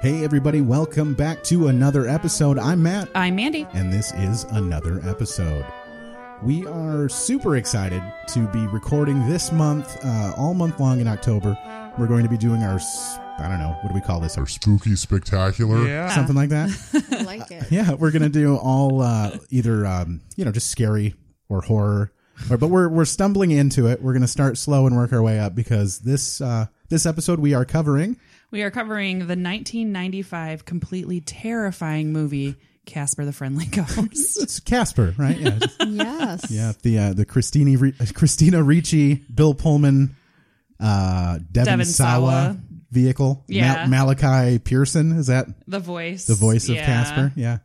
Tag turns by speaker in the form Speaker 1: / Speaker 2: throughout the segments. Speaker 1: Hey, everybody, welcome back to another episode. I'm Matt,
Speaker 2: I'm Mandy.
Speaker 1: and this is another episode. We are super excited to be recording this month, uh, all month long in October. We're going to be doing our, s- I don't know, what do we call this? Our s-
Speaker 3: spooky spectacular.
Speaker 4: Yeah.
Speaker 1: something like that.
Speaker 4: I like it.
Speaker 1: yeah, we're gonna do all uh, either um, you know just scary or horror, or, but we're we're stumbling into it. We're gonna start slow and work our way up because this uh, this episode we are covering
Speaker 2: We are covering the 1995 completely terrifying movie Casper the Friendly Ghost.
Speaker 1: it's Casper, right? Yeah,
Speaker 4: Yes.
Speaker 1: yeah the uh, the Christina Ri- uh, Christina Ricci, Bill Pullman, uh, Devin,
Speaker 2: Devin
Speaker 1: Sawa,
Speaker 2: Sawa.
Speaker 1: vehicle. Ma-
Speaker 2: Yeah.
Speaker 1: Malachi Pearson is that
Speaker 2: the voice.
Speaker 1: the voice of
Speaker 2: yeah.
Speaker 1: Casper? Yeah,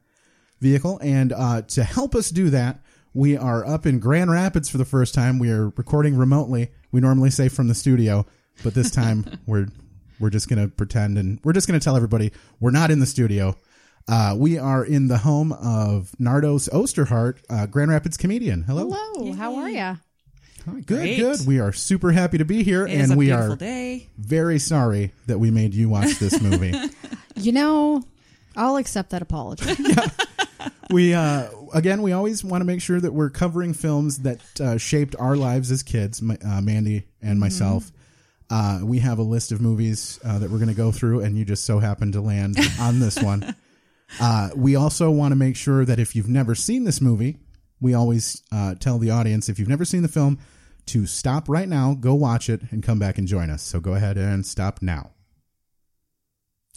Speaker 1: vehicle. And uh, to help us do that, we are up in Grand Rapids for the first time. We are recording remotely. We normally say from the studio, but this time we're we're just gonna pretend and we're just gonna tell everybody we're not in the studio. Uh, we are in the home of Nardos Osterhart, uh, Grand Rapids comedian. Hello.
Speaker 4: Hello. How are you?
Speaker 1: Hi, Good,
Speaker 2: Great.
Speaker 1: good. We are super happy to be here,
Speaker 2: It is
Speaker 1: and
Speaker 2: a
Speaker 1: we
Speaker 2: beautiful
Speaker 1: are
Speaker 2: day.
Speaker 1: very sorry that we made you watch this movie.
Speaker 4: You know, I'll accept that apology.
Speaker 1: we uh, again, we always want to make sure that we're covering films that uh, shaped our lives as kids, my, uh, Mandy and myself.
Speaker 2: Mm-hmm.
Speaker 1: Uh, we have a list of movies uh, that we're going to go through, and you just so happened to land on this one. Uh, we also want to make sure that if you've never seen this movie, we always uh, tell the audience if you've never seen the film to stop right now, go watch it, and come back and join us. So go ahead and stop now.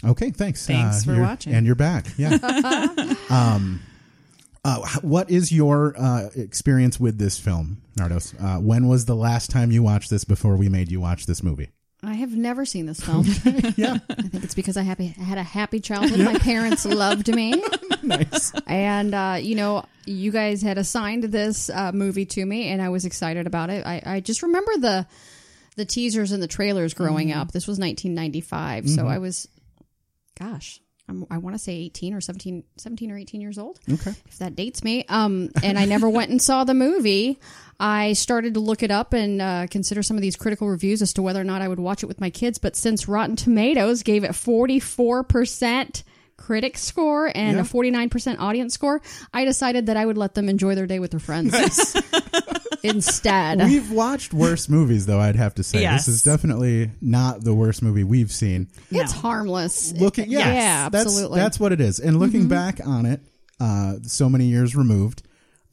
Speaker 1: Okay, thanks. Uh,
Speaker 2: Thanks for
Speaker 1: you're-
Speaker 2: watching.
Speaker 1: And you're back. Yeah. um, uh, h- what is your uh, experience with this film, Nardos? Uh, when was the last time you watched this before we made you watch this movie?
Speaker 4: I have never seen this film. yeah. I think it's because I, happy, I had a happy childhood. My parents loved me.
Speaker 1: nice.
Speaker 4: And, uh, you know, you guys had assigned this uh, movie to me, and I was excited about it. I, I just remember the the teasers and the trailers growing
Speaker 1: Mm-hmm.
Speaker 4: up. This was 1995. So I was, gosh, I'm, I want to say 18 or 17, 17 or 18 years old.
Speaker 1: Okay.
Speaker 4: if that dates me. Um, and I never went and saw the movie. I started to look it up and uh, consider some of these critical reviews as to whether or not I would watch it with my kids. But since Rotten Tomatoes gave it 44% critic score and
Speaker 1: Yeah.
Speaker 4: a 49% audience score, I decided that I would let them enjoy their day with their friends instead.
Speaker 1: We've watched worse movies, though, I'd have to say.
Speaker 2: Yes.
Speaker 1: This is definitely not the worst movie we've seen.
Speaker 4: it's
Speaker 2: No.
Speaker 4: harmless.
Speaker 1: Looking, yeah,
Speaker 4: Yeah,
Speaker 1: that's,
Speaker 4: absolutely.
Speaker 1: That's what it is. And looking back on it, uh, so many years removed,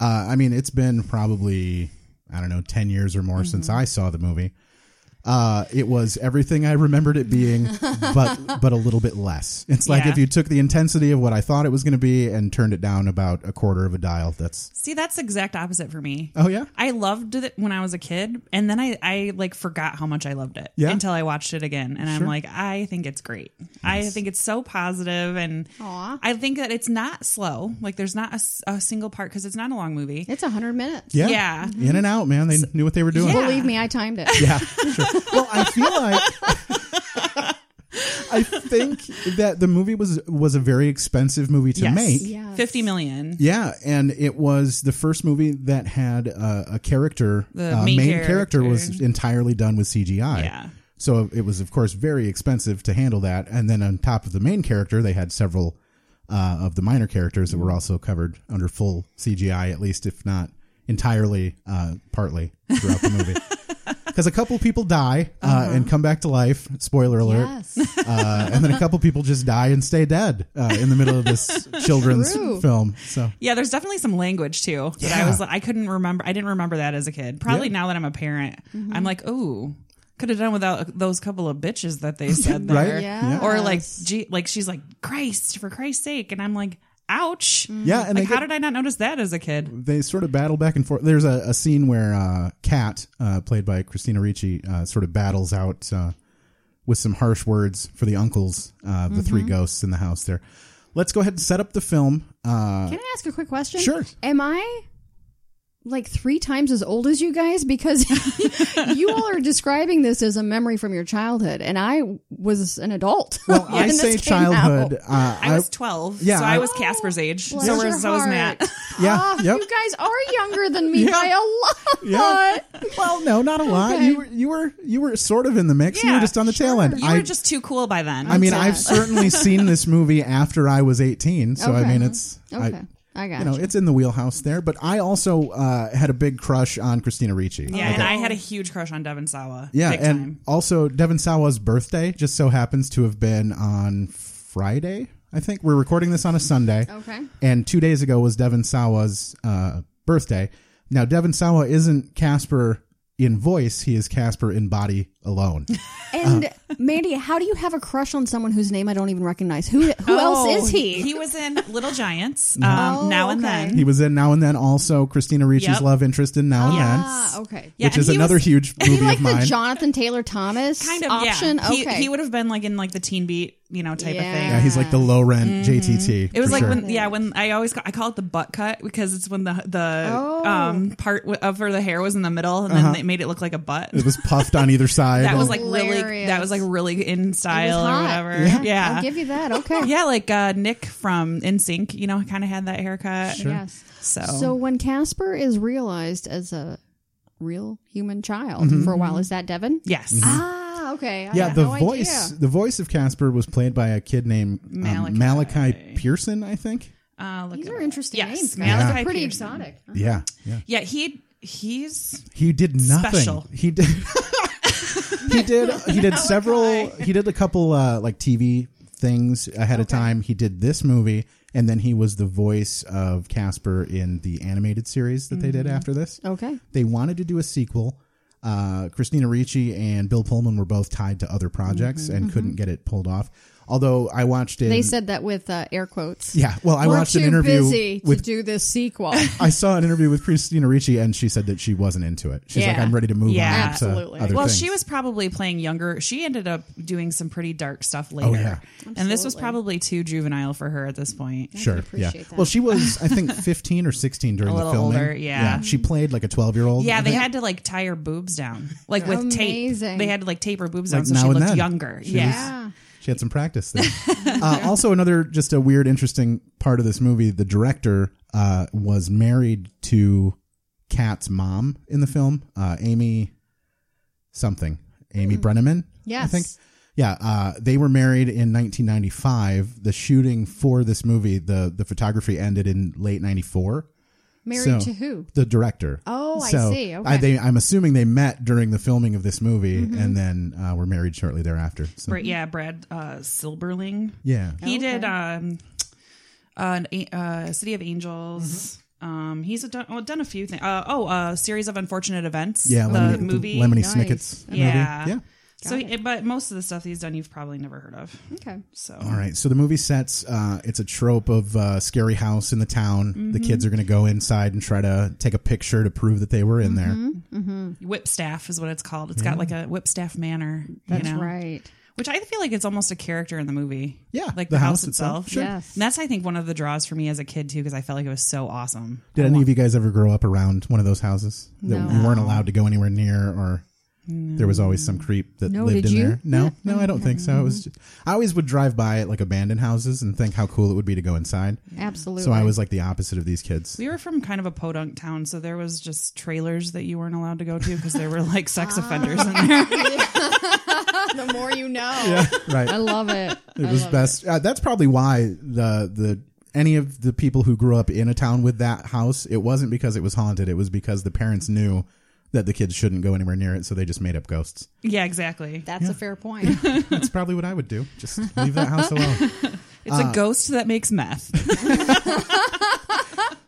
Speaker 1: uh, I mean, it's been probably, I don't know, 10 years or more since I saw the movie. Uh, it was everything I remembered it being, but but a little bit less. It's like
Speaker 2: Yeah.
Speaker 1: if you took the intensity of what I thought it was going to be and turned it down about a quarter of a dial. That's
Speaker 2: See, that's the exact opposite for me.
Speaker 1: oh yeah,
Speaker 2: I loved it when I was a kid, and then I, I like forgot how much I loved it
Speaker 1: Yeah.
Speaker 2: until I watched it again, and I'm like, I think it's great. I think it's so positive, and
Speaker 4: Aw.
Speaker 2: I think that it's not slow. Like, there's not a s- a, single part because it's not a long movie.
Speaker 4: It's 100 minutes.
Speaker 1: yeah,
Speaker 2: Yeah.
Speaker 1: in and out, man. They knew what they were doing.
Speaker 4: Believe me, I timed it.
Speaker 1: Yeah, sure. Well, I feel like I think that the movie was was a very expensive movie to
Speaker 2: Yes.
Speaker 1: make.
Speaker 4: Yes.
Speaker 2: Fifty million.
Speaker 1: Yeah, and it was the first movie that had uh, a character.
Speaker 2: The
Speaker 1: uh,
Speaker 2: main
Speaker 1: character.
Speaker 2: character.
Speaker 1: was entirely done with CGI.
Speaker 2: Yeah.
Speaker 1: So it was, of course, very expensive to handle that. And then on top of the main character, they had several uh, of the minor characters that were also covered under full CGI, at least if not entirely, uh, partly throughout the movie. Because a couple people die uh,
Speaker 2: Uh-huh.
Speaker 1: and come back to life. Spoiler alert
Speaker 4: Yes.
Speaker 1: uh, and then a couple people just die and stay dead uh, in the middle of this children's
Speaker 4: True.
Speaker 1: film. So
Speaker 2: Yeah, there's definitely some language too that I
Speaker 1: Yeah.
Speaker 2: was I couldn't remember. I didn't remember that as a kid. Probably now that I'm a parent,
Speaker 4: Mm-hmm.
Speaker 2: I'm like, ooh, could have done without uh, those couple of bitches that they said
Speaker 1: Right?
Speaker 2: there.
Speaker 4: Yeah.
Speaker 2: Or like,
Speaker 4: Yes.
Speaker 2: gee, like she's like, Christ, for Christ's sake, and I'm like, ouch.
Speaker 4: Mm.
Speaker 1: yeah, and
Speaker 2: Like,
Speaker 1: they
Speaker 2: how
Speaker 1: get-
Speaker 2: did I not notice that as a kid?
Speaker 1: they sort of battle back and forth. There's a, a scene where uh, Kat, uh, played by Christina Ricci, uh, sort of battles out uh, with some harsh words for the uncles, uh,
Speaker 4: Mm-hmm.
Speaker 1: the three ghosts in the house. There. Let's go ahead and set up the film. Uh,
Speaker 4: Can I ask a quick question?
Speaker 1: Sure.
Speaker 4: Am I like three times as old as you guys because you all are describing this as a memory from your childhood, and I was an adult.
Speaker 1: Well,
Speaker 4: when
Speaker 1: I
Speaker 4: this
Speaker 1: say
Speaker 4: came
Speaker 1: childhood.
Speaker 4: out.
Speaker 1: Uh,
Speaker 2: I was 12,
Speaker 1: Yeah,
Speaker 2: so I,
Speaker 1: I-
Speaker 2: was Casper's age.
Speaker 4: Oh, Bless
Speaker 2: So
Speaker 4: your
Speaker 2: was, so was
Speaker 4: heart.
Speaker 2: Matt.
Speaker 1: Yeah,
Speaker 4: Ah,
Speaker 1: yep.
Speaker 4: You guys are younger than me
Speaker 1: Yeah.
Speaker 4: by a lot.
Speaker 1: Yeah. well, no, not a lot.
Speaker 4: Okay.
Speaker 1: You were you were you were sort of in the mix. you
Speaker 2: Yeah,
Speaker 1: were just on the tail end.
Speaker 2: You
Speaker 1: I,
Speaker 2: were just too cool by then.
Speaker 1: I mean,
Speaker 4: sad.
Speaker 1: I've certainly seen this movie after I was 18, so I
Speaker 4: Okay.
Speaker 1: mean, it's
Speaker 4: Okay,
Speaker 1: I,
Speaker 4: I, got
Speaker 1: you know, it's in the wheelhouse there. But I also uh, had a big crush on Christina Ricci.
Speaker 2: yeah,
Speaker 1: Like
Speaker 2: and
Speaker 1: a-
Speaker 2: I had a huge crush on Devon Sawa.
Speaker 1: yeah,
Speaker 2: big
Speaker 1: and
Speaker 2: time.
Speaker 1: also Devon Sawa's birthday just so happens to have been on Friday. I think we're recording this on a Sunday.
Speaker 4: Okay.
Speaker 1: And two days ago was Devon Sawa's uh, birthday. Now Devon Sawa isn't Casper in voice; he is Casper in body alone.
Speaker 4: And Mandy, how do you have a crush on someone whose name I don't even recognize? Who who else is he?
Speaker 2: Oh, He was in Little Giants. Um,
Speaker 4: Oh,
Speaker 2: now and
Speaker 4: okay.
Speaker 2: then.
Speaker 1: he was in Now and Then. Also, Christina Ricci's
Speaker 2: Yep.
Speaker 1: love interest in Now and Then.
Speaker 4: ah, okay.
Speaker 2: Yeah,
Speaker 1: which
Speaker 2: and
Speaker 1: is
Speaker 2: he
Speaker 1: another
Speaker 2: was
Speaker 1: huge
Speaker 4: Is
Speaker 1: movie
Speaker 4: he like
Speaker 1: of mine.
Speaker 4: the Jonathan Taylor Thomas
Speaker 2: kind of
Speaker 4: option?
Speaker 2: Yeah. He,
Speaker 4: okay.
Speaker 2: he would have been like in like the Teen Beat, you know, type of thing.
Speaker 1: yeah, he's like the low rent JTT.
Speaker 2: Mm-hmm. It was
Speaker 1: for
Speaker 2: like
Speaker 1: sure.
Speaker 2: when, yeah, when I always call, I call it the butt cut because it's when the the
Speaker 4: Oh.
Speaker 2: um, part w- of her the hair was in the middle and
Speaker 1: Uh-huh.
Speaker 2: then they made it look like a butt.
Speaker 1: it was puffed on either side.
Speaker 2: That was
Speaker 1: Oh,
Speaker 2: like really
Speaker 4: Hilarious.
Speaker 2: that was like really in
Speaker 4: It was
Speaker 2: style or
Speaker 4: hot.
Speaker 2: whatever.
Speaker 1: Yeah.
Speaker 2: Yeah,
Speaker 4: I'll give you that. Okay.
Speaker 2: yeah, like uh, Nick from NSYNC, you know, kind of had that haircut.
Speaker 4: Yes.
Speaker 2: So,
Speaker 1: Oh.
Speaker 4: So when Casper is realized as a real human child for a while, is that Devin?
Speaker 2: yes,
Speaker 4: Ah, okay. I
Speaker 1: Mm-hmm. yeah.
Speaker 4: had
Speaker 1: The
Speaker 4: no
Speaker 1: voice,
Speaker 4: idea.
Speaker 1: the voice of Casper was played by a kid named um, Malachi.
Speaker 2: Malachi.
Speaker 1: Pearson, I think.
Speaker 2: uh, look
Speaker 4: These
Speaker 2: it
Speaker 4: are
Speaker 2: up.
Speaker 4: interesting
Speaker 2: Yes,
Speaker 4: names. guys.
Speaker 2: Malachi
Speaker 4: They're pretty
Speaker 2: Pearson.
Speaker 4: exotic.
Speaker 1: Yeah, yeah.
Speaker 2: Yeah, he he's
Speaker 1: He did nothing.
Speaker 2: Special.
Speaker 1: He did. he did. He did several. He did a couple uh, like TV things ahead of time. He did this movie, and then he was the voice of Casper in the animated series that they did
Speaker 2: Mm-hmm.
Speaker 1: after this.
Speaker 4: Okay.
Speaker 1: They wanted to do a sequel. Uh, Christina Ricci and Bill Pullman were both tied to other projects and couldn't get it pulled off. Although I watched it.
Speaker 4: Mm-hmm. They said that with uh, air quotes.
Speaker 1: yeah, well, I
Speaker 4: We're
Speaker 1: watched an
Speaker 4: too
Speaker 1: interview
Speaker 4: busy
Speaker 1: with.
Speaker 4: to do this sequel.
Speaker 1: I saw an interview with Christina Ricci, and she said that she wasn't into it. She's like,
Speaker 4: Yeah.
Speaker 1: "I'm ready to move
Speaker 2: Yeah.
Speaker 1: on."
Speaker 4: Absolutely.
Speaker 1: To other
Speaker 2: well,
Speaker 1: things.
Speaker 2: she was probably playing younger. She ended up doing some pretty dark stuff later,
Speaker 1: Oh, yeah.
Speaker 2: and this was
Speaker 4: Absolutely.
Speaker 2: probably too juvenile for her at this point.
Speaker 1: Sure.
Speaker 4: appreciate
Speaker 1: yeah.
Speaker 4: that.
Speaker 1: Well, she was, I think, 15 or 16 during
Speaker 2: A
Speaker 1: the
Speaker 2: little
Speaker 1: filming.
Speaker 2: older, yeah.
Speaker 1: She played like a 12 year old.
Speaker 2: Yeah, they had to like tie her boobs down, like with
Speaker 4: Amazing.
Speaker 2: tape. They had to like tape her boobs
Speaker 1: Like
Speaker 2: down so
Speaker 1: now
Speaker 2: she
Speaker 1: and
Speaker 2: looked
Speaker 1: then.
Speaker 2: younger.
Speaker 1: She
Speaker 2: yeah.
Speaker 4: yeah.
Speaker 1: She had some practice there. uh, also, another just a weird, interesting part of this movie the director uh, was married to Kat's mom in the film, uh, Amy something, Amy Brenneman. I
Speaker 4: Hmm. Yes.
Speaker 1: think. Yeah, uh, they were married in 1995. The shooting for this movie, the the photography ended in late '94.
Speaker 4: Married
Speaker 1: So-
Speaker 4: to who?
Speaker 1: the director.
Speaker 4: Oh, I
Speaker 1: So,
Speaker 4: see. Okay. Mm-hmm.
Speaker 1: I, they, I'm assuming they met during the filming of this movie, and then uh, were married shortly thereafter. So
Speaker 2: Br- yeah, Brad uh, Silberling.
Speaker 1: yeah,
Speaker 2: He did
Speaker 4: Okay.
Speaker 2: um, an, a- uh, City of
Speaker 1: Mm-hmm.
Speaker 2: Angels. Um, he's done, well, done a few things. Uh, oh, uh, series of unfortunate events.
Speaker 1: yeah,
Speaker 2: the
Speaker 1: Lemony,
Speaker 2: movie.
Speaker 1: the Lemony
Speaker 4: Nice.
Speaker 1: Snicket's movie.
Speaker 2: Yeah.
Speaker 1: yeah.
Speaker 2: So, eh, but most of the stuff he's done, you've probably never heard of.
Speaker 4: Okay.
Speaker 2: So,
Speaker 1: All right, so the movie sets. Uh, it's a trope of uh, scary house in the town.
Speaker 4: Mm-hmm.
Speaker 1: The kids are going to go inside and try to take a picture to prove that they were in
Speaker 4: Mm-hmm.
Speaker 1: there.
Speaker 2: Whipstaff is what it's called. It's got like a Whipstaff manor.
Speaker 4: That's
Speaker 2: you know?
Speaker 4: right.
Speaker 2: Which I feel like it's almost a character in the movie.
Speaker 1: Yeah,
Speaker 2: Like the, house, itself.
Speaker 1: sure.
Speaker 4: Yes.
Speaker 2: And that's, I think, one of the draws for me as a kid, too, because I felt like it was so awesome.
Speaker 1: Did any of you guys ever grow up around one of those houses that
Speaker 4: No.
Speaker 1: you weren't allowed to go anywhere near, or there was always some creep that
Speaker 4: No,
Speaker 1: lived
Speaker 4: did
Speaker 1: in
Speaker 4: you?
Speaker 1: there? No, no, I don't think so. It was. Just, I always would drive by like abandoned houses and think how cool it would be to go inside.
Speaker 4: Absolutely.
Speaker 1: So I was like the opposite of these kids.
Speaker 2: We were from kind of a podunk town, so there was just trailers that you weren't allowed to go to because there were like sex offenders in there.
Speaker 4: the more you know. I
Speaker 1: right.
Speaker 4: love it.
Speaker 1: It was best. Uh, that's probably why the the any of the people who grew up in a town with that house, it wasn't because it was haunted. It was because the parents knew that the kids shouldn't go anywhere near it, so they just made up ghosts.
Speaker 2: yeah, exactly.
Speaker 4: That's a fair point.
Speaker 1: That's probably what I would do. Just leave that house alone.
Speaker 2: It's a ghost that makes meth.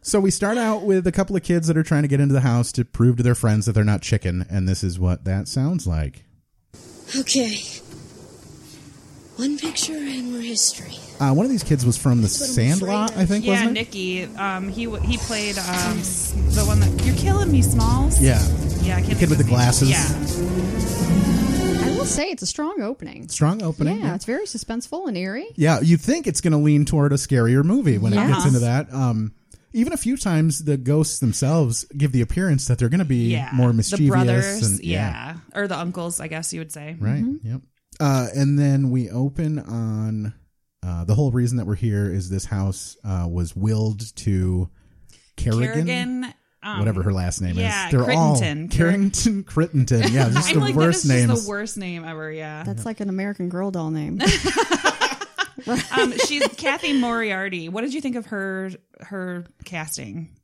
Speaker 1: So we start out with a couple of kids that are trying to get into the house to prove to their friends that they're not chicken, and this is what that sounds like.
Speaker 3: Okay. One picture and we're history.
Speaker 1: Uh, one of these kids was from the Sandlot, I think,
Speaker 2: yeah,
Speaker 1: wasn't it?
Speaker 2: Nikki. Um, he w- he played um, s- the one that you're killing me, Smalls.
Speaker 1: Yeah,
Speaker 2: yeah. I can't
Speaker 1: Kid
Speaker 2: think
Speaker 1: with the
Speaker 2: of his name.
Speaker 1: glasses.
Speaker 2: Yeah,
Speaker 4: I will say it's a strong opening.
Speaker 1: strong opening.
Speaker 4: Yeah, it's very suspenseful and eerie.
Speaker 1: Yeah, you think it's going to lean toward a scarier movie when it
Speaker 4: Yes.
Speaker 1: gets into that. Um, even a few times the ghosts themselves give the appearance that they're going to be
Speaker 2: yeah,
Speaker 1: more mischievous.
Speaker 2: The brothers, Mm-hmm.
Speaker 1: and,
Speaker 2: yeah. or the uncles, I guess you would say.
Speaker 1: Right. Yep. Uh, and then we open on uh, the whole reason that we're here is this house uh, was willed to Kerrigan,
Speaker 2: Kerrigan, um,
Speaker 1: whatever her last name
Speaker 2: yeah,
Speaker 1: is. They're all
Speaker 2: Crittenton.
Speaker 1: Carrington Crittenton. Yeah, just
Speaker 2: I'm
Speaker 1: the
Speaker 2: like, that is
Speaker 1: worst
Speaker 2: just
Speaker 1: names.
Speaker 2: the worst name ever. Yeah.
Speaker 4: That's like an American Girl doll name.
Speaker 2: Um, she's Kathy Moriarty. What did you think of her her casting?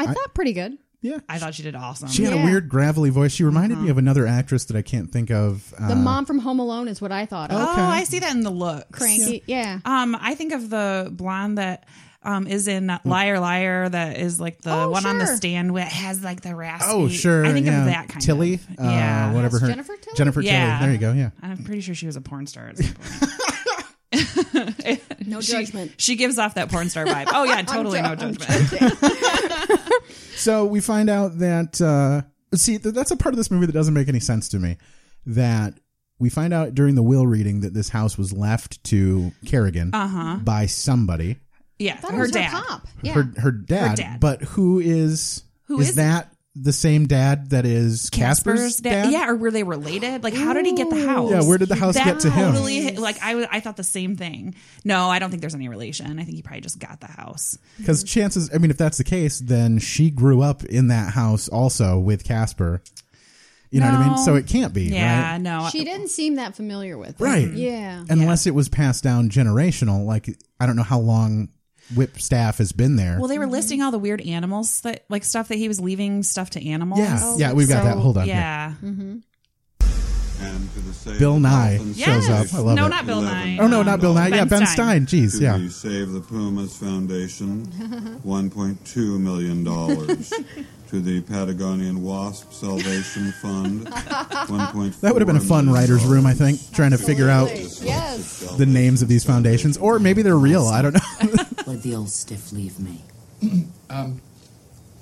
Speaker 4: I thought pretty good.
Speaker 1: yeah.
Speaker 2: I thought she did awesome.
Speaker 1: She had a
Speaker 4: Yeah.
Speaker 1: weird gravelly voice. She reminded
Speaker 2: Uh-huh.
Speaker 1: me of another actress that I can't think of. Uh,
Speaker 4: The mom from Home Alone is what I thought of.
Speaker 2: oh, I see that in the look.
Speaker 4: Cranky. Yeah.
Speaker 2: Um, I think of the blonde that um is in
Speaker 1: Mm.
Speaker 2: Liar Liar that is like the
Speaker 4: Oh,
Speaker 2: one on the
Speaker 4: sure.
Speaker 2: stand that has like the raspy.
Speaker 1: oh, sure.
Speaker 2: I think
Speaker 1: yeah.
Speaker 2: of that kind
Speaker 1: Tilly.
Speaker 2: of.
Speaker 1: Uh,
Speaker 2: yeah.
Speaker 1: Whatever
Speaker 4: That's
Speaker 1: her.
Speaker 4: Jennifer Tilly?
Speaker 1: Jennifer
Speaker 2: Yeah.
Speaker 1: Tilly. There you go. Yeah.
Speaker 2: I'm pretty sure she was a porn star at some point.
Speaker 4: No judgment.
Speaker 2: she gives off that porn star vibe. Oh yeah, totally no judgment.
Speaker 1: So we find out that uh, see th- that's a part of this movie that doesn't make any sense to me. That we find out during the will reading that this house was left to Kerrigan
Speaker 2: Uh-huh.
Speaker 1: by somebody,
Speaker 2: Yeah,
Speaker 4: That
Speaker 2: her
Speaker 4: was
Speaker 2: dad.
Speaker 4: her pop. Yeah.
Speaker 1: her her dad,
Speaker 2: dad.
Speaker 1: But who is
Speaker 2: Who
Speaker 1: is
Speaker 2: is-
Speaker 1: that? The same dad that is Casper's,
Speaker 2: Casper's
Speaker 1: dad.
Speaker 2: Yeah, or were they related? Like, how did he get the house?
Speaker 1: Yeah, where did the house
Speaker 2: that
Speaker 1: get to him?
Speaker 2: Totally, hit- like I, w- I thought the same thing. No, I don't think there's any relation. I think he probably just got the house.
Speaker 1: Because chances, I mean, if that's the case, then she grew up in that house also with Casper. You know what I mean?
Speaker 2: No.
Speaker 1: So it can't be,
Speaker 2: Yeah,
Speaker 1: right?
Speaker 2: no,
Speaker 4: She didn't seem that familiar with it.
Speaker 1: Right.
Speaker 4: Yeah.
Speaker 1: Unless it was passed down generational. Like, I don't know how long Whip staff has been there.
Speaker 2: Well, they were listing all the weird animals that, like, stuff that he was leaving stuff to animals.
Speaker 1: yeah,
Speaker 4: Oh.
Speaker 1: yeah, we've got
Speaker 4: so-
Speaker 1: that. Hold on. here.
Speaker 2: yeah.
Speaker 4: Mm-hmm.
Speaker 5: And to the same
Speaker 1: Bill Nye
Speaker 2: Yes.
Speaker 1: shows up. I love
Speaker 2: no,
Speaker 1: it.
Speaker 2: not Bill Nye.
Speaker 1: Oh, no, not Bill Nye. yeah, Ben Stein. Jeez,
Speaker 5: to
Speaker 1: yeah.
Speaker 5: the Save the Pumas Foundation, $1.2 million. to the Patagonian Wasp Salvation Fund, 1.4
Speaker 1: That would have been a fun
Speaker 5: million
Speaker 1: writer's room, I think, trying to figure out
Speaker 4: Yes.
Speaker 1: the names of these foundations. Or maybe they're real. I don't know.
Speaker 6: What'd the old stiff leave me?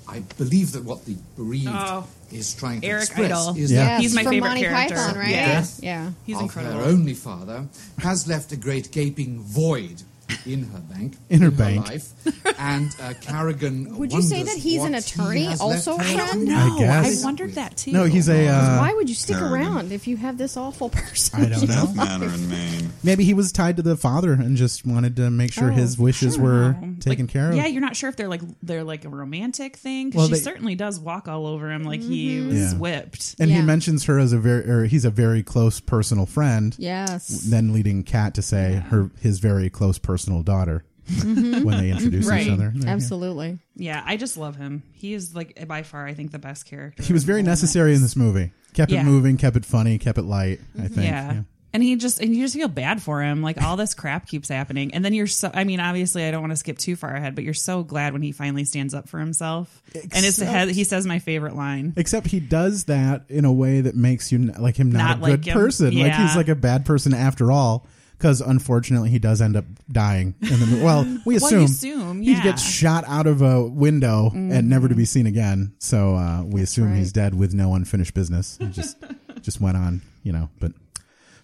Speaker 7: I believe that what the bereaved
Speaker 2: Oh.
Speaker 7: is trying to
Speaker 2: Eric
Speaker 7: express
Speaker 2: Idle.
Speaker 7: is
Speaker 1: Yeah.
Speaker 7: that
Speaker 4: Yes,
Speaker 2: He's my
Speaker 4: from
Speaker 2: favorite
Speaker 4: Monty
Speaker 2: character.
Speaker 4: Python, right?
Speaker 2: Yeah.
Speaker 4: Yeah.
Speaker 2: He's
Speaker 7: of her
Speaker 2: incredible.
Speaker 7: only father has left a great gaping void in her bank,
Speaker 1: In her bank.
Speaker 7: life, and uh, Kerrigan.
Speaker 4: Would you say
Speaker 7: wonders
Speaker 4: that he's an
Speaker 7: what he
Speaker 4: attorney
Speaker 7: has
Speaker 4: also,
Speaker 7: left her.
Speaker 4: Ken?
Speaker 2: No,
Speaker 1: I guess.
Speaker 2: I wondered that too.
Speaker 1: no, he's a. Uh,
Speaker 4: Why would you stick
Speaker 5: Kerrigan.
Speaker 4: around if you have this awful person?
Speaker 1: I don't know.
Speaker 5: Death Manor in Maine.
Speaker 1: Maybe he was tied to the father and just wanted to make sure
Speaker 4: Oh,
Speaker 1: his wishes were taken care of.
Speaker 2: Yeah, you're not sure if they're like they're like a romantic thing. 'cause
Speaker 1: Well,
Speaker 2: she
Speaker 1: they-
Speaker 2: certainly does walk all over him like he was
Speaker 1: Yeah.
Speaker 2: whipped.
Speaker 1: and he
Speaker 4: Yeah.
Speaker 1: mentions her as a very, or he's a very close personal friend.
Speaker 4: Yes.
Speaker 1: Then leading Kat to say her his very close personal daughter when they introduce
Speaker 2: Right.
Speaker 1: each other. There you go.
Speaker 4: Absolutely.
Speaker 2: Yeah, I just love him. He is like by far, I think, the best character.
Speaker 1: He was very
Speaker 2: in the whole
Speaker 1: necessary in this movie. Kept
Speaker 2: Yeah.
Speaker 1: it moving, kept it funny, kept it light. I think.
Speaker 2: Yeah. And he just and you just feel bad for him. Like all this crap keeps happening. And then you're so I mean, obviously I don't want to skip too far ahead, but you're so glad when he finally stands up for himself. and it's
Speaker 1: Except-
Speaker 2: he says my favorite line.
Speaker 1: Except he does that in a way that makes you n- like him not,
Speaker 2: Not
Speaker 1: a
Speaker 2: like
Speaker 1: good
Speaker 2: him.
Speaker 1: person. Like
Speaker 2: Yeah.
Speaker 1: he's like a bad person after all. Because unfortunately, he does end up dying. In the, mo- well, we
Speaker 2: Well,
Speaker 1: assume,
Speaker 2: you assume,
Speaker 1: he
Speaker 2: yeah. Mm-hmm.
Speaker 1: gets shot out of a window and never to be seen again. So uh, we assume
Speaker 4: right.
Speaker 1: he's dead with no unfinished business. It just just went on, you know. But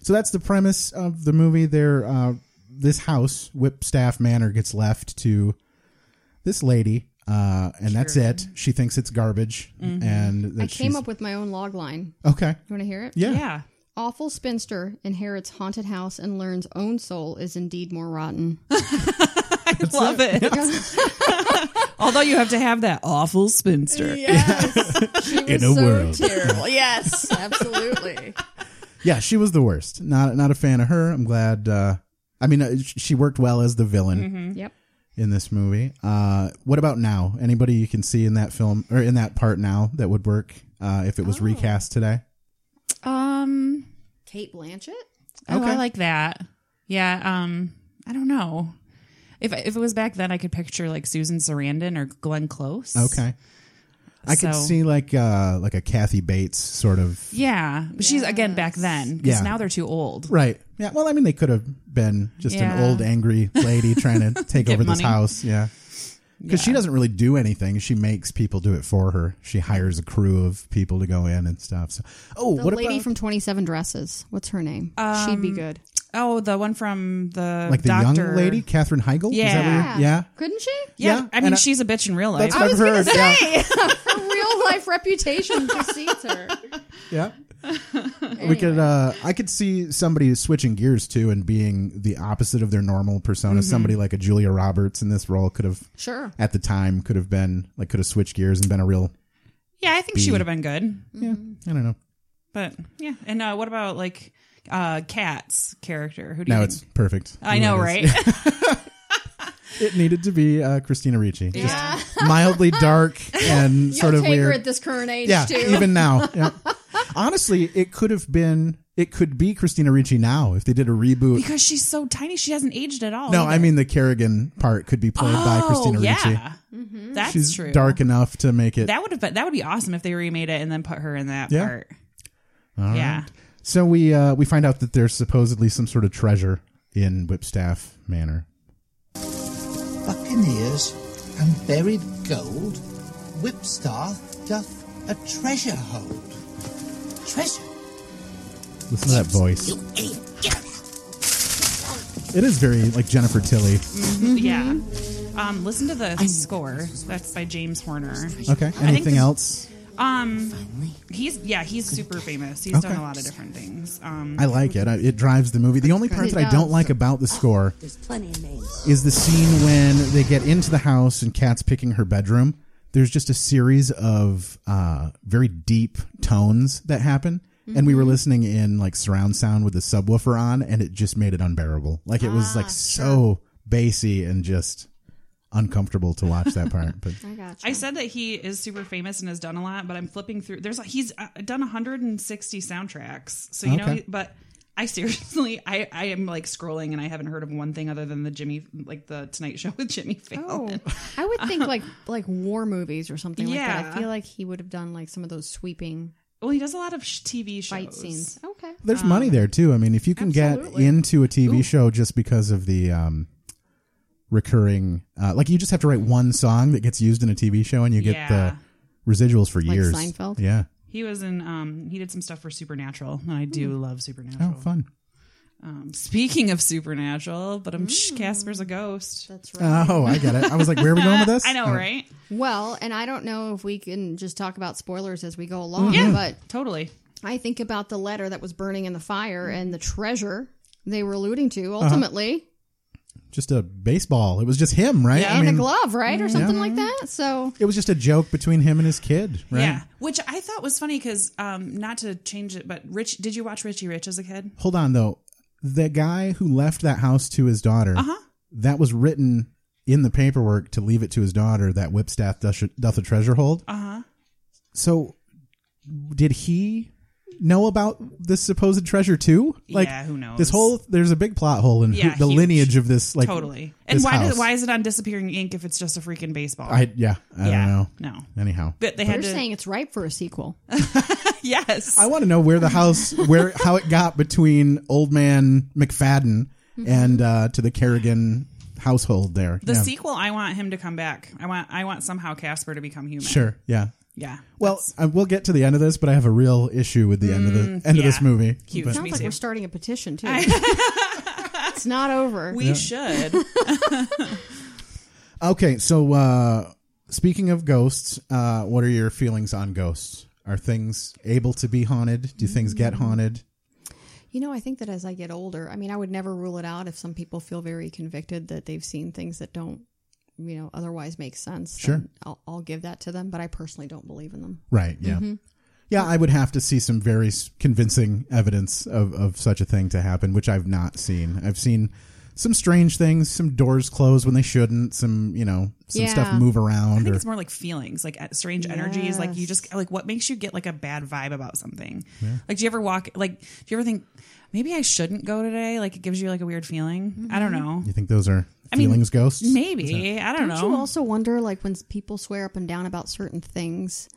Speaker 1: so that's the premise of the movie. There, uh, this house, Whipstaff Manor, gets left to this lady, uh, and that's it. She thinks it's garbage, and that
Speaker 4: I came
Speaker 1: she's-
Speaker 4: up with my own log line.
Speaker 1: Okay,
Speaker 4: You want to hear it?
Speaker 1: yeah.
Speaker 2: Yeah.
Speaker 4: Awful spinster inherits haunted house and learns own soul is indeed more rotten.
Speaker 2: Love it. Although you have to have that awful spinster.
Speaker 4: Yes.
Speaker 1: In a world.
Speaker 4: terrible. Yes, absolutely.
Speaker 1: Yeah, she was the worst. Not not a fan of her. I'm glad. Uh, I mean, uh, sh- she worked well as the villain
Speaker 4: Yep.
Speaker 1: in this movie. Uh, what about now? Anybody you can see in that film or in that part now that would work uh, if it was recast today?
Speaker 2: Um
Speaker 4: Kate Blanchett?
Speaker 2: Oh,
Speaker 1: Okay.
Speaker 2: I like that. Yeah. Um, I don't know. If if it was back then, I could picture like Susan Sarandon or Glenn Close.
Speaker 1: Okay, I could
Speaker 2: So-
Speaker 1: see like uh, like a Kathy Bates sort of.
Speaker 2: Yeah, but she's again back then because
Speaker 1: Yeah.
Speaker 2: now they're too old.
Speaker 1: Right. Yeah. Well, I mean, they could have been just an
Speaker 2: Yeah.
Speaker 1: old angry lady trying to take
Speaker 2: Get
Speaker 1: over this
Speaker 2: money.
Speaker 1: house. Yeah. Because she doesn't really do anything. She makes people do it for her. She hires a crew of people to go in and stuff. So, oh,
Speaker 4: The
Speaker 1: what
Speaker 4: lady
Speaker 1: about
Speaker 4: Um, from 27 Dresses. What's her name? She'd be good.
Speaker 2: Oh, the one from the
Speaker 1: Like the
Speaker 2: doctor.
Speaker 1: young lady, Katherine Heigl. Is that what
Speaker 4: Yeah.
Speaker 1: you're- yeah.
Speaker 4: Couldn't she?
Speaker 1: Yeah,
Speaker 2: Yeah, I mean
Speaker 1: and I-
Speaker 2: she's a bitch in real life.
Speaker 1: That's what I've heard. yeah.
Speaker 4: Her real life reputation precedes her.
Speaker 1: yeah. We could. Uh, I could see somebody switching gears too and being the opposite of their normal persona.
Speaker 4: Mm-hmm.
Speaker 1: Somebody like a Julia Roberts in this role could have,
Speaker 4: Sure.
Speaker 1: at the time, could have been like could have switched gears and been a real.
Speaker 2: yeah, I think she would have been good.
Speaker 1: I don't know.
Speaker 2: But yeah, and uh, what about like uh Cat's character? Who do
Speaker 1: Now
Speaker 2: you
Speaker 1: it's
Speaker 2: think?
Speaker 1: perfect.
Speaker 2: I know,
Speaker 1: It is.
Speaker 2: right?
Speaker 1: It needed to be uh, Christina Ricci. Just mildly dark and sort
Speaker 4: You'll
Speaker 1: of
Speaker 4: take her
Speaker 1: weird.
Speaker 4: at this current age
Speaker 1: yeah,
Speaker 4: too.
Speaker 1: even now. Yeah. Honestly, it could have been. It could be Christina Ricci now if they did a reboot.
Speaker 2: because she's so tiny, she hasn't aged at all.
Speaker 1: no,
Speaker 2: either.
Speaker 1: I mean the Kerrigan part could be played by Christina Ricci.
Speaker 2: yeah, that's
Speaker 1: She's
Speaker 2: true.
Speaker 1: dark enough to make it.
Speaker 2: That would have been that would be awesome if they remade it and then put her in that
Speaker 1: Yeah.
Speaker 2: part. yeah,
Speaker 1: so we uh, we find out that there's supposedly some sort of treasure in Whipstaff Manor.
Speaker 8: Buccaneers and buried gold, Whipstar doth a treasure hold. Treasure?
Speaker 1: Listen to that voice.
Speaker 8: You ain't get it.
Speaker 1: It is very like Jennifer Tilly. Mm-hmm.
Speaker 2: yeah. Um, listen to the score. That's by James Horner.
Speaker 1: Okay.
Speaker 2: think
Speaker 1: Anything
Speaker 2: this-
Speaker 1: else?
Speaker 2: He's yeah, he's super famous. He's
Speaker 1: Okay.
Speaker 2: done a lot of different things. Um,
Speaker 1: I like it. I, it drives the movie. The only part
Speaker 4: It
Speaker 1: that I don't
Speaker 4: does.
Speaker 1: like about the score
Speaker 6: There's plenty of names.
Speaker 1: is the scene when they get into the house and Kat's picking her bedroom. There's just a series of uh, very deep tones that happen. And we were
Speaker 2: Mm-hmm.
Speaker 1: listening in like surround sound with the subwoofer on, and it just made it unbearable. Like it was
Speaker 2: Ah,
Speaker 1: like so bassy and just uncomfortable to watch that part. But
Speaker 2: I said that he is super famous and has done a lot, but I'm flipping through. There's he's uh, done 160 soundtracks, so you know.
Speaker 1: Okay.
Speaker 2: he- But I seriously, I I am like scrolling and I haven't heard of one thing other than the Jimmy like the Tonight Show with Jimmy
Speaker 4: Oh.
Speaker 2: Fallon.
Speaker 4: I would think like like war movies or something like that.
Speaker 2: Yeah.
Speaker 4: I feel like he would have done like some of those sweeping
Speaker 2: Well, he does a lot of sh- TV shows.
Speaker 4: fight scenes. Okay.
Speaker 1: there's money there too. I mean, if you can
Speaker 2: absolutely.
Speaker 1: get into a TV show just because of the um, recurring, uh, like you just have to write one song that gets used in a TV show, and you get
Speaker 2: Yeah.
Speaker 1: the residuals for
Speaker 4: Like
Speaker 1: years.
Speaker 4: Seinfeld?
Speaker 1: Yeah.
Speaker 2: He was in um he did some stuff for Supernatural, and I do
Speaker 4: Hmm.
Speaker 2: love
Speaker 1: Oh,
Speaker 2: Supernatural.
Speaker 1: fun.
Speaker 2: Um, speaking of Supernatural, but I'm shh,
Speaker 1: Mm.
Speaker 2: Casper's a ghost.
Speaker 4: That's right.
Speaker 1: Oh, I get it. I was like, where are we going with this?
Speaker 2: I know,
Speaker 1: Uh,
Speaker 2: right?
Speaker 4: well, and I don't know if we can just talk about spoilers as we go along, but
Speaker 2: Totally.
Speaker 4: I think about the letter that was burning in the fire and the treasure they were alluding to ultimately.
Speaker 1: Just a baseball. It was just him, right? I
Speaker 4: And
Speaker 1: mean,
Speaker 4: a glove, right? Or something like that. So
Speaker 1: it was just a joke between him and his kid, right?
Speaker 2: Yeah, which I thought was funny because um, not to change it, but Rich, did you watch Richie Rich as a kid?
Speaker 1: Hold on, though. The guy who left that house to his daughter, uh-huh. that was written in the paperwork to leave it to his daughter that Whipstaff doth, doth a treasure hold. Uh
Speaker 2: Uh-huh.
Speaker 1: huh. So, did he know about this supposed treasure too?
Speaker 2: Yeah, who knows?
Speaker 1: This whole there's a big plot hole in who-
Speaker 2: Yeah,
Speaker 1: the
Speaker 2: huge.
Speaker 1: lineage of this, like
Speaker 2: totally. And
Speaker 1: this
Speaker 2: why
Speaker 1: house.
Speaker 2: did, why is it on Disappearing Ink if it's just a freaking baseball?
Speaker 1: I yeah, I
Speaker 2: yeah,
Speaker 1: don't know.
Speaker 2: no.
Speaker 1: Anyhow,
Speaker 2: But they had
Speaker 4: you're
Speaker 2: to.
Speaker 4: saying it's ripe for a sequel.
Speaker 2: yes.
Speaker 1: I want to know where the house, where how it got between old man McFadden and uh, to the Kerrigan household there.
Speaker 2: Mm-hmm. the
Speaker 1: yeah.
Speaker 2: sequel. I want him to come back. I want. I want somehow Casper to become human.
Speaker 1: Sure. Yeah.
Speaker 2: Yeah.
Speaker 1: Well, I, we'll get to the end of this, but I have a real issue with the end of the end of this
Speaker 2: Mm, yeah.
Speaker 1: movie.
Speaker 2: Huge.
Speaker 1: But-
Speaker 4: Sounds
Speaker 2: Me
Speaker 4: like
Speaker 2: too.
Speaker 4: we're starting a petition too. it's not over.
Speaker 2: We should.
Speaker 1: okay, so uh, speaking of ghosts, uh, what are your feelings on ghosts? Are things able to be haunted? Do things get
Speaker 2: Mm.
Speaker 1: haunted?
Speaker 4: You know, I think that as I get older, I mean, I would never rule it out if some people feel very convicted that they've seen things that don't, you know, otherwise make sense.
Speaker 1: Sure.
Speaker 4: then I'll, I'll give that to them, but I personally don't believe in them.
Speaker 1: Right. Yeah.
Speaker 2: Mm-hmm.
Speaker 1: Yeah, I would have to see some very s- convincing evidence of, of such a thing to happen, which I've not seen. I've seen some strange things, some doors close when they shouldn't, some you know, some stuff
Speaker 4: Yeah.
Speaker 1: move
Speaker 2: I
Speaker 1: around.
Speaker 2: think
Speaker 1: Or,
Speaker 2: it's more like feelings, like uh, strange energies. Like you just like what makes you get like a bad vibe about something. Like do you ever walk? Like do you ever think maybe I shouldn't go today? Like it gives you like a weird feeling. I don't know.
Speaker 1: you think those are
Speaker 2: mean,
Speaker 1: feelings, ghosts?
Speaker 2: Maybe I don't
Speaker 4: Don't
Speaker 2: know.
Speaker 4: you also wonder, like, when people swear up and down about certain things,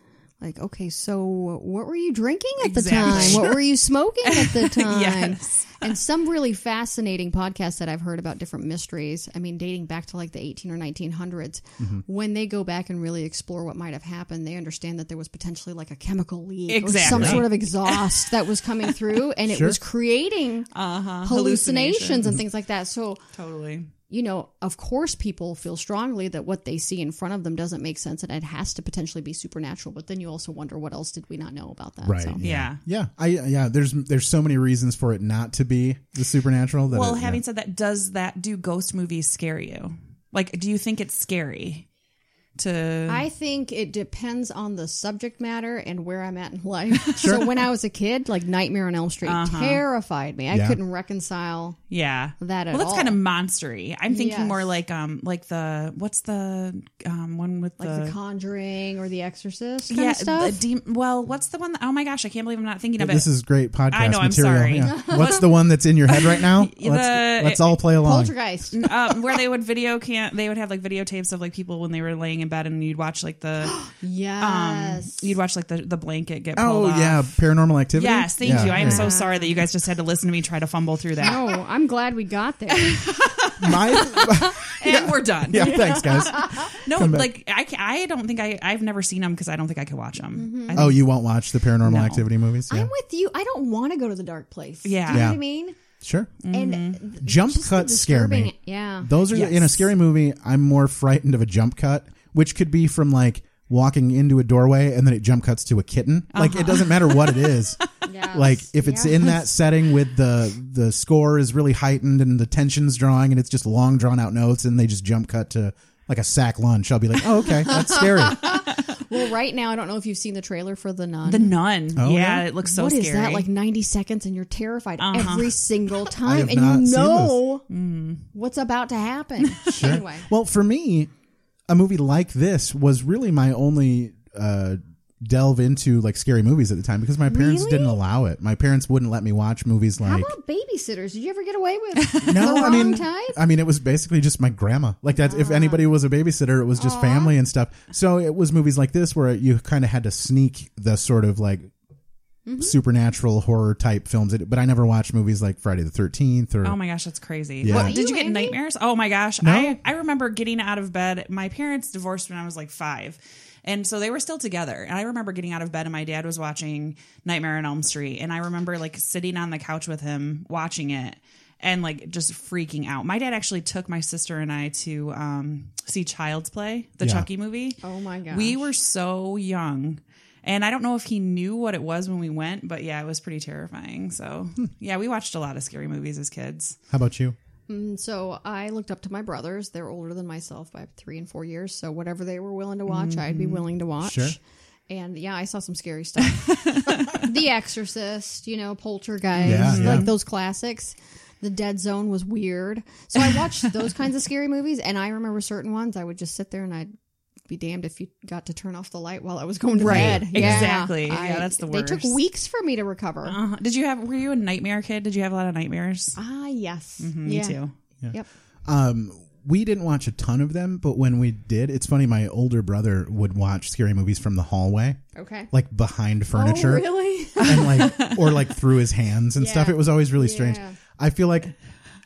Speaker 4: Like, okay, so what were you drinking at
Speaker 2: Exactly.
Speaker 4: the time? What were you smoking at the time?
Speaker 2: Yes.
Speaker 4: And some really fascinating podcasts that I've heard about different mysteries, I mean, dating back to like the 18 or 1900s,
Speaker 2: Mm-hmm.
Speaker 4: when they go back and really explore what might have happened, they understand that there was potentially like a chemical leak or some
Speaker 2: Exactly.
Speaker 4: sort of exhaust that was coming through and it
Speaker 1: Sure.
Speaker 4: was creating
Speaker 2: Uh-huh.
Speaker 4: hallucinations and things like that. So,
Speaker 2: Totally.
Speaker 4: you know, of course, people feel strongly that what they see in front of them doesn't make sense and it has to potentially be supernatural. But then you also wonder what else did we not know about that?
Speaker 1: Right.
Speaker 4: So.
Speaker 2: Yeah.
Speaker 1: Yeah, I yeah. There's there's so many reasons for it not to be the supernatural. That
Speaker 2: Well,
Speaker 1: it-
Speaker 2: having said that, does that do ghost movies scare you? Like, do you think it's scary to?
Speaker 4: I think it depends on the subject matter and where I'm at in life. So when I was a kid, like Nightmare on Elm Street
Speaker 2: Uh-huh.
Speaker 4: terrified me. I
Speaker 1: Yeah.
Speaker 4: couldn't reconcile.
Speaker 2: yeah,
Speaker 4: That at
Speaker 2: well, that's
Speaker 4: all.
Speaker 2: kind of monstery. I'm thinking
Speaker 4: Yes.
Speaker 2: more like um, like the what's the um one with
Speaker 4: Like
Speaker 2: the.
Speaker 4: the, Conjuring or The Exorcist kind
Speaker 2: yeah,
Speaker 4: of stuff.
Speaker 2: the demon. Well, what's the one? That, oh my gosh, I can't believe I'm not thinking of it.
Speaker 1: this is great podcast
Speaker 2: I know, I'm
Speaker 1: material.
Speaker 2: sorry.
Speaker 1: Yeah. What's the one that's in your head right now?
Speaker 2: The-
Speaker 1: let's, let's all play along.
Speaker 4: Poltergeist.
Speaker 2: um, where they would video can they would have like videotapes of like people when they were laying in bed and you'd watch like the um
Speaker 4: Yes.
Speaker 2: you'd watch like the, the blanket get pulled
Speaker 1: Oh
Speaker 2: off.
Speaker 1: yeah, paranormal activity.
Speaker 2: Yes, thank
Speaker 1: Yeah,
Speaker 2: you. I am
Speaker 1: yeah.
Speaker 2: so sorry that you guys just had to listen to me try to fumble through that.
Speaker 4: no, Oh, I'm glad we got there.
Speaker 1: My,
Speaker 2: And we're done.
Speaker 1: yeah, thanks guys.
Speaker 2: No,
Speaker 1: Come back.
Speaker 2: like I, ca- I don't think I I've never seen them because I don't think I could watch them.
Speaker 4: Mm-hmm.
Speaker 1: Oh, you won't watch the paranormal
Speaker 2: No.
Speaker 1: activity movies? Yeah,
Speaker 4: I'm with you. I don't want to go to the dark place.
Speaker 2: Yeah. Mm-hmm.
Speaker 4: Do you know
Speaker 1: Yeah.
Speaker 4: what I mean?
Speaker 1: sure.
Speaker 4: And th-
Speaker 1: Jump
Speaker 4: just the
Speaker 1: cuts scare me.
Speaker 4: disturbing- Yeah.
Speaker 1: Those are
Speaker 2: Yes.
Speaker 1: in a scary movie. I'm more frightened of a jump cut, which could be from like walking into a doorway and then it jump cuts to a kitten. Like it
Speaker 2: Uh-huh.
Speaker 1: doesn't matter what it is.
Speaker 4: Yes.
Speaker 1: Like if it's in that setting with the the score is really heightened and the tension's drawing and it's just long drawn out notes and they just jump cut to like a sack lunch, I'll be like, oh okay, that's scary.
Speaker 4: Well, right now I don't know if you've seen the trailer for The Nun.
Speaker 2: The Nun.
Speaker 1: Oh,
Speaker 2: yeah,
Speaker 1: yeah?
Speaker 2: it looks so
Speaker 4: What is
Speaker 2: scary.
Speaker 4: that? Like 90 seconds and you're terrified every single time
Speaker 1: have
Speaker 4: and
Speaker 1: not
Speaker 4: you
Speaker 1: seen
Speaker 4: know what's about to happen. Anyway,
Speaker 1: Well, for me, a movie like this was really my only uh, delve into like scary movies at the time because my parents
Speaker 4: Really?
Speaker 1: didn't allow it. My parents wouldn't let me watch movies
Speaker 4: how
Speaker 1: like.
Speaker 4: about babysitters? Did you ever get away with
Speaker 1: No,
Speaker 4: the
Speaker 1: I
Speaker 4: wrong
Speaker 1: mean,
Speaker 4: type?
Speaker 1: I mean, it was basically just my grandma. Like that,
Speaker 4: Ah.
Speaker 1: if anybody was a babysitter, it was just family and stuff. So it was movies like this where you kind of had to sneak the sort of like
Speaker 4: Mm-hmm.
Speaker 1: supernatural horror type films. It- But I never watched movies like Friday the Thirteenth or
Speaker 2: Oh
Speaker 4: Um,
Speaker 2: my gosh, that's crazy.
Speaker 1: Yeah.
Speaker 2: What, did you
Speaker 4: You,
Speaker 2: get
Speaker 4: Andy?
Speaker 2: nightmares? Oh my gosh.
Speaker 1: No.
Speaker 2: I, I remember getting out of bed. My parents divorced when I was like five. And so they were still together. And I remember getting out of bed and my dad was watching Nightmare on Elm Street. And I remember like sitting on the couch with him watching it and like just freaking out. My dad actually took my sister and I to um, see Child's Play, the
Speaker 1: Yeah.
Speaker 2: Chucky movie.
Speaker 4: Oh my gosh.
Speaker 2: We were so young. And I don't know if he knew what it was when we went, but yeah, it was pretty terrifying. So,
Speaker 1: Hmm.
Speaker 2: yeah, we watched a lot of scary movies as kids.
Speaker 1: How about you?
Speaker 4: And so I looked up to my brothers. They're older than myself by 3 and 4 years, so whatever they were willing to watch, I'd
Speaker 2: Mm-hmm.
Speaker 4: be willing to watch.
Speaker 1: Sure.
Speaker 4: And yeah, I saw some scary stuff. the Exorcist, you know, Poltergeist,
Speaker 1: Yeah, yeah.
Speaker 4: like those classics. The Dead Zone was weird. So I watched those kinds of scary movies, and I remember certain ones. I would just sit there and I'd be damned if you got to turn off the light while I was going to bed. Yeah.
Speaker 2: Exactly. Yeah, that's the
Speaker 4: They took
Speaker 2: worst.
Speaker 4: weeks for me to recover.
Speaker 2: Uh, did you have? Were you a nightmare kid? Did you have a lot of nightmares?
Speaker 4: ah, yes.
Speaker 2: Mm-hmm. Me
Speaker 4: Yeah.
Speaker 2: too.
Speaker 4: Yep.
Speaker 1: um we didn't watch a ton of them but when we did it's funny my older brother would watch scary movies from the hallway
Speaker 4: Okay.
Speaker 1: like behind furniture
Speaker 4: Oh, really?
Speaker 1: and like or like through his hands and stuff
Speaker 4: Yeah.
Speaker 1: it was always really strange
Speaker 4: Yeah.
Speaker 1: i feel like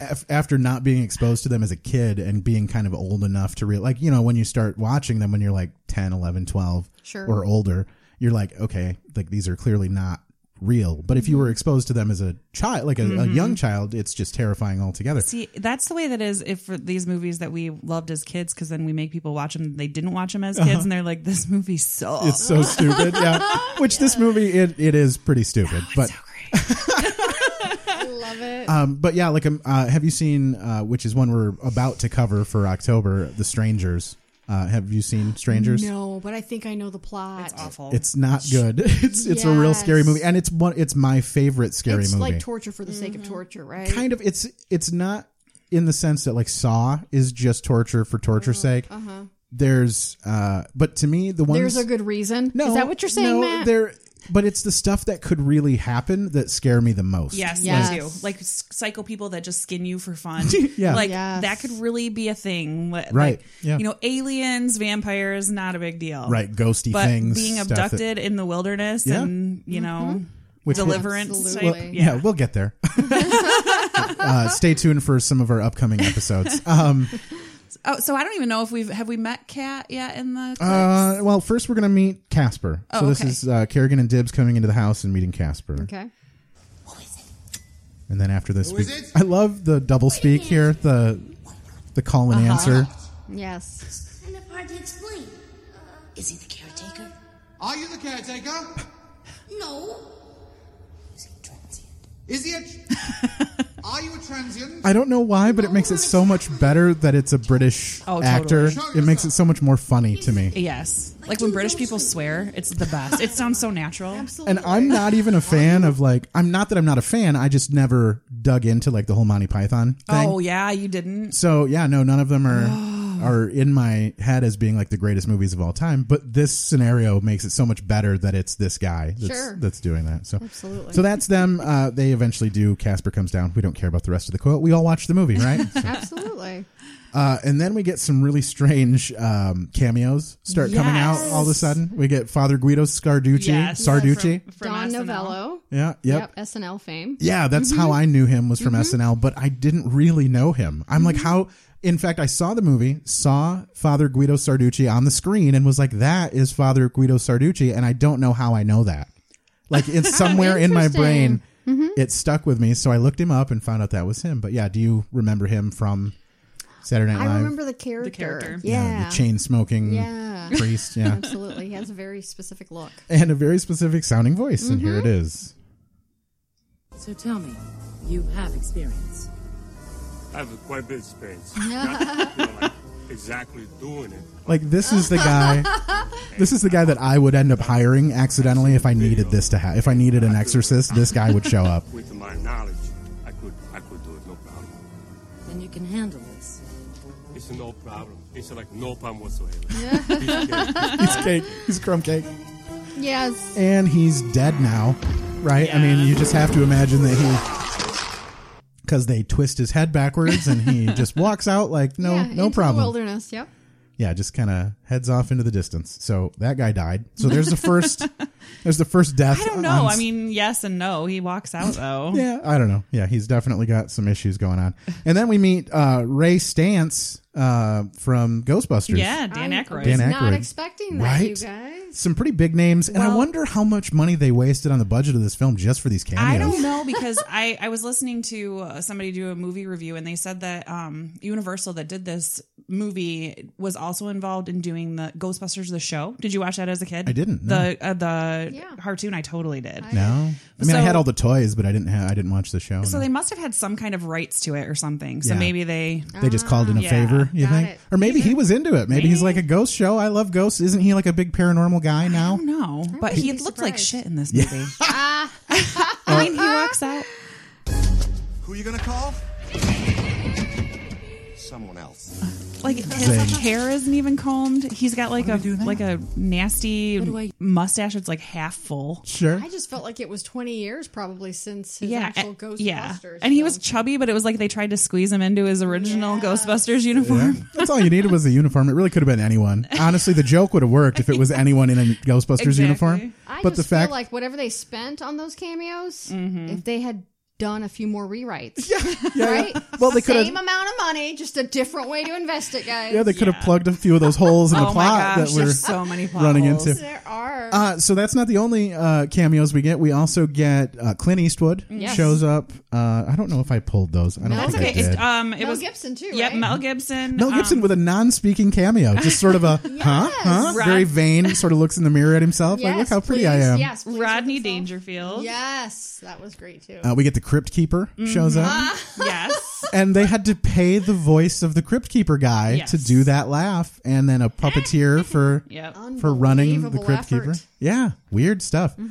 Speaker 1: af- after not being exposed to them as a kid and being kind of old enough to real like you know when you start watching them when you're like 10 11 12
Speaker 4: Sure.
Speaker 1: or older you're like okay like these are clearly not real but
Speaker 4: Mm-hmm.
Speaker 1: if you were exposed to them as a child like a, a young child it's just terrifying altogether
Speaker 2: See, that's the way that is. If for these movies that we loved as kids, because then we make people watch them, they didn't watch them as kids, and they're like, "This movie sucks."
Speaker 1: It's
Speaker 4: uh-huh.
Speaker 1: so stupid. Yeah. Which this movie it, it is pretty stupid. but
Speaker 4: I love it.
Speaker 1: um but yeah, like um, uh, have you seen uh which is one we're about to cover for October, The Strangers. Uh have you seen Strangers?
Speaker 4: no, but I think I know the plot.
Speaker 2: It's awful.
Speaker 1: It's not good. It's it's a real scary
Speaker 4: Yes.
Speaker 1: movie and it's one it's my favorite scary
Speaker 4: It's
Speaker 1: movie.
Speaker 4: like torture for the sake
Speaker 2: Mm-hmm.
Speaker 4: of torture, right?
Speaker 1: kind of it's it's not in the sense that like Saw is just torture for
Speaker 4: Oh,
Speaker 1: torture's sake. Uh-huh. There's uh but to me the one
Speaker 4: There's a good reason.
Speaker 1: No,
Speaker 4: Is that what you're
Speaker 1: no,
Speaker 4: saying, Matt?
Speaker 1: There, but it's the stuff that could really happen that scare me the most.
Speaker 2: Yes,
Speaker 4: Yes.
Speaker 2: me too. Like s- psycho people that just skin you for fun.
Speaker 1: Yeah.
Speaker 2: Like
Speaker 4: Yes.
Speaker 2: that could really be a thing. Li- Like,
Speaker 1: Right. Yeah.
Speaker 2: You know, aliens, vampires, not a big deal.
Speaker 1: Right, ghosty
Speaker 2: But
Speaker 1: things,
Speaker 2: being
Speaker 1: stuff that-
Speaker 2: abducted in the wilderness
Speaker 1: Yeah.
Speaker 2: and, you know,
Speaker 1: Which we'll-
Speaker 2: deliverance.
Speaker 4: Absolutely.
Speaker 2: Type,
Speaker 1: Well, yeah.
Speaker 2: yeah.
Speaker 1: we'll get there. uh, stay tuned for some of our upcoming episodes. Um,
Speaker 2: Oh, so I don't even know if we've, have we met Kat yet in the.
Speaker 1: uh, well, first we're going to meet Casper.
Speaker 2: Oh,
Speaker 1: so this
Speaker 2: okay.
Speaker 1: is uh, Kerrigan and Dibs coming into the house and meeting Casper.
Speaker 4: Okay.
Speaker 1: And then after this,
Speaker 7: Who
Speaker 1: we,
Speaker 7: is it?
Speaker 1: I love the double speak here. The the call
Speaker 2: Uh-huh.
Speaker 1: and answer.
Speaker 4: Yes.
Speaker 3: Kind of hard to explain.
Speaker 9: Uh,
Speaker 3: Is he the caretaker?
Speaker 7: Are you the caretaker?
Speaker 3: No.
Speaker 7: Is he a. Are you a transient?
Speaker 1: I don't know why, but it makes it so much better that it's a British
Speaker 2: Oh, totally.
Speaker 1: actor.
Speaker 7: Show
Speaker 1: It makes it so much more funny to me.
Speaker 2: yes. Like when British people swear, it's the best. It sounds so natural.
Speaker 1: And I'm not even a fan of like I'm not that I'm not a fan. I just never dug into like the whole Monty Python thing.
Speaker 2: Oh, yeah, you didn't.
Speaker 1: So yeah, no, none of them are are in my head as being like the greatest movies of all time. But this scenario makes it so much better that it's this guy that's,
Speaker 4: Sure.
Speaker 1: that's doing that. So
Speaker 4: Absolutely.
Speaker 1: So that's them. Uh, they eventually do. Casper comes down. We don't care about the rest of the quote. We all watch the movie, right? So,
Speaker 4: Absolutely.
Speaker 1: uh, and then we get some really strange um, cameos start coming out
Speaker 2: Yes.
Speaker 1: all of a sudden. We get Father Guido Scarducci.
Speaker 2: Yes.
Speaker 1: Sarducci.
Speaker 2: From- from
Speaker 4: Don
Speaker 2: SNL.
Speaker 4: Novello.
Speaker 1: yeah. Yep.
Speaker 4: Yep. SNL fame.
Speaker 1: Yeah, that's
Speaker 4: Mm-hmm.
Speaker 1: how I knew him was from SNL, but I didn't really know him. I'm like,
Speaker 4: Mm-hmm.
Speaker 1: how? In fact, I saw the movie, saw Father Guido Sarducci on the screen, and was like, that is Father Guido Sarducci, and I don't know how I know that. Like, it's somewhere in my
Speaker 4: Interesting. Mm-hmm.
Speaker 1: brain. It stuck with me, so I looked him up and found out that was him. But yeah, do you remember him from Saturday Night Live?
Speaker 4: I remember the character.
Speaker 2: character.
Speaker 1: Uh,
Speaker 4: Yeah.
Speaker 1: the chain smoking
Speaker 4: Yeah.
Speaker 1: priest. Yeah,
Speaker 4: Absolutely. He has a very specific look.
Speaker 1: and a very specific sounding voice, and here
Speaker 4: Mm-hmm.
Speaker 1: it is.
Speaker 6: So tell me, you have experience.
Speaker 10: I have quite a bit of experience. Not, you know, like, exactly doing it.
Speaker 1: Like this is the guy. This is the guy that I would end up hiring accidentally if I needed this to have. If I needed an exorcist, this guy would show up.
Speaker 10: With my knowledge, I could I could do it, no problem.
Speaker 6: Then you can handle this.
Speaker 10: It's no problem. It's like no problem whatsoever. Yeah.
Speaker 1: He's cake. He's crumb cake.
Speaker 4: Yes.
Speaker 1: And he's dead now, right? I mean, you just have to imagine that he, because they twist his head backwards and he just walks out like no,
Speaker 4: yeah, into
Speaker 1: no
Speaker 4: the
Speaker 1: problem.
Speaker 4: wilderness. Yep.
Speaker 1: Yeah, just kind of heads off into the distance. So that guy died. So there's the first. there's the first death.
Speaker 2: I don't know.
Speaker 1: on
Speaker 2: I mean, yes and no. He walks out, though.
Speaker 1: Yeah, I don't know. Yeah, he's definitely got some issues going on. And then we meet uh, Ray Stance uh, from Ghostbusters.
Speaker 2: Yeah, Dan Aykroyd.
Speaker 1: Dan
Speaker 4: I was not
Speaker 1: Aykroyd.
Speaker 4: expecting that, you
Speaker 1: Right?
Speaker 4: guys.
Speaker 1: Some pretty big names, and I
Speaker 2: Well-
Speaker 1: wonder how much money they wasted on the budget of this film just for these cameos.
Speaker 2: I don't know because I, I was listening to uh, somebody do a movie review and they said that um, Universal that did this movie was also involved in doing the Ghostbusters the show. Did you watch that as a kid?
Speaker 1: I didn't,
Speaker 2: The uh, the
Speaker 4: Yeah.
Speaker 2: cartoon I totally did.
Speaker 1: No, I mean I
Speaker 2: So-
Speaker 1: had all the toys, but I didn't. Ha- I didn't watch the show.
Speaker 2: So
Speaker 1: no.
Speaker 2: they must have had some kind of rights to it or something. So
Speaker 1: Yeah.
Speaker 2: maybe they
Speaker 1: They just called in a
Speaker 2: yeah,
Speaker 1: favor, you
Speaker 4: Ah, got
Speaker 1: think?
Speaker 4: it.
Speaker 1: Or maybe he was into it. Maybe, he's like a ghost show. I love ghosts. Isn't he like a big paranormal guy now?
Speaker 2: no, but he
Speaker 4: be
Speaker 2: looked like
Speaker 4: surprised. Ah.
Speaker 2: shit in this movie. I mean, he walks out.
Speaker 11: Who are you gonna call?
Speaker 10: Someone else.
Speaker 2: Like his hair isn't even combed. He's got like a like a
Speaker 6: do I-
Speaker 2: nasty mustache that's like half full.
Speaker 1: Sure.
Speaker 4: I just felt like it was 20 years probably since his actual
Speaker 2: a-
Speaker 4: Ghostbusters.
Speaker 2: yeah. And he was
Speaker 4: film.
Speaker 2: chubby, but it was like they tried to squeeze him into his original Ghostbusters uniform.
Speaker 1: That's all you needed was a uniform. It really could have been anyone. Honestly, the joke would have worked if it was anyone in a Ghostbusters
Speaker 2: Exactly.
Speaker 1: uniform.
Speaker 4: I
Speaker 1: but
Speaker 4: just
Speaker 1: the fact,
Speaker 4: feel like whatever they spent on those cameos,
Speaker 2: Mm-hmm.
Speaker 4: if they had done a few more rewrites,
Speaker 1: yeah, yeah.
Speaker 4: right?
Speaker 1: Well, they could
Speaker 4: Same
Speaker 1: have.
Speaker 4: amount of money, just a different way to invest it, guys.
Speaker 1: Yeah, they could have plugged a few of those holes in the
Speaker 2: oh
Speaker 1: plot
Speaker 2: my gosh,
Speaker 1: that we're
Speaker 2: there's so many plot
Speaker 1: running
Speaker 2: holes.
Speaker 1: into.
Speaker 4: there are.
Speaker 1: Uh, so that's not the only uh, cameos we get. We also get uh, Clint Eastwood
Speaker 4: Yes.
Speaker 1: shows up. Uh, I don't know if I pulled those. I don't
Speaker 4: That's
Speaker 1: think
Speaker 2: Okay,
Speaker 1: I did.
Speaker 2: it's, um, it
Speaker 4: Mel
Speaker 2: was
Speaker 4: Gibson too,
Speaker 2: Yep,
Speaker 4: right?
Speaker 2: Mel Gibson.
Speaker 1: Mel Gibson
Speaker 2: um,
Speaker 1: with a non-speaking cameo, just sort of a huh, huh,
Speaker 2: Rod-
Speaker 1: very vain, sort of looks in the mirror at himself, like look how pretty
Speaker 4: please.
Speaker 1: I am.
Speaker 4: Yes, please,
Speaker 2: Rodney
Speaker 4: with the phone.
Speaker 2: Dangerfield.
Speaker 4: Yes, that was great too.
Speaker 1: Uh, we get the Crypt Keeper shows
Speaker 2: Mm-hmm.
Speaker 1: up,
Speaker 2: Yes.
Speaker 1: and they had to pay the voice of the Crypt Keeper guy
Speaker 2: Yes.
Speaker 1: to do that laugh, and then a puppeteer for
Speaker 2: Yep.
Speaker 1: for running the
Speaker 4: Unbelievable
Speaker 1: Crypt Keeper.
Speaker 4: effort. Mm-hmm.
Speaker 1: Yeah, weird stuff. Uh,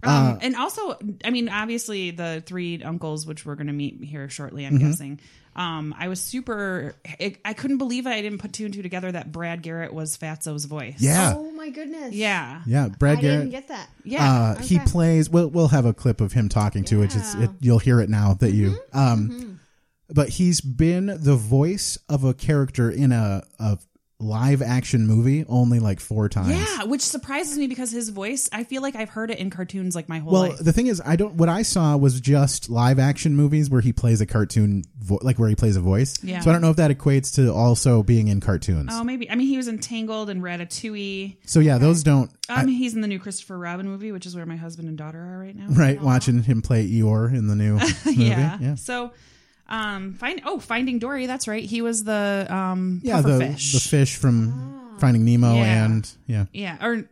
Speaker 2: Um, and also, I mean, obviously, the three uncles, which we're going to meet here shortly, I'm
Speaker 1: Mm-hmm.
Speaker 2: guessing. Um, I was super. I I couldn't believe I didn't put two and two together that Brad Garrett was Fatso's voice.
Speaker 1: Yeah.
Speaker 4: Oh my my goodness.
Speaker 2: Yeah.
Speaker 1: Yeah, Brad
Speaker 4: I
Speaker 1: Garrett.
Speaker 4: didn't get that.
Speaker 2: Yeah.
Speaker 1: uh, he
Speaker 4: okay.
Speaker 1: plays. We'll we'll have a clip of him talking to it. It's it, you'll hear it now that you.
Speaker 4: Mm-hmm.
Speaker 1: Um, but he's been the voice of a character in a a live action movie only like four times.
Speaker 2: Yeah, which surprises me because his voice, I feel like I've heard it in cartoons like my whole
Speaker 1: Well,
Speaker 2: life.
Speaker 1: the thing is, I don't. What I saw was just live action movies where he plays a cartoon, vo- like where he plays a voice.
Speaker 2: Yeah.
Speaker 1: So I don't know if that equates to also being in cartoons.
Speaker 2: Oh, maybe. I mean, he was entangled and Ratatouille.
Speaker 1: so yeah, those don't.
Speaker 2: Um, he's in the new Christopher Robin movie, which is where my husband and daughter are right now.
Speaker 1: Right, watching him play Eeyore in the new movie.
Speaker 2: yeah. So, um, find oh, Finding Dory. That's right. He was the um,
Speaker 1: Yeah, the
Speaker 2: pufferfish.
Speaker 1: the fish from Finding Nemo
Speaker 2: Ah. Yeah.
Speaker 1: and yeah.
Speaker 2: Yeah, or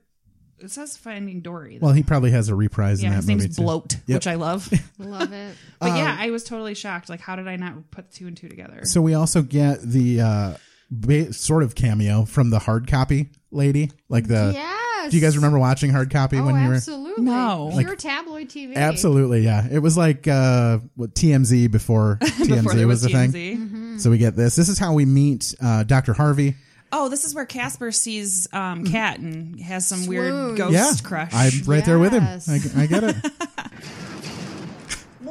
Speaker 2: it says Finding Dory.
Speaker 1: Well, he probably has a reprise
Speaker 2: yeah,
Speaker 1: in that
Speaker 2: his
Speaker 1: movie
Speaker 2: name's
Speaker 1: too.
Speaker 2: Bloat,
Speaker 1: Yep. Uh,
Speaker 2: which I love.
Speaker 4: Love it.
Speaker 2: but yeah, I was totally shocked. Like, how did I not put two and two together?
Speaker 1: So we also get the uh, ba- sort of cameo from the hard copy lady, like the.
Speaker 4: Yes.
Speaker 1: Uh, Do you guys remember watching hard copy
Speaker 4: Oh,
Speaker 1: when you were?
Speaker 4: absolutely.
Speaker 2: No.
Speaker 4: Pure tabloid TV.
Speaker 1: Absolutely, yeah. It was like uh, what TMZ before TMZ
Speaker 2: Before there
Speaker 1: was,
Speaker 2: was,
Speaker 1: the
Speaker 2: TMZ.
Speaker 1: thing.
Speaker 2: Mm.
Speaker 1: So we get this. This is how we meet uh, Dr. Harvey.
Speaker 2: Oh, this is where Casper sees um, Cat and has some weird
Speaker 1: Mm-hmm.
Speaker 2: ghost
Speaker 1: yeah,
Speaker 2: crush.
Speaker 1: I'm right there with him.
Speaker 4: Yes.
Speaker 1: I, I get it.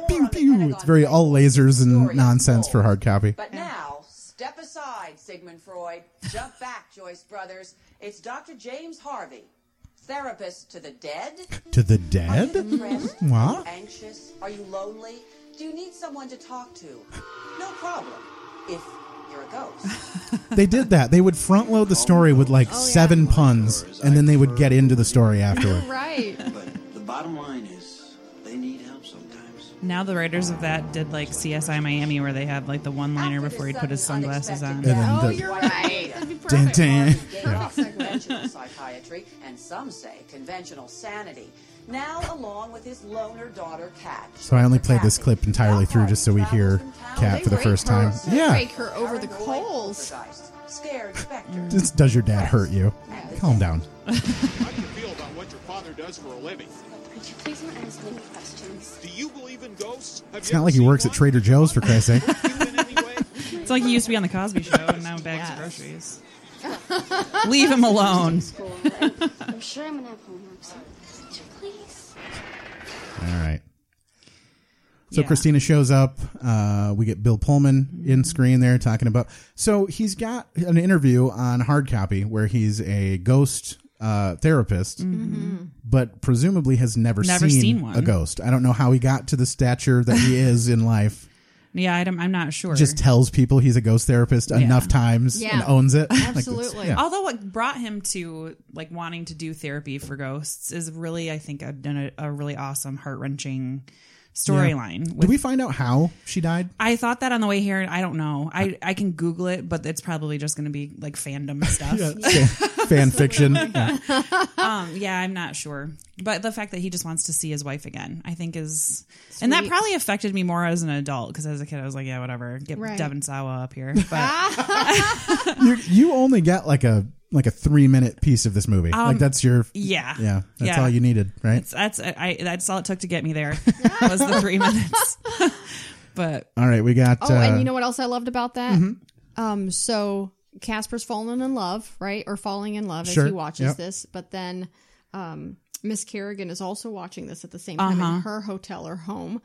Speaker 1: pew pew. It's very all lasers and nonsense for hard copy.
Speaker 12: But now, step aside, Sigmund Freud. Jump back, Joyce Brothers. It's Dr. James Harvey, therapist to the dead.
Speaker 1: To the
Speaker 12: Are you
Speaker 1: dead?
Speaker 12: depressed?
Speaker 2: Mm-hmm.
Speaker 12: Are you
Speaker 1: What?
Speaker 12: anxious? Are you lonely? Do you need someone to talk to? No problem, if you're a ghost.
Speaker 1: They did that. They would front load the story with
Speaker 2: Oh,
Speaker 1: like seven puns, and then they would get into the story afterward.
Speaker 4: Right.
Speaker 13: But the bottom line is, they need help sometimes.
Speaker 2: now the writers of that did like CSI Miami, where they had like the one liner before he put his sunglasses on.
Speaker 1: And then
Speaker 4: Oh,
Speaker 1: the-
Speaker 4: you're right. That'd be
Speaker 1: uh, Dun,
Speaker 4: perfect.
Speaker 1: dun.
Speaker 12: Gave up conventional psychiatry and some say conventional sanity. Now, along with his loner daughter, Kat.
Speaker 1: So I only played this clip entirely through just so we hear Cat for the first time. Yeah,
Speaker 4: Break her over the coals.
Speaker 12: Scared specter.
Speaker 1: just does your dad hurt you? Calm down.
Speaker 14: How do you feel about what your father does for a living?
Speaker 3: Could you please not ask any questions?
Speaker 14: Do you believe in ghosts? Have
Speaker 1: It's not like he works at Trader Joe's for Christ's sake.
Speaker 2: It's like he used to be on the Cosby Show, and now bags of groceries. Leave him alone.
Speaker 3: I'm sure I'm gonna have homework. So could you please?
Speaker 1: All right. So
Speaker 2: Yeah. Mm-hmm.
Speaker 1: Christina shows up. Uh, we get Bill Pullman in screen there talking about. So he's got an interview on hard copy where he's a ghost uh, therapist, but presumably has never,
Speaker 2: Mm-hmm. Never seen one.
Speaker 1: a ghost. I don't know how he got to the stature that he is in life.
Speaker 2: Yeah, I don't, I'm not sure.
Speaker 1: Just tells people he's a ghost therapist enough times
Speaker 2: Yeah.
Speaker 1: and owns it. Like, it's-
Speaker 4: Absolutely.
Speaker 1: yeah.
Speaker 2: Although what brought him to like wanting to do therapy for ghosts is really, I think, I've done a, a really awesome, heart wrenching storyline.
Speaker 1: Did we find out how she died?
Speaker 2: I thought that on the way here. and I don't know. I, I can Google it, but it's probably just going to be like fandom stuff.
Speaker 1: Yeah, fan- Uh, fan fiction. Yeah.
Speaker 2: um, yeah, I'm not sure. But the fact that he just wants to see his wife again, I think is, and that probably affected me more as an adult because as a kid I was like, yeah, whatever, get
Speaker 4: Right.
Speaker 2: Devin Sawa up here. But
Speaker 1: you, you only got like a like a three minute piece of this movie. like that's your
Speaker 2: Um, yeah.
Speaker 1: yeah. That's
Speaker 2: Yeah.
Speaker 1: all you needed, right?
Speaker 2: it's, that's I, that's all it took to get me there was the three minutes. but
Speaker 1: all right, we got.
Speaker 4: Oh,
Speaker 1: uh,
Speaker 4: and you know what else I loved about that?
Speaker 1: Mm-hmm.
Speaker 4: Um, so Casper's fallen in love, right? Or falling in love
Speaker 1: Sure.
Speaker 4: as he watches
Speaker 1: Yep.
Speaker 4: this, but then um, Miss Kerrigan is also watching this at the same time
Speaker 1: Uh-huh.
Speaker 4: in her hotel or home,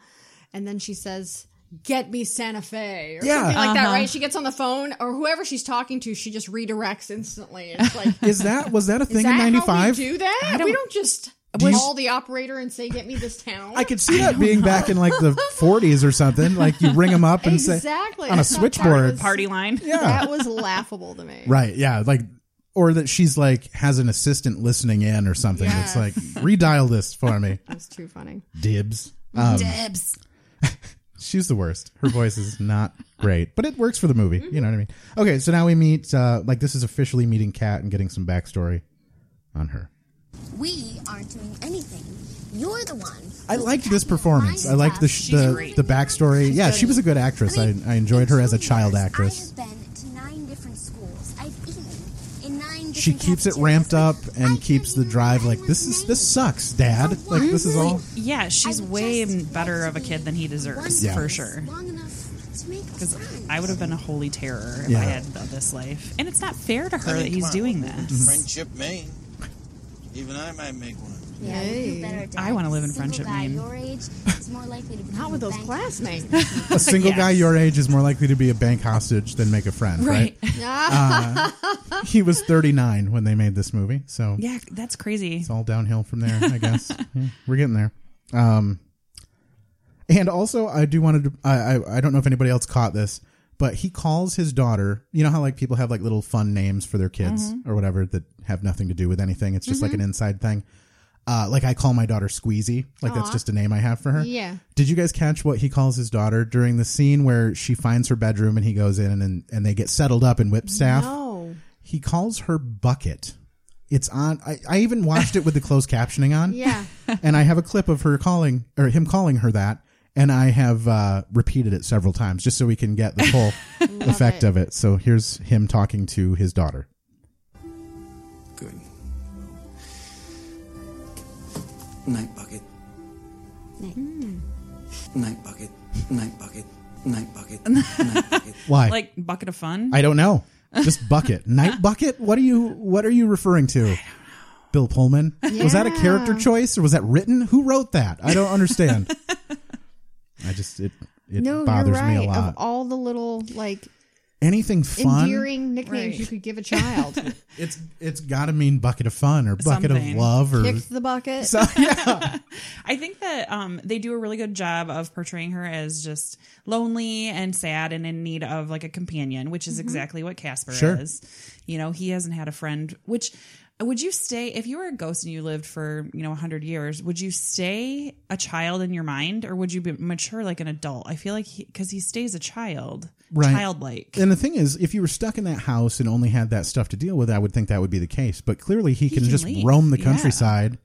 Speaker 4: and then she says. Get me Santa Fe, or
Speaker 1: Yeah.
Speaker 4: something like that,
Speaker 1: Uh-huh.
Speaker 4: right? She gets on the phone, or whoever she's talking to, she just redirects instantly. It's like,
Speaker 1: is that was that a
Speaker 4: is
Speaker 1: thing
Speaker 4: that
Speaker 1: in
Speaker 4: how we
Speaker 1: '95?
Speaker 4: do that?
Speaker 1: I don't-
Speaker 4: we don't just
Speaker 1: Do you-
Speaker 4: call the operator and say, "Get me this town."
Speaker 1: I could see that being back in like the 40s or something. Like you ring them up and
Speaker 4: Exactly.
Speaker 1: say on
Speaker 4: I
Speaker 1: a
Speaker 4: thought that
Speaker 1: switchboard.
Speaker 4: was-
Speaker 2: party line,
Speaker 1: Yeah,
Speaker 4: That was laughable to me.
Speaker 1: right. Yeah, like or that she's like has an assistant listening in or something. It's
Speaker 4: Yes.
Speaker 1: like redial this for me.
Speaker 4: That's too funny.
Speaker 1: Dibs. Um,
Speaker 2: Dibs.
Speaker 1: She's the worst. Her voice is not great, but it works for the movie. You know what I mean? Okay, so now we meet. Uh, like this is officially meeting Kat and getting some backstory on her.
Speaker 3: We aren't doing anything. You're the one.
Speaker 1: I liked this performance. I liked the sh- the, the backstory. Yeah, she was a good actress. I, I enjoyed her as a child actress.
Speaker 3: I have been to nine different schools. I've eaten in nine. Different
Speaker 1: She keeps it
Speaker 3: cafeterias.
Speaker 1: ramped up and keeps the drive like this is this sucks, Dad. Like this is all.
Speaker 2: yeah, she's way better of a kid than he deserves
Speaker 1: Yeah.
Speaker 2: for sure.
Speaker 3: Long enough to make
Speaker 2: Because I would have been a holy terror if
Speaker 1: Yeah.
Speaker 2: I had th- this life, and it's not fair to her that he's doing this.
Speaker 13: Friendship Maine. Even I might make one.
Speaker 2: Yeah, you do better, Dad. I wanna live in
Speaker 9: Single
Speaker 2: Friendship
Speaker 9: guy
Speaker 2: Lane.
Speaker 9: Your age is more likely to be
Speaker 4: Not with those classmates.
Speaker 1: A single guy your age is more likely to be a bank hostage than make a friend, right? Uh, he was 39 when they made this movie, so
Speaker 2: Yeah, that's crazy.
Speaker 1: it's all downhill from there, I guess. Yeah, we're getting there. Um, and also, I do want to. I, I I don't know if anybody else caught this, but he calls his daughter. You know how like people have like little fun names for their kids
Speaker 4: Mm-hmm.
Speaker 15: Mhm.
Speaker 1: or whatever that have nothing to do with anything. It's just like
Speaker 15: Mhm.
Speaker 1: an inside thing. Uh, like I call my daughter Squeezy. Like that's
Speaker 4: Aw.
Speaker 1: just a name I have for her.
Speaker 4: Yeah.
Speaker 1: Did you guys catch what he calls his daughter during the scene where she finds her bedroom and he goes in and and they get settled up in Whipstaff?
Speaker 4: No.
Speaker 1: He calls her Bucket. It's on. I, I even watched it with the closed captioning on.
Speaker 4: Yeah.
Speaker 1: and I have a clip of her calling or him calling her that, and I have uh, repeated it several times just so we can get the full effect of it. So here's him talking to his daughter.
Speaker 13: Good. Night bucket.
Speaker 4: Hmm.
Speaker 13: Night bucket. Night bucket. Night bucket. Night bucket.
Speaker 1: Why?
Speaker 2: Like bucket of fun?
Speaker 1: I don't know. Just bucket, night bucket. What are you? What are you referring to? Bill Pullman. Was that a character
Speaker 2: Yeah.
Speaker 1: choice or was that written? Who wrote that? I don't understand. I just it it
Speaker 4: no,
Speaker 1: bothers
Speaker 4: you're right.
Speaker 1: me a lot.
Speaker 4: Of all the little like
Speaker 1: Anything fun?
Speaker 4: endearing nicknames you could give a child,
Speaker 1: It's it's got to mean bucket of fun or bucket
Speaker 2: Something.
Speaker 1: of love or
Speaker 4: kicked the bucket.
Speaker 1: So-
Speaker 2: I think that um, they do a really good job of portraying her as just lonely and sad and in need of like a companion, which is exactly what Casper
Speaker 1: Mm-hmm. Sure.
Speaker 2: is. You know, he hasn't had a friend. Which would you stay if you were a ghost and you lived for you know hundred years? Would you stay a child in your mind, or would you be mature like an adult? I feel like because he, stays a child, childlike.
Speaker 1: And the thing is, if you were stuck in that house and only had that stuff to deal with, I would think that would be the case. But clearly, he, can,
Speaker 2: can
Speaker 1: just
Speaker 2: leave,
Speaker 1: roam the
Speaker 2: yeah.
Speaker 1: countryside.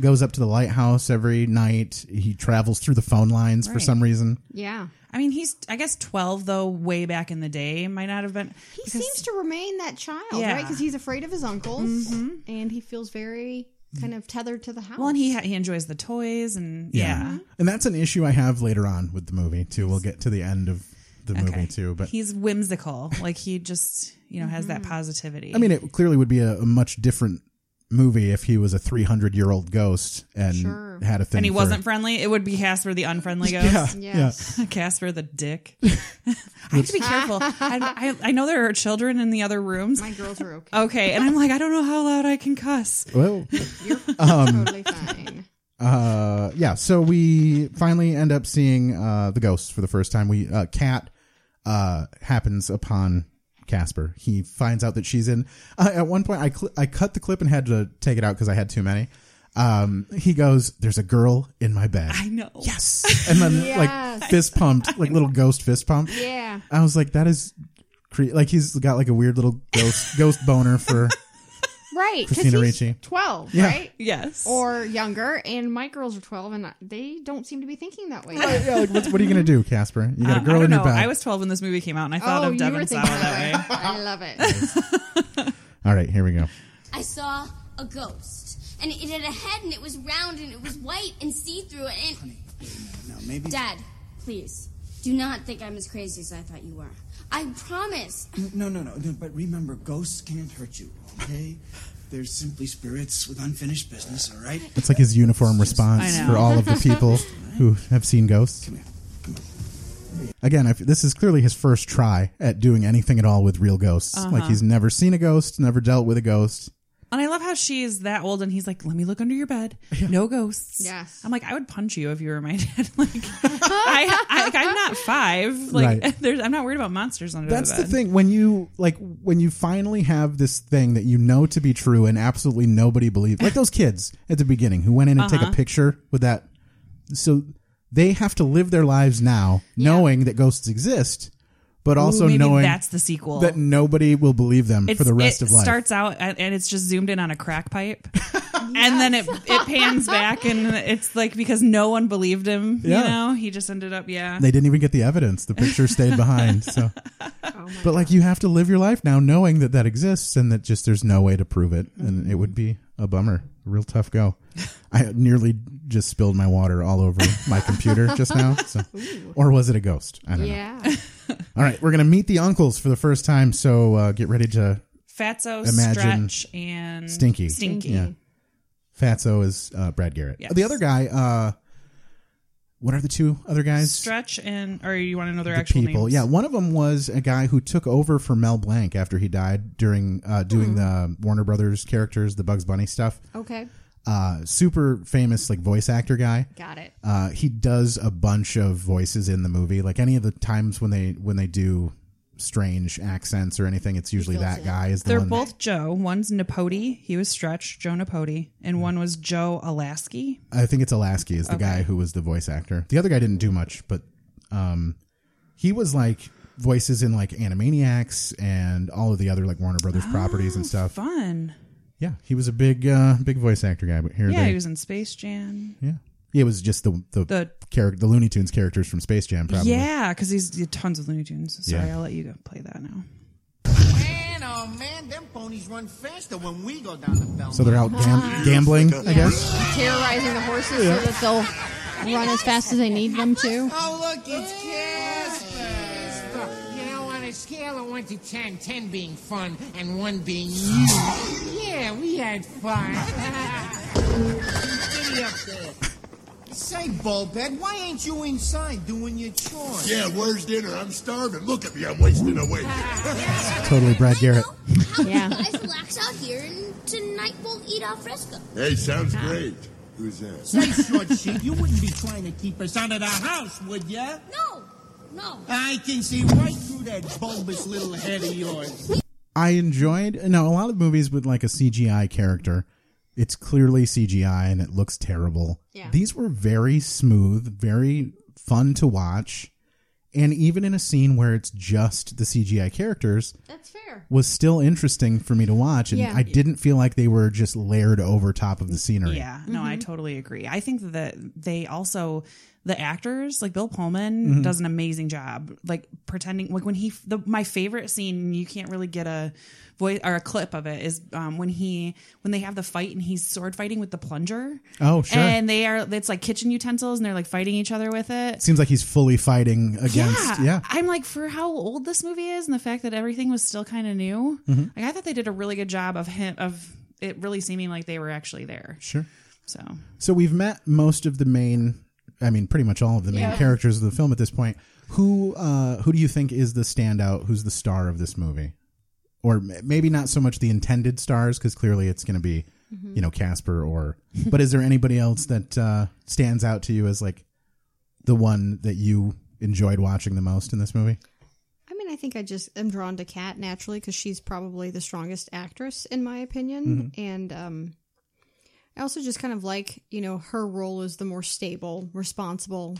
Speaker 1: Goes up to the lighthouse every night. He travels through the phone lines for
Speaker 2: Right.
Speaker 1: some reason.
Speaker 4: Yeah.
Speaker 2: I mean, he's I guess twelve though. Way back in the day, might not have been.
Speaker 4: He seems to remain that child,
Speaker 2: Yeah.
Speaker 4: right? Because he's afraid of his uncles, and he feels very kind of tethered to the house.
Speaker 2: Well, and he he enjoys the toys and yeah.
Speaker 1: And that's an issue I have later on with the movie too. We'll get to the end of the movie too, but
Speaker 2: he's whimsical. Like he just, you know, has that
Speaker 4: Mm-hmm.
Speaker 2: positivity.
Speaker 1: I mean, it clearly would be a, a much different movie if he was a 300 year old ghost and had a thing.
Speaker 2: and he
Speaker 1: for-
Speaker 2: wasn't friendly. It would be Casper the unfriendly
Speaker 1: Yeah,
Speaker 2: ghost.
Speaker 1: yeah. Yes.
Speaker 2: Casper the dick. I have to be careful. I, I, I know there are children in the other rooms.
Speaker 4: My girls are okay.
Speaker 2: Okay, and I'm like, I don't know how loud I can cuss.
Speaker 1: Well,
Speaker 4: You're
Speaker 1: um,
Speaker 4: totally fine.
Speaker 1: uh, yeah. So we finally end up seeing uh, the ghosts for the first time. We uh, cat uh, happens upon Casper. He finds out that she's in. Uh, at one point, I cl- I cut the clip and had to take it out because I had too many. Um, he goes, "There's a girl in my bed."
Speaker 2: I know.
Speaker 1: Yes. and then like fist pumped, like little ghost fist pump.
Speaker 4: Yeah.
Speaker 1: I was like, that is, cre- like he's got like a weird little ghost ghost boner for.
Speaker 4: Right, 'cause
Speaker 1: Christina
Speaker 4: he's
Speaker 1: Ricci.
Speaker 4: twelve,
Speaker 1: Yeah.
Speaker 4: right?
Speaker 2: Yes,
Speaker 4: or younger. And my girls are twelve, and they don't seem to be thinking that way.
Speaker 1: Yeah, like what's, what are you gonna do, Casper? You got
Speaker 2: Um,
Speaker 1: a girl
Speaker 2: I don't
Speaker 1: in your
Speaker 2: know.
Speaker 1: bed.
Speaker 2: I was 12 when this movie came out, and I thought
Speaker 4: Oh,
Speaker 2: of
Speaker 4: you
Speaker 2: Devon
Speaker 4: were
Speaker 2: Sawa
Speaker 4: thinking
Speaker 2: that way.
Speaker 4: I love it.
Speaker 1: All right, here we go.
Speaker 9: I saw a ghost, and it had a head, and it was round, and it was white and see-through, and
Speaker 13: Now maybe.
Speaker 9: Dad, please, do not think I'm as crazy as I thought you were. I promise.
Speaker 13: No, no, no, no. But remember, ghosts can't hurt you. Okay? They're simply spirits with unfinished business. All right.
Speaker 1: It's like his uniform response
Speaker 13: I know.
Speaker 1: for all of the people who have seen ghosts. Again, I f this is clearly his first try at doing anything at all with real ghosts.
Speaker 2: Uh-huh.
Speaker 1: Like he's never seen a ghost, never dealt with a ghost.
Speaker 2: And I love how she is that old, and he's like, "Let me look under your bed. No ghosts." Yes. I'm like, I would punch you if you were my dad. like, I, I like, I'm not five. Like,
Speaker 1: Right.
Speaker 2: there's, I'm not worried about monsters under
Speaker 1: That's
Speaker 2: the
Speaker 1: the
Speaker 2: bed.
Speaker 1: thing when you like when you finally have this thing that you know to be true and absolutely nobody believes. Like those kids at the beginning who went in and take
Speaker 2: Uh-huh.
Speaker 1: a picture with that. So they have to live their lives now knowing that ghosts exist, but
Speaker 2: Ooh,
Speaker 1: also
Speaker 2: maybe
Speaker 1: knowing
Speaker 2: that's the sequel.
Speaker 1: that nobody will believe them for the rest
Speaker 2: it
Speaker 1: of life.
Speaker 2: starts out and and it's just zoomed in on a crack pipe, and then it it pans back, and it's like because no one believed him. You
Speaker 1: Yeah.
Speaker 2: know, he just ended up. Yeah,
Speaker 1: they didn't even get the evidence. The picture stayed behind. So,
Speaker 2: Oh
Speaker 1: but like you have to live your life now, knowing that that exists and that just there's no way to prove it, and it would be a bummer, a real tough go. I nearly just spilled my water all over my computer just now. So, or was it a ghost? I don't know.
Speaker 4: Yeah.
Speaker 1: All right, we're gonna meet the uncles for the first time. So uh, get ready to
Speaker 2: Fatso,
Speaker 1: imagine
Speaker 2: Stretch, and
Speaker 1: Stinky.
Speaker 2: Stinky.
Speaker 1: Yeah. Fatso is uh, Brad Garrett.
Speaker 2: Yes.
Speaker 1: The other guy, uh, what are the two other guys?
Speaker 2: Stretch and or you want to know their
Speaker 1: the
Speaker 2: actual
Speaker 1: people.
Speaker 2: names?
Speaker 1: Yeah, one of them was a guy who took over for Mel Blanc after he died during uh,
Speaker 2: Hmm.
Speaker 1: doing the Warner Brothers characters, the Bugs Bunny stuff.
Speaker 4: Okay.
Speaker 1: Uh, super famous like voice actor guy.
Speaker 4: Got it.
Speaker 1: Uh, he does a bunch of voices in the movie. Like any of the times when they when they do strange accents or anything, it's usually that guy is the
Speaker 2: They're
Speaker 1: one.
Speaker 2: both Joe. One's Napote. He was Stretch, Joe Napote, and one was Joe Alasky.
Speaker 1: I think it's Alasky is the
Speaker 2: Okay.
Speaker 1: guy who was the voice actor. The other guy didn't do much, but um, he was like voices in like Animaniacs and all of the other like Warner Brothers properties
Speaker 2: Oh,
Speaker 1: and stuff.
Speaker 2: Fun.
Speaker 1: Yeah, he was a big uh, big voice actor guy. But here
Speaker 2: Yeah,
Speaker 1: they,
Speaker 2: he was in Space Jam.
Speaker 1: yeah. Yeah, it was just the the,
Speaker 2: The-
Speaker 1: character the Looney Tunes characters from Space Jam probably.
Speaker 2: Yeah, because he's tons of Looney Tunes. Sorry,
Speaker 1: Yeah.
Speaker 2: I'll let you go play that now.
Speaker 15: Man, oh man, them ponies run faster when we go down the Belmont.
Speaker 1: So they're out
Speaker 4: Ah.
Speaker 1: gam- gambling, I guess.
Speaker 2: Uh,
Speaker 4: Terrorizing the horses
Speaker 1: Yeah.
Speaker 4: so that they'll run as fast as they need them to.
Speaker 15: Oh, look, it's Casper. You know, on a scale of 1 to 10, 10 being fun and 1 being you. Yeah, we had fun. Giddy up there. Say, Bulbhead, why ain't you inside doing your chores?
Speaker 16: Yeah, where's dinner? I'm starving. Look at me. I'm wasting away.
Speaker 1: Totally Brad Garrett.
Speaker 9: Yeah. guys relax out here and tonight we'll eat al fresco.
Speaker 16: hey, sounds great. Who's that?
Speaker 15: Say, short sheep, you wouldn't be trying to keep us out of the house, would ya?
Speaker 9: No, no.
Speaker 15: I can see right through that bulbous little head of yours.
Speaker 1: I enjoyed now a lot of movies with like a CGI character. It's clearly CGI and it looks terrible.
Speaker 4: Yeah.
Speaker 1: These were very smooth, very fun to watch, and even in a scene where it's just the CGI characters,
Speaker 4: That's fair.
Speaker 1: was still interesting for me to watch, and
Speaker 4: Yeah.
Speaker 1: I didn't feel like they were just layered over top of the scenery.
Speaker 2: Yeah, no, I totally agree. I think that they also the actors like Bill Pullman
Speaker 1: Mhm.
Speaker 2: does an amazing job, like pretending like when he the my favorite scene you can't really get a voice or a clip of it is um, when he when they have the fight and he's sword fighting with the plunger.
Speaker 1: Oh, sure.
Speaker 2: and they are it's like kitchen utensils and they're like fighting each other with it.
Speaker 1: Seems like he's fully fighting against. Yeah.
Speaker 2: I'm like for how old this movie is and the fact that everything was still kind of new.
Speaker 1: Mhm.
Speaker 2: Like I thought they did a really good job of him of it really seeming like they were actually there.
Speaker 1: Sure.
Speaker 2: So
Speaker 1: So we've met most of the main, I mean, pretty much all of the main
Speaker 2: Yeah.
Speaker 1: characters of the film at this point. Who, uh, who do you think is the standout? Who's the star of this movie? Or m- maybe not so much the intended stars, because clearly it's going to be,
Speaker 4: Mhm.
Speaker 1: you know, Casper or. But is there anybody else that uh, stands out to you as like the one that you enjoyed watching the most in this movie?
Speaker 4: I mean, I think I just am drawn to Kat naturally because she's probably the strongest actress in my opinion,
Speaker 2: Mm-hmm.
Speaker 4: and um, I also just kind of like you know her role as the more stable, responsible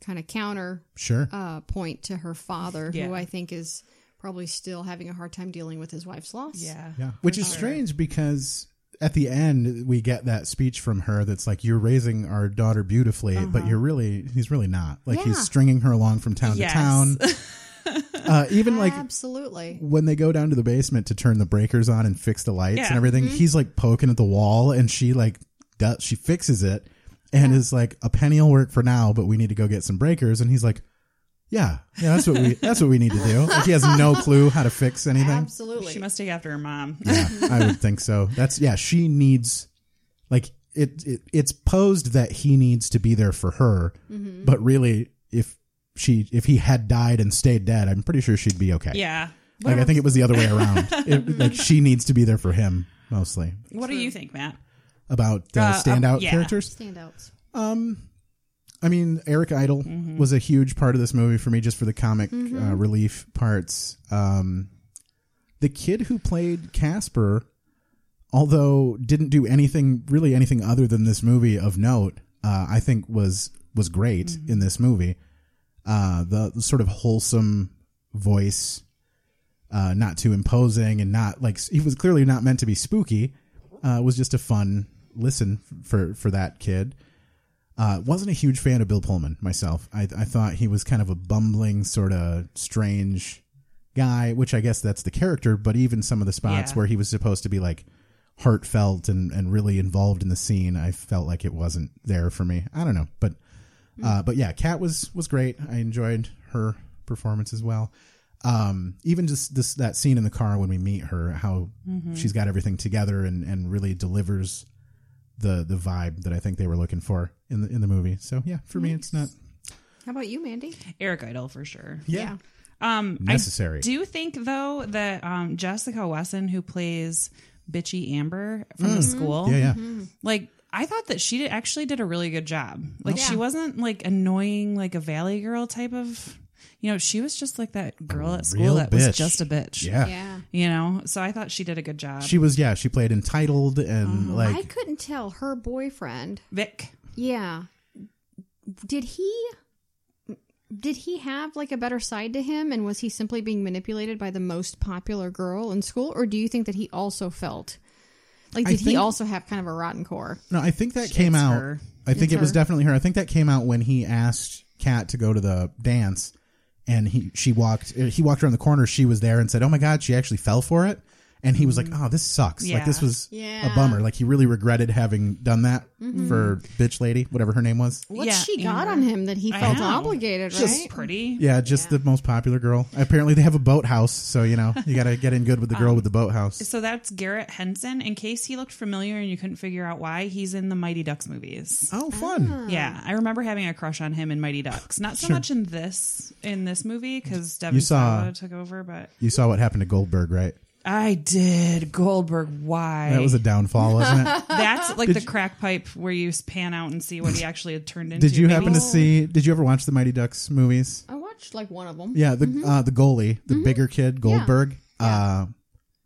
Speaker 4: kind of counter
Speaker 1: Sure.
Speaker 4: uh, point to her father,
Speaker 1: Yeah.
Speaker 4: who I think is probably still having a hard time dealing with his wife's loss.
Speaker 2: Yeah,
Speaker 1: Yeah. Which is strange because at the end we get that speech from her that's like you're raising our daughter beautifully, but you're really he's really not. Like he's
Speaker 4: Uh-huh. Yeah.
Speaker 1: stringing her along from town
Speaker 4: Yes.
Speaker 1: to town. uh, even like
Speaker 4: absolutely.
Speaker 1: when they go down to the basement to turn the breakers on and fix the lights
Speaker 4: Yeah.
Speaker 1: and everything,
Speaker 4: Mhm.
Speaker 1: he's like poking at the wall and she like does, she fixes it and is like a penny will work for now, but we need to go get some breakers and he's like yeah, yeah, that's what we that's what we need to do. Like he has no clue how to fix anything.
Speaker 4: Absolutely.
Speaker 2: She must take after her mom.
Speaker 1: I would think so. That's yeah. She needs like it. it it's posed that he needs to be there for her,
Speaker 2: Mhm.
Speaker 1: but really, if she if he had died and stayed dead, I'm pretty sure she'd be okay.
Speaker 2: Yeah.
Speaker 1: Like I think it was the other way around. It, like she needs to be there for him mostly.
Speaker 2: What do you think, Matt?
Speaker 1: About uh,
Speaker 2: Uh, um,
Speaker 1: standout
Speaker 2: yeah.
Speaker 1: characters.
Speaker 4: Standouts.
Speaker 1: Um, I mean, Eric Idle was a huge part of this movie for me, just for the comic
Speaker 4: Mhm.
Speaker 1: uh, relief parts. Um, the kid who played Casper, although didn't do anything really anything other than this movie of note, uh, I think was was great in this movie. Uh, the, the sort of wholesome voice, uh, not too imposing and not like he was clearly not meant to be spooky. Uh, it was just a fun listen for for that kid. Uh, wasn't a huge fan of Bill Pullman myself. I, I thought he was kind of a bumbling, sort of strange guy, which I guess that's the character. But even some of the spots
Speaker 2: Yeah.
Speaker 1: where he was supposed to be like heartfelt and, and really involved in the scene, I felt like it wasn't there for me. I don't know, but uh, but yeah, Kat was was great. I enjoyed her performance as well. Um, even just this that scene in the car when we meet her, how
Speaker 2: Mhm.
Speaker 1: she's got everything together and and really delivers the the vibe that I think they were looking for in the in the movie. So yeah, for me, it's not
Speaker 4: How about you, Mandy?
Speaker 2: Eric Idle for sure.
Speaker 1: Yeah.
Speaker 2: Um,
Speaker 1: Necessary.
Speaker 2: I do think though that um, Jessica Wesson, who plays bitchy Amber from
Speaker 1: Mm.
Speaker 2: the school,
Speaker 1: Yeah, yeah.
Speaker 2: like I thought that she did, actually did a really good job. Like
Speaker 1: Okay.
Speaker 2: she wasn't like annoying, like a valley girl type of. You know, she was just like that girl at school
Speaker 1: real
Speaker 2: that
Speaker 1: bitch.
Speaker 2: was just a bitch.
Speaker 1: Yeah. Yeah.
Speaker 2: You know, so I thought she did a good job.
Speaker 1: she was. Yeah, she played entitled and like
Speaker 4: I couldn't tell her boyfriend
Speaker 2: Vic.
Speaker 4: Yeah, did he? Did he have like a better side to him, and was he simply being manipulated by the most popular girl in school, or do you think that he also felt like
Speaker 1: I
Speaker 4: did he
Speaker 1: think-
Speaker 4: also have kind of a rotten core?
Speaker 1: No, I think that came
Speaker 4: It's
Speaker 1: out.
Speaker 4: her.
Speaker 1: I think
Speaker 4: It's
Speaker 1: it was
Speaker 4: her.
Speaker 1: definitely her. I think that came out when he asked Kat to go to the dance, and he she walked uh, he walked around the corner. She was there and said, "Oh my god!" She actually fell for it, and he was like, "Oh, this sucks. Like this
Speaker 2: Yeah.
Speaker 1: was
Speaker 4: Mm-hmm. Yeah.
Speaker 1: a bummer. Like he really regretted having done that
Speaker 4: Mhm.
Speaker 1: for bitch lady, whatever her name was."
Speaker 4: What
Speaker 2: Yeah,
Speaker 4: she got
Speaker 2: Amber.
Speaker 4: on him that he
Speaker 2: I
Speaker 4: felt
Speaker 2: know.
Speaker 4: obligated, right?
Speaker 2: She's pretty.
Speaker 1: Yeah, just the most popular girl. Apparently, they have a boathouse, so you know you got to get in good with the girl
Speaker 4: Oh.
Speaker 2: Um,
Speaker 1: with the boathouse.
Speaker 2: So that's Garrett Henson. In case he looked familiar and you couldn't figure out why, he's in the Mighty Ducks movies.
Speaker 1: Oh, fun!
Speaker 4: Ah.
Speaker 2: Yeah, I remember having a crush on him in Mighty Ducks. Not so
Speaker 1: Sure.
Speaker 2: much in this in this movie because Devin
Speaker 1: You saw-
Speaker 2: Sawa took over, but
Speaker 1: You saw what happened to Goldberg, right?
Speaker 2: I did Goldberg. Why
Speaker 1: That was a downfall, wasn't it?
Speaker 2: That's like
Speaker 1: Did
Speaker 2: the crack pipe where you pan out and see what he actually had turned into.
Speaker 1: Did you happen to
Speaker 2: Maybe-
Speaker 1: see? Did you ever watch the Mighty Ducks movies?
Speaker 4: I watched like one of them.
Speaker 1: Yeah, the
Speaker 2: Mm-hmm.
Speaker 1: uh, the goalie, the bigger kid, Goldberg. Uh,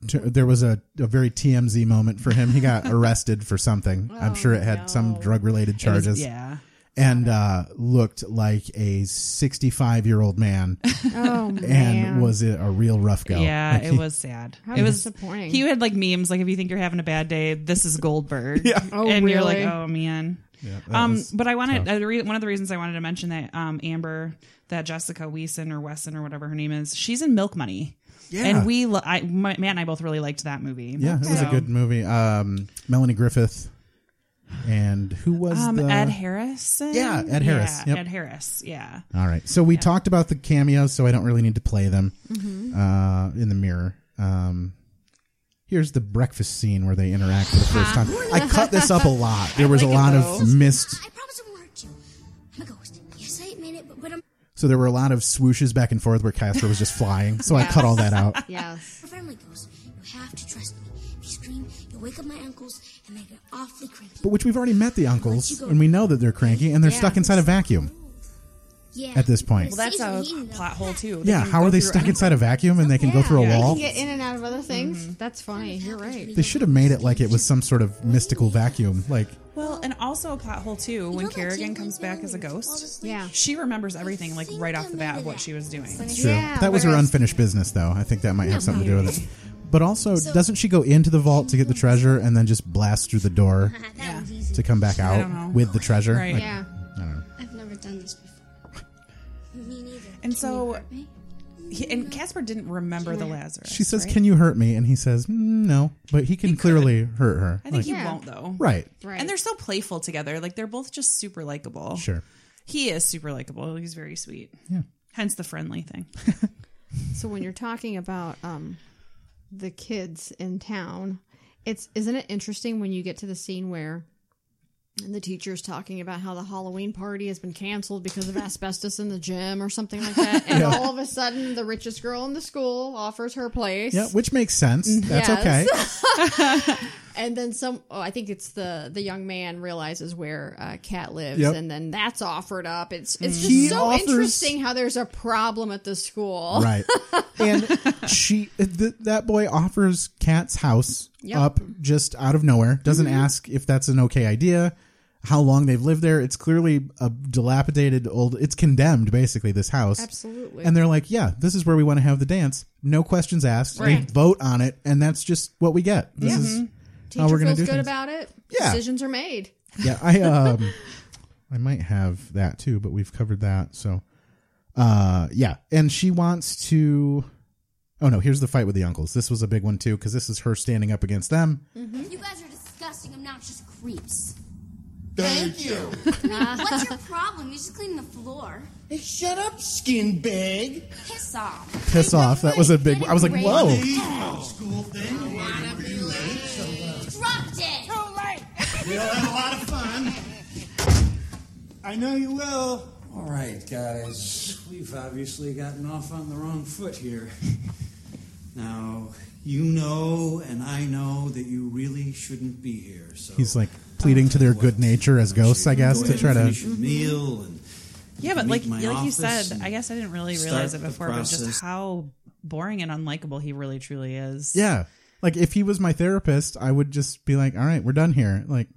Speaker 1: t- there was a, a very TMZ moment for him. He got arrested for something. I'm sure it had some drug related
Speaker 2: Oh, It was-
Speaker 1: charges.
Speaker 2: yeah.
Speaker 1: and uh, looked like a 65 year old man.
Speaker 4: Oh, man.
Speaker 1: and was it a real rough go?
Speaker 2: Yeah,
Speaker 1: Like,
Speaker 2: it
Speaker 1: he-
Speaker 2: was sad.
Speaker 4: How
Speaker 2: it was
Speaker 4: disappointing.
Speaker 2: He had like memes like if you think you're having a bad day, this is Goldberg.
Speaker 4: Yeah. Oh,
Speaker 2: and you're like,
Speaker 4: really?
Speaker 2: oh man.
Speaker 4: Yeah, that
Speaker 2: um,
Speaker 4: was
Speaker 2: but I wanted
Speaker 4: tough.
Speaker 2: uh, the re- one of the reasons I wanted to mention that um, Amber, that Jessica Weeson or Wesson or whatever her name is, she's in Milk Money.
Speaker 1: Yeah.
Speaker 2: and we, lo- I, my, Matt and I both really liked that movie.
Speaker 1: Yeah, it was a
Speaker 2: So,
Speaker 1: good movie. Um, Melanie Griffith. And who was
Speaker 2: Um,
Speaker 1: the...
Speaker 2: Ed Harrison.
Speaker 1: Yeah, Ed Harris.
Speaker 2: Yeah,
Speaker 1: Yep.
Speaker 2: Ed Harris. Yeah.
Speaker 1: All right. So we talked about the cameos, so I don't really need to play them
Speaker 2: Mhm.
Speaker 1: uh, in the mirror. Um, here's the breakfast scene where they interact for the first
Speaker 2: Ah.
Speaker 1: time. I cut this up a lot. There was a lot of missed.
Speaker 9: I promise I won't hurt you. I'm a ghost. Yes, I admit it, but, but I'm
Speaker 1: So there were a lot of swooshes back and forth where Casper was just flying. So I cut all that out.
Speaker 4: Yes.
Speaker 9: a friendly ghost. You have to trust me. If you scream, you'll wake up my uncles, and they get awfully cranky.
Speaker 1: But which we've already met the uncles, and we know that they're cranky, and they're
Speaker 9: Yeah.
Speaker 1: stuck inside a vacuum.
Speaker 9: Yeah.
Speaker 1: At this point.
Speaker 2: Well, that's a plot hole too.
Speaker 1: yeah.
Speaker 2: can
Speaker 1: How
Speaker 2: go
Speaker 1: are they
Speaker 2: through
Speaker 1: stuck
Speaker 2: any-
Speaker 1: inside a vacuum and they can go through a
Speaker 4: They
Speaker 1: wall?
Speaker 4: can get in and out of other things. Mm-hmm. That's funny. You're right.
Speaker 1: They should have made it like it was some sort of mystical vacuum. Like
Speaker 2: Well, and also a plot hole too. When Kerrigan comes back as a ghost,
Speaker 4: yeah,
Speaker 2: she remembers everything like right off the bat of what she was doing.
Speaker 1: It's true. that was her unfinished business, though. I think that might have something to do with it. But also, doesn't she go into the vault to get the treasure and then just blast through the door to come back
Speaker 9: I
Speaker 2: don't know.
Speaker 1: out with the treasure?
Speaker 2: Right.
Speaker 1: Like,
Speaker 9: Yeah.
Speaker 1: I don't know.
Speaker 9: I've never done this before. Me neither.
Speaker 2: And so, he, and Casper didn't remember the Lazarus.
Speaker 1: She says,
Speaker 2: right?
Speaker 1: "Can you hurt me?" And he says, "Mm, "No," but he can clearly hurt her.
Speaker 2: I think he
Speaker 1: Like,
Speaker 2: won't though.
Speaker 1: Right.
Speaker 2: Right. And they're so playful together. Like they're both just super likable.
Speaker 1: Sure.
Speaker 2: He is super likable. He's very sweet.
Speaker 1: Yeah.
Speaker 2: Hence the friendly thing.
Speaker 4: So when you're talking about um, the kids in town, it's isn't it interesting when you get to the scene where the teacher's talking about how the Halloween party has been canceled because of asbestos in the gym or something like that, and
Speaker 1: Yeah.
Speaker 4: all of a sudden the richest girl in the school offers her place.
Speaker 1: Yeah, which makes sense. That's okay.
Speaker 4: okay. and then some. Oh, I think it's the the young man realizes where uh, Kat lives,
Speaker 1: Yep. Mm.
Speaker 4: and then that's offered up. It's it's just
Speaker 1: He
Speaker 4: so
Speaker 1: offers-
Speaker 4: interesting how there's a problem at the school.
Speaker 1: Right. And she, th- that boy offers Kat's house
Speaker 4: Yep. Mm-hmm.
Speaker 1: up just out of nowhere. Doesn't ask if that's an okay idea, how long they've lived there. It's clearly a dilapidated old, it's condemned basically, this house.
Speaker 4: Absolutely.
Speaker 1: And they're like, yeah, this is where we want to have the dance. No questions asked.
Speaker 4: Right.
Speaker 1: They vote on it, and that's just what we get. This
Speaker 4: Yeah.
Speaker 1: is
Speaker 4: Mhm. Teacher
Speaker 1: how we're going
Speaker 4: feels
Speaker 1: to do
Speaker 4: good
Speaker 1: things.
Speaker 4: about it.
Speaker 1: Yeah.
Speaker 4: Decisions are made.
Speaker 1: yeah, I um, I might have that too, but we've covered that. So, uh, yeah, and she wants to. Oh no, here's the fight with the uncles. This was a big one too because this is her standing up against them.
Speaker 9: You guys are disgusting, obnoxious creeps.
Speaker 1: Thank
Speaker 9: you. I mean, what's your problem? You're just cleaning the floor. Hey, shut up, skin bag. Piss off.
Speaker 1: Piss off! That was a big. I was like, whoa.
Speaker 9: Dropped it. Too late.
Speaker 8: We all have
Speaker 17: I know you will. All right, guys. We've obviously gotten off on the wrong foot here. Now, you know, and I know that you really shouldn't be here. So
Speaker 1: He's like pleading to their good nature as ghosts, I guess,
Speaker 17: go
Speaker 1: to
Speaker 17: ahead
Speaker 1: try
Speaker 17: and
Speaker 1: to.
Speaker 17: finish your meal and
Speaker 2: Yeah, but
Speaker 17: meet
Speaker 2: like
Speaker 17: my
Speaker 2: like you
Speaker 17: office
Speaker 2: said,
Speaker 17: and
Speaker 2: I guess I didn't really
Speaker 17: start
Speaker 2: realize it
Speaker 17: the
Speaker 2: before, but
Speaker 17: process.
Speaker 2: just how boring and unlikable he really truly is.
Speaker 1: Yeah. Like if he was my therapist, I would just be like, "All right, we're done here." Like,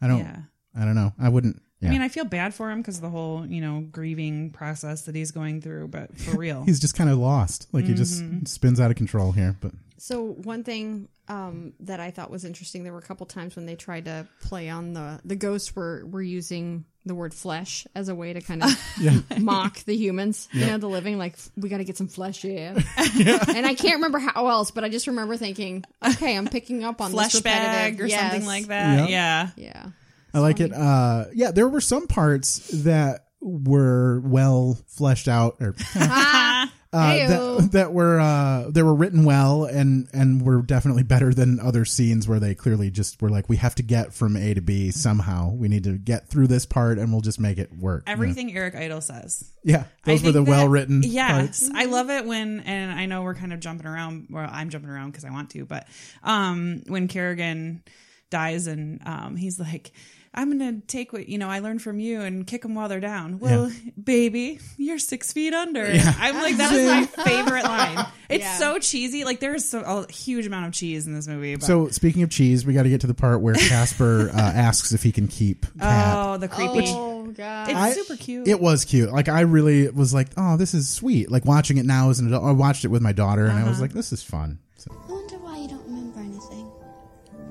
Speaker 1: I don't,
Speaker 2: Yeah.
Speaker 1: I don't know. I wouldn't. Yeah.
Speaker 2: I mean, I feel bad for him because the whole, you know, grieving process that he's going through, but for real.
Speaker 1: He's just kind of lost. Like he just
Speaker 2: Mm-hmm.
Speaker 4: Mhm.
Speaker 1: spins out of control here. But
Speaker 4: So one thing um, that I thought was interesting, there were a couple times when they tried to play on the the ghosts were were using the word flesh as a way to kind of
Speaker 1: Yeah.
Speaker 4: mock the humans, you
Speaker 1: Yeah.
Speaker 4: know, the living. Like we got to get some flesh, yeah. And I can't remember how else, but I just remember thinking, okay, I'm picking up on
Speaker 2: Flesh
Speaker 4: this repetitive-
Speaker 2: bag or something
Speaker 4: yes.
Speaker 2: like that. Yeah.
Speaker 4: yeah.
Speaker 1: I like it. Uh, yeah, there were some parts that were well fleshed out, or uh, that,
Speaker 4: Heyo.
Speaker 1: that were uh, they were written well, and and were definitely better than other scenes where they clearly just were like, we have to get from A to B somehow. We need to get through this part, and we'll just make it work. you know?
Speaker 2: Everything Eric Idle says.
Speaker 1: Yeah,
Speaker 2: I
Speaker 1: those were the
Speaker 2: think that-
Speaker 1: well-written
Speaker 2: Yes,
Speaker 1: parts.
Speaker 2: I love it when, and I know we're kind of jumping around. Well, I'm jumping around because I want to, but um, when Kerrigan dies and um, he's like, "I'm gonna take what you know I learned from you and kick them while they're down." Well, baby, you're six feet under.
Speaker 1: Yeah.
Speaker 2: I'm like, that is my
Speaker 1: Zing.
Speaker 2: favorite line. It's
Speaker 4: Yeah.
Speaker 2: so cheesy. Like there's so, a huge amount of cheese in this movie. But.
Speaker 1: So speaking of cheese, we got to get to the part where Casper uh, asks if he can keep Cat.
Speaker 2: Oh, the creepy.
Speaker 4: Oh god,
Speaker 2: it's
Speaker 1: I-
Speaker 2: super cute.
Speaker 1: It was cute. Like I really was like, oh, this is sweet. Like watching it now as an adult, I watched it with my daughter, and I was
Speaker 3: Uh-huh.
Speaker 1: like, this is fun. So
Speaker 3: I wonder why you don't remember anything.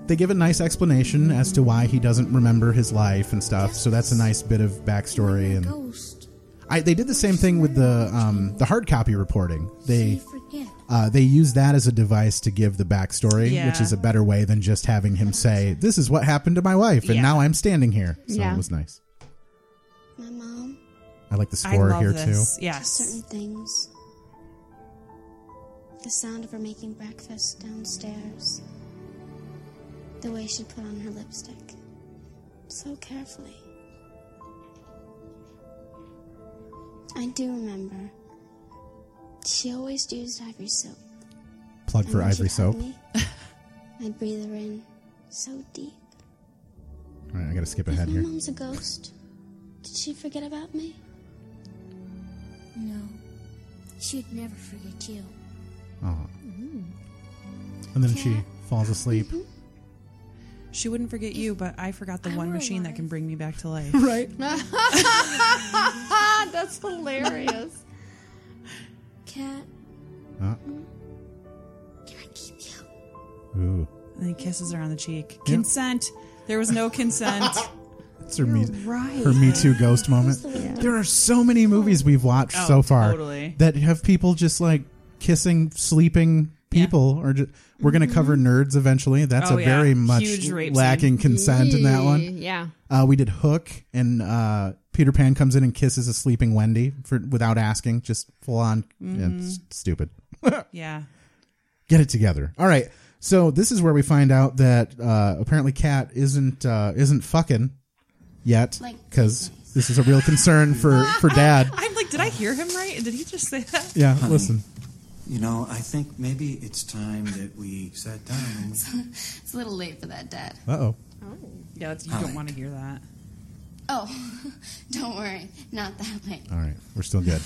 Speaker 1: they give a nice explanation as to why he doesn't remember his life and stuff. So that's a nice bit of backstory. And
Speaker 3: Ghost.
Speaker 1: I, they did the same thing with the um, the hard copy reporting. They
Speaker 3: Forget.
Speaker 1: uh, they use that as a device to give the backstory,
Speaker 3: Yeah.
Speaker 1: which is a better way than just having him say, "This is what happened to my wife, and
Speaker 3: Yeah.
Speaker 1: now I'm standing here." So
Speaker 3: Yeah.
Speaker 1: it was nice.
Speaker 3: My mom.
Speaker 1: I like the score here too.
Speaker 2: Yes.
Speaker 3: Certain things. The sound of her making breakfast downstairs. The way she put on her lipstick. So carefully. I do remember. She always used ivory soap.
Speaker 1: Plug
Speaker 3: And
Speaker 1: for
Speaker 3: when she'd
Speaker 1: Ivory
Speaker 3: hug
Speaker 1: Soap.
Speaker 3: me, I'd breathe her in so deep.
Speaker 1: All right, I got to skip ahead
Speaker 3: My
Speaker 1: here.
Speaker 3: mom's a ghost. Did she forget about me?
Speaker 9: No. She would never forget you.
Speaker 1: Aw. And then she falls asleep.
Speaker 2: She wouldn't forget you, but I forgot the one machine that can bring me back to life.
Speaker 1: Right.
Speaker 2: Ah,
Speaker 4: That's hilarious.
Speaker 3: Cat. Hmm?
Speaker 1: Uh,
Speaker 3: Can I keep you?
Speaker 1: ooh,
Speaker 2: And he kisses her on the cheek. Consent. There was no consent.
Speaker 1: it's her me,
Speaker 2: right.
Speaker 1: her Me Too ghost moment. There are so many movies we've watched
Speaker 2: Oh,
Speaker 1: so far
Speaker 2: totally.
Speaker 1: that have people just like kissing sleeping people, or just, we're going to cover nerds eventually. That's
Speaker 4: Oh,
Speaker 1: a
Speaker 4: yeah.
Speaker 1: very much
Speaker 4: Huge rape
Speaker 1: lacking
Speaker 4: scene.
Speaker 1: consent in that one.
Speaker 4: Yee, yeah.
Speaker 1: uh, we did Hook, and uh, Peter Pan comes in and kisses a sleeping Wendy for without asking, just full on yeah,
Speaker 2: Mhm.
Speaker 1: s- stupid.
Speaker 2: yeah.
Speaker 1: get it together. All right. So this is where we find out that uh, apparently Kat isn't uh, isn't fucking yet because this is a real concern for for Dad.
Speaker 2: I'm like, did I hear him right? Did he just say that?
Speaker 1: Yeah,
Speaker 13: Honey,
Speaker 1: listen.
Speaker 13: You know, I think maybe it's time that we sat down. and-
Speaker 9: It's a little late for that, Dad.
Speaker 1: Uh oh.
Speaker 2: Yeah, that's, you
Speaker 13: Hi.
Speaker 2: don't want to hear that.
Speaker 9: Oh, don't worry. Not that late.
Speaker 1: All right, we're still good.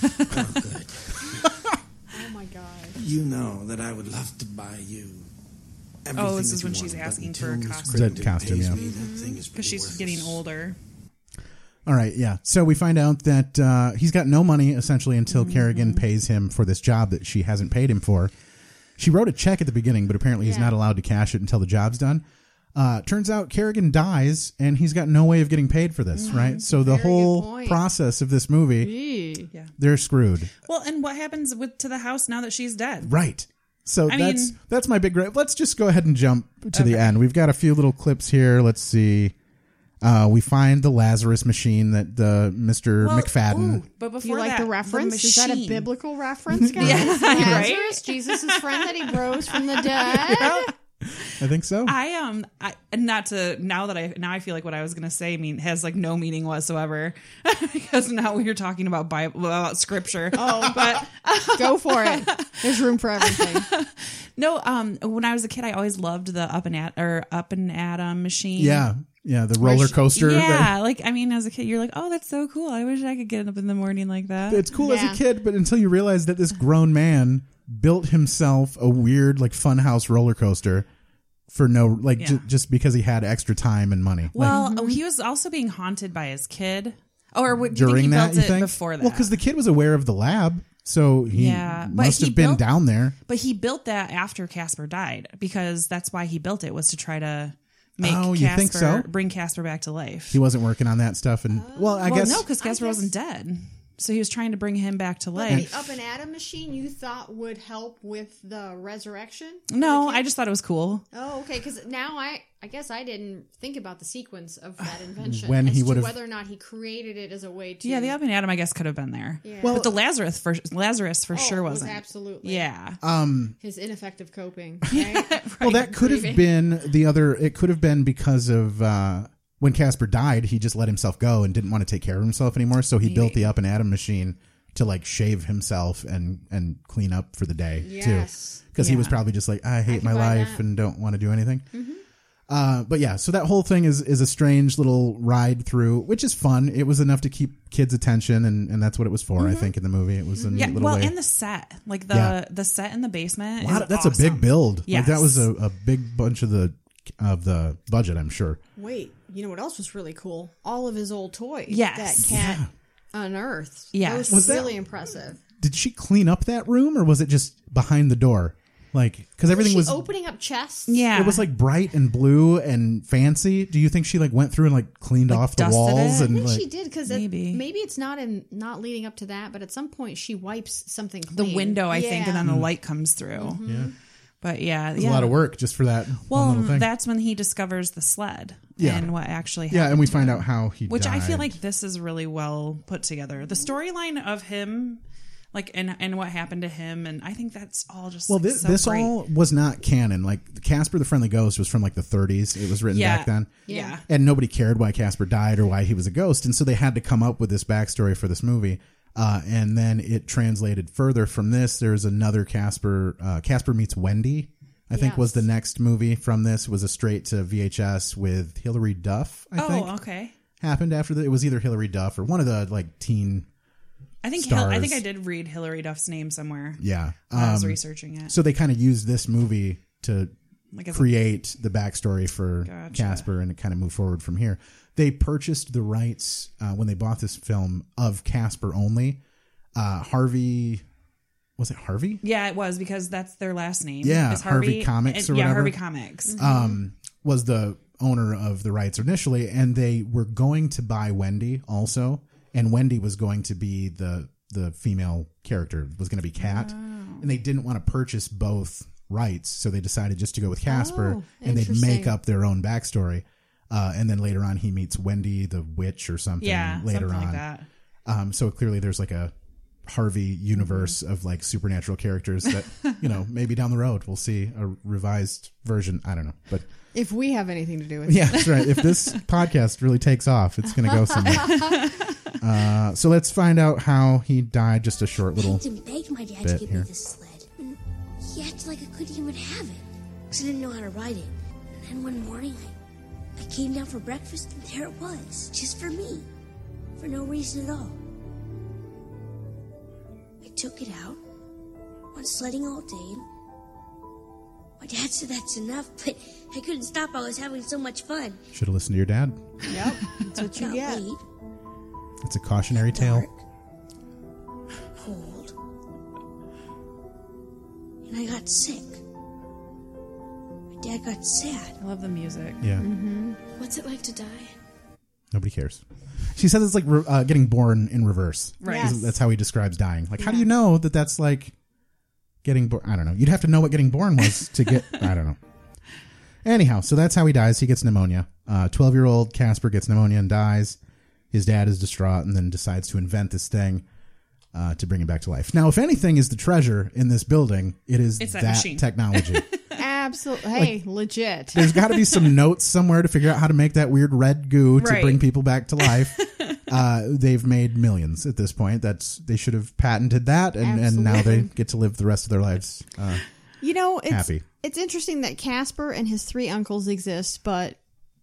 Speaker 4: Oh my god.
Speaker 13: You know that I would love to buy you. Everything
Speaker 2: Oh, this
Speaker 13: that
Speaker 2: is
Speaker 13: you
Speaker 2: when she's
Speaker 13: want, but
Speaker 2: asking for a
Speaker 13: until Miss
Speaker 2: costume.
Speaker 1: Dead
Speaker 13: Crittenden
Speaker 1: costume,
Speaker 13: pays
Speaker 1: yeah.
Speaker 13: me, that thing is
Speaker 2: Because she's getting older.
Speaker 1: All right, yeah. So we find out that uh, he's got no money essentially until
Speaker 2: Mm-hmm.
Speaker 1: Kerrigan pays him for this job that she hasn't paid him for. She wrote a check at the beginning, but apparently he's
Speaker 4: Yeah.
Speaker 1: not allowed to cash it until the job's done. Uh, turns out Kerrigan dies, and he's got no way of getting paid for this, right? So the
Speaker 2: Mm-hmm. Very good
Speaker 1: whole
Speaker 2: point.
Speaker 1: process of this movie,
Speaker 2: Yeah.
Speaker 1: they're screwed.
Speaker 2: Well, and what happens with to the house now that she's dead?
Speaker 1: Right. So
Speaker 2: I
Speaker 1: that's
Speaker 2: mean-
Speaker 1: that's my big gripe. Let's just go ahead and jump to the end. We've got a few little clips here. Let's see. Uh, we find the Lazarus machine that the Mr.
Speaker 2: Well,
Speaker 1: McFadden.
Speaker 2: But
Speaker 4: Do
Speaker 2: before
Speaker 4: you like
Speaker 2: that,
Speaker 4: the reference?
Speaker 2: The
Speaker 4: is that a
Speaker 2: machine.
Speaker 4: biblical reference, guys?
Speaker 2: Yeah,
Speaker 4: Lazarus,
Speaker 2: right? Oh.
Speaker 4: Jesus' friend that he rose from the dead.
Speaker 1: I think so.
Speaker 2: I um, I not to now that I now I feel like what I was gonna say mean has like no meaning whatsoever because now we're talking about Bible about scripture. Oh, but
Speaker 4: Go for it. There's room for everything.
Speaker 2: no. Um, when I was a kid, I always loved the up and at or up and atom machine.
Speaker 1: Yeah, yeah, the
Speaker 2: Where
Speaker 1: roller
Speaker 2: she-
Speaker 1: coaster.
Speaker 2: Yeah, like I mean, as a kid, you're like, oh, that's so cool. I wish I could get up in the morning like that.
Speaker 1: that- it's cool as a kid, but until you realize that this grown man built himself a weird like funhouse roller coaster for no like
Speaker 2: Yeah.
Speaker 1: ju- just because he had extra time and money.
Speaker 2: Well,
Speaker 1: like, mm-hmm.
Speaker 2: oh, he was also being haunted by his kid. Or what, do you think
Speaker 1: during
Speaker 2: he
Speaker 1: that,
Speaker 2: built
Speaker 1: you
Speaker 2: it
Speaker 1: think
Speaker 2: before that?
Speaker 1: Well, because the kid was aware of the lab, so he
Speaker 2: Yeah, but
Speaker 1: must
Speaker 2: he
Speaker 1: have been
Speaker 2: built-
Speaker 1: down there.
Speaker 2: But he built that after Casper died because that's why he built it was to try to make
Speaker 1: Oh, you
Speaker 2: Casper
Speaker 1: think so?
Speaker 2: bring Casper back to life.
Speaker 1: He wasn't working on that stuff, and well, I
Speaker 2: well,
Speaker 1: guess
Speaker 2: no, because Casper wasn't dead, so he was trying to bring him back to
Speaker 1: But
Speaker 2: life.
Speaker 1: the
Speaker 18: Up and Atom machine you thought would help with the resurrection?
Speaker 2: No, I just thought it was cool.
Speaker 18: Oh, okay. Because now I, I guess I didn't think about the sequence of that invention.
Speaker 2: When
Speaker 18: as
Speaker 2: he
Speaker 18: to
Speaker 2: would've-
Speaker 18: whether or not he created it as a way to.
Speaker 2: Yeah, the up and Adam, I guess, could have been there.
Speaker 18: Yeah.
Speaker 2: Well,
Speaker 18: Well-
Speaker 2: but the Lazarus for Lazarus for
Speaker 18: Oh,
Speaker 2: sure
Speaker 18: it was
Speaker 2: wasn't.
Speaker 18: absolutely-
Speaker 2: Yeah.
Speaker 1: Um,
Speaker 18: his ineffective coping. Right?
Speaker 1: well, that could have
Speaker 18: grieving.
Speaker 1: been the other. It could have been because of uh, when Casper died, he just let himself go and didn't want to take care of himself anymore. So he built the up and atom machine to like shave himself and and clean up for the day
Speaker 18: Yes.
Speaker 1: too, because he was
Speaker 18: Yeah.
Speaker 1: probably just like I hate my
Speaker 18: buy
Speaker 1: life
Speaker 18: that. Mm-hmm.
Speaker 1: and don't want to do anything. Uh, but yeah, so that whole thing is is a strange little ride through, which is fun. It was enough to keep kids' attention, and, and that's what it was for.
Speaker 18: Mm-hmm.
Speaker 1: I think in the movie, it was a neat
Speaker 2: Yeah,
Speaker 1: little
Speaker 2: well,
Speaker 1: way.
Speaker 2: and the set, like the
Speaker 1: Yeah.
Speaker 2: the set in the basement.
Speaker 1: Wow,
Speaker 2: is
Speaker 1: that's
Speaker 2: awesome.
Speaker 1: a big build.
Speaker 2: Yes.
Speaker 1: Like that was a, a big bunch of the of the budget, I'm sure.
Speaker 18: Wait, you know what else was really cool? All of his old toys.
Speaker 2: Yes.
Speaker 18: That cat unearthed.
Speaker 2: Yes.
Speaker 18: That was,
Speaker 2: Was that-
Speaker 18: really impressive.
Speaker 1: Did she clean up that room or was it just behind the door? Like cuz everything
Speaker 18: she
Speaker 1: was
Speaker 18: opening up chests.
Speaker 1: It was like bright and blue and fancy. Do you think she like went through and like cleaned off the
Speaker 18: dusted
Speaker 1: walls
Speaker 18: it? I
Speaker 1: and
Speaker 18: think
Speaker 1: like
Speaker 18: she did because maybe maybe it's not in not leading up to that, but at some point she wipes something.
Speaker 2: the
Speaker 18: Clean.
Speaker 2: window, I think, and
Speaker 18: Yeah.
Speaker 2: then the light comes through.
Speaker 1: Yeah.
Speaker 2: But yeah,
Speaker 1: It was
Speaker 2: yeah.
Speaker 1: a lot of work just for that one
Speaker 2: Well,
Speaker 1: little thing.
Speaker 2: that's when he discovers the sled
Speaker 1: Yeah.
Speaker 2: and what actually happened.
Speaker 1: Yeah, and we
Speaker 2: to
Speaker 1: find
Speaker 2: him.
Speaker 1: out how he
Speaker 2: Which I feel
Speaker 1: died.
Speaker 2: like this is really well put together. The storyline of him, like, and and what happened to him, and I think that's all just
Speaker 1: well,
Speaker 2: like,
Speaker 1: this,
Speaker 2: so
Speaker 1: this
Speaker 2: great.
Speaker 1: all was not canon. Like Casper the Friendly Ghost was from like the 30s. It was written
Speaker 2: Yeah.
Speaker 1: back then.
Speaker 2: Yeah.
Speaker 1: and nobody cared why Casper died or why he was a ghost, and so they had to come up with this backstory for this movie. Uh, and then it translated further from this. There's another Casper. Uh, Casper meets Wendy. I think was the next movie from this was a straight to VHS with Hilary Duff. I
Speaker 2: oh,
Speaker 1: think
Speaker 2: okay.
Speaker 1: happened after that. It was either Hilary Duff or one of the like teen.
Speaker 2: I think Hil- I
Speaker 1: stars.
Speaker 2: think I did read Hillary Duff's name somewhere.
Speaker 1: Yeah,
Speaker 2: when I was
Speaker 1: Um,
Speaker 2: researching it.
Speaker 1: So they kind of used this movie to
Speaker 2: Like as a-
Speaker 1: create the backstory for
Speaker 2: Gotcha.
Speaker 1: Casper, and it kind of moved forward from here. They purchased the rights uh, when they bought this film of Casper only. Uh, Harvey, was it Harvey?
Speaker 2: Yeah, it was because that's their last name.
Speaker 1: Yeah,
Speaker 2: It's
Speaker 1: Harvey, Comics or
Speaker 2: and- yeah,
Speaker 1: whatever.
Speaker 2: Harvey Comics.
Speaker 1: Um, was the owner of the rights initially, and they were going to buy Wendy also, and Wendy was going to be the the female character was going to be Cat,
Speaker 2: Oh.
Speaker 1: and they didn't want to purchase both rights, so they decided just to go with Casper,
Speaker 18: Oh,
Speaker 1: and they'd make
Speaker 18: interesting.
Speaker 1: up their own backstory. Uh, and then later on, he meets Wendy the witch or something.
Speaker 2: Yeah,
Speaker 1: later
Speaker 2: something
Speaker 1: on,
Speaker 2: like that.
Speaker 1: Um, so clearly, there's like a Harvey universe of like supernatural characters that you know maybe down the road we'll see a revised version. I don't know, but
Speaker 4: If we have anything to do with
Speaker 1: yeah,
Speaker 4: it.
Speaker 1: that's right. If this podcast really takes off, it's going to go somewhere. Uh, so let's find out how he died. Just a short little
Speaker 3: begged and begged my dad to
Speaker 1: bit
Speaker 3: give
Speaker 1: here.
Speaker 3: me this sled. And he acted like I couldn't even have it because I didn't know how to ride it. And then one morning, I, I came down for breakfast and there it was, just for me, for no reason at all. I took it out, went sledding all day. My dad said that's enough, but I couldn't stop. I was having so much fun.
Speaker 1: Should have listened to your dad.
Speaker 3: Yep, that's what you get.
Speaker 1: It's a cautionary tale.
Speaker 3: cold. And I got sick. My dad got sad.
Speaker 2: I love the music.
Speaker 1: Yeah.
Speaker 3: Mm-hmm. What's it like to die?
Speaker 1: Nobody cares. She says it's like re- uh, getting born in reverse.
Speaker 3: Right.
Speaker 1: That's-
Speaker 3: Yes.
Speaker 1: That's how he describes dying. Like, how do you know that that's like getting born? I don't know. You'd have to know what getting born was to get. I don't know. Anyhow, so that's how he dies. He gets pneumonia. Twelve year old Casper gets pneumonia and dies. His dad is distraught and then decides to invent this thing uh, to bring him back to life. Now, if anything is the treasure in this building, it is
Speaker 2: It's that
Speaker 1: that,
Speaker 2: machine.
Speaker 1: technology.
Speaker 4: Absolutely. Hey, legit.
Speaker 1: There's got to be some notes somewhere to figure out how to make that weird red goo to
Speaker 4: Right.
Speaker 1: bring people back to life. uh, they've made millions at this point. That's they should have patented that, and, and now they
Speaker 4: Absolutely.
Speaker 1: get to live the rest of their lives. Uh,
Speaker 4: You know, it's
Speaker 1: Happy.
Speaker 4: it's interesting that Casper and his three uncles exist, but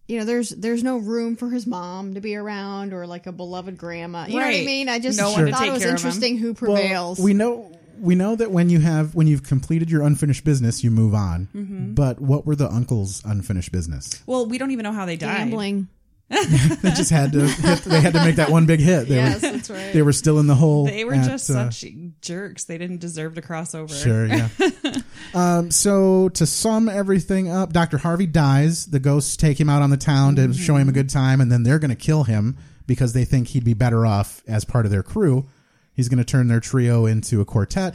Speaker 4: you know, there's there's no room for his mom to be around or like a beloved grandma. You know what I
Speaker 2: Right.
Speaker 4: mean? I just
Speaker 2: No
Speaker 4: thought
Speaker 2: one to
Speaker 4: it
Speaker 2: take
Speaker 4: was
Speaker 2: care of 'em.
Speaker 4: interesting who
Speaker 2: Well,
Speaker 4: prevails.
Speaker 1: we know we know that when you have when you've completed your unfinished business, you move on.
Speaker 2: Mhm.
Speaker 1: But what were the uncle's unfinished business?
Speaker 2: Well, we don't even know how they died.
Speaker 4: Gambling.
Speaker 1: they just had to hit, they had to make that one big hit. They
Speaker 2: Yes,
Speaker 1: were,
Speaker 2: that's right.
Speaker 1: They were still in the hole.
Speaker 2: They were
Speaker 1: at,
Speaker 2: just
Speaker 1: uh,
Speaker 2: such jerks. They didn't deserve to cross over.
Speaker 1: Sure, yeah. um, so to sum everything up, Dr. Harvey dies. The ghosts take him out on the town to
Speaker 2: Mm-hmm.
Speaker 1: show him a good time, and then they're going to kill him because they think he'd be better off as part of their crew. He's going to turn their trio into a quartet.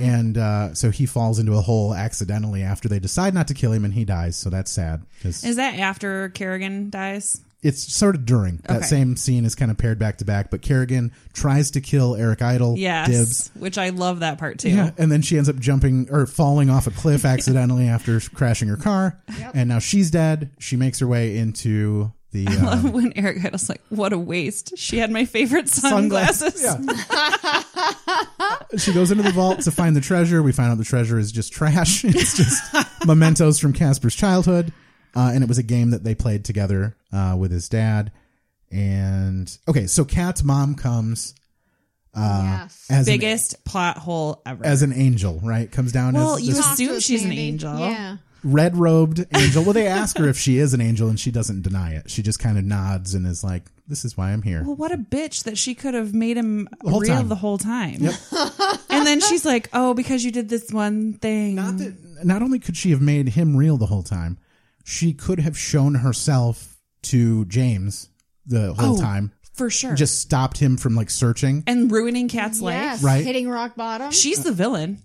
Speaker 1: and uh, so he falls into a hole accidentally after they decide not to kill him, and he dies. So that's sad. 'cause
Speaker 2: Is that after Kerrigan dies?
Speaker 1: it's sort of during that
Speaker 2: Okay.
Speaker 1: same scene is kind of paired back to back, but Kerrigan tries to kill Eric Idle.
Speaker 2: Yes.
Speaker 1: Dibs.
Speaker 2: Which I love that part too.
Speaker 1: Yeah, and then she ends up jumping or falling off a cliff accidentally after crashing her car, and now she's dead. She makes her way into the
Speaker 2: I
Speaker 1: uh,
Speaker 2: love when Eric Idle's like, what a waste. She had my favorite
Speaker 1: Sunglasses,
Speaker 2: sunglasses.
Speaker 1: she goes into the vault to find the treasure. We find out the treasure is just trash. It's just mementos from Casper's childhood, uh, and it was a game that they played together uh, with his dad. And okay, so Kat's mom comes uh, as an-
Speaker 2: Biggest plot hole ever.
Speaker 1: as an angel, right? Comes down
Speaker 2: well,
Speaker 1: as
Speaker 2: you
Speaker 1: this
Speaker 2: assume she's an angel.
Speaker 4: Yeah.
Speaker 1: red robed angel. Well, they ask her if she is an angel, and she doesn't deny it. She just kind of nods and is like, "This is why I'm here."
Speaker 2: Well, what a bitch that she could have made him
Speaker 1: The whole
Speaker 2: real
Speaker 1: time.
Speaker 2: the whole time. and then she's like, oh, because you did this one thing. Not that
Speaker 1: Not only could she have made him real the whole time, she could have shown herself to James the whole
Speaker 2: Oh,
Speaker 1: time
Speaker 2: for sure.
Speaker 1: Just stopped him from like searching.
Speaker 2: and ruining Cat's
Speaker 1: Yes,
Speaker 2: life.
Speaker 1: Right.
Speaker 4: hitting rock bottom.
Speaker 2: She's the villain.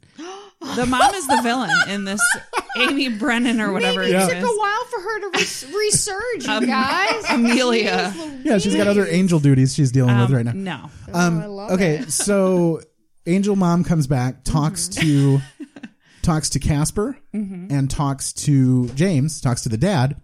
Speaker 2: The mom is the villain in this Amy Brennan or whatever
Speaker 4: Maybe
Speaker 2: it
Speaker 4: it took a
Speaker 2: is.
Speaker 4: while for her to res- resurge, you
Speaker 2: Um,
Speaker 4: guys.
Speaker 2: Amelia. Um,
Speaker 1: Yeah, she's got other angel duties she's dealing with right now.
Speaker 2: No.
Speaker 1: Um, okay, so Angel Mom comes back, talks
Speaker 2: Mm-hmm.
Speaker 1: to talks to Casper,
Speaker 2: Mhm.
Speaker 1: and talks to James, talks to the dad.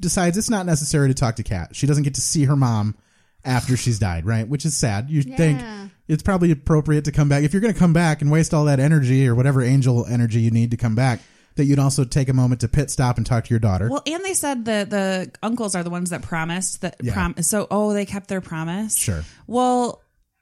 Speaker 1: Decides it's not necessary to talk to Kat. She doesn't get to see her mom after she's died, right? Which is sad. You think
Speaker 4: Yeah.
Speaker 1: it's probably appropriate to come back if you're going to come back and waste all that energy or whatever angel energy you need to come back. That you'd also take a moment to pit stop and talk to your daughter.
Speaker 2: Well, and they said that the uncles are the ones that promised that
Speaker 1: Yeah.
Speaker 2: prom. So, oh, they kept their promise.
Speaker 1: Sure.
Speaker 2: Well,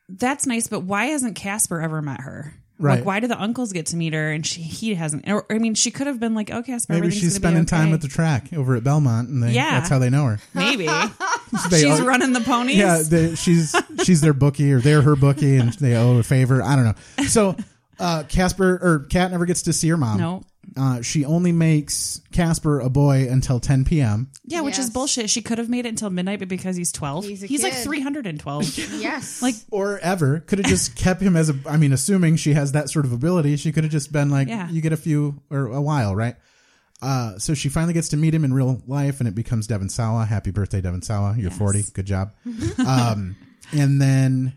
Speaker 2: that's nice, but why hasn't Casper ever met her?
Speaker 1: Right.
Speaker 2: Like, why do the uncles get to meet her and she he hasn't? Or, I mean, she could have been like, "Oh, Casper,
Speaker 1: Maybe
Speaker 2: everything's
Speaker 1: she's
Speaker 2: gonna be
Speaker 1: spending time
Speaker 2: okay.
Speaker 1: at the track over at Belmont, and they,
Speaker 2: Yeah.
Speaker 1: that's how they know her.
Speaker 2: Maybe
Speaker 1: They
Speaker 2: she's
Speaker 1: are-
Speaker 2: running the ponies.
Speaker 1: Yeah, they, she's she's their bookie or they're her bookie, and they owe a favor. I don't know. So uh, Casper or Kat never gets to see her mom.
Speaker 2: No.
Speaker 1: uh, she only makes Casper a boy until 10 p.m.
Speaker 2: Yeah, which is bullshit. She could have made it until midnight, but because he's twelve, he's,
Speaker 4: a
Speaker 2: like
Speaker 4: kid.
Speaker 2: three hundred and twelve.
Speaker 4: Yes.
Speaker 2: Like
Speaker 1: or ever could have just kept him as a. I mean, assuming she has that sort of ability, she could have just been like,
Speaker 2: Yeah.
Speaker 1: "You get a few or a while, right?" Uh, so she finally gets to meet him in real life, and it becomes Devon Sawa. Happy birthday, Devon Sawa! You're forty. Good job. um, and then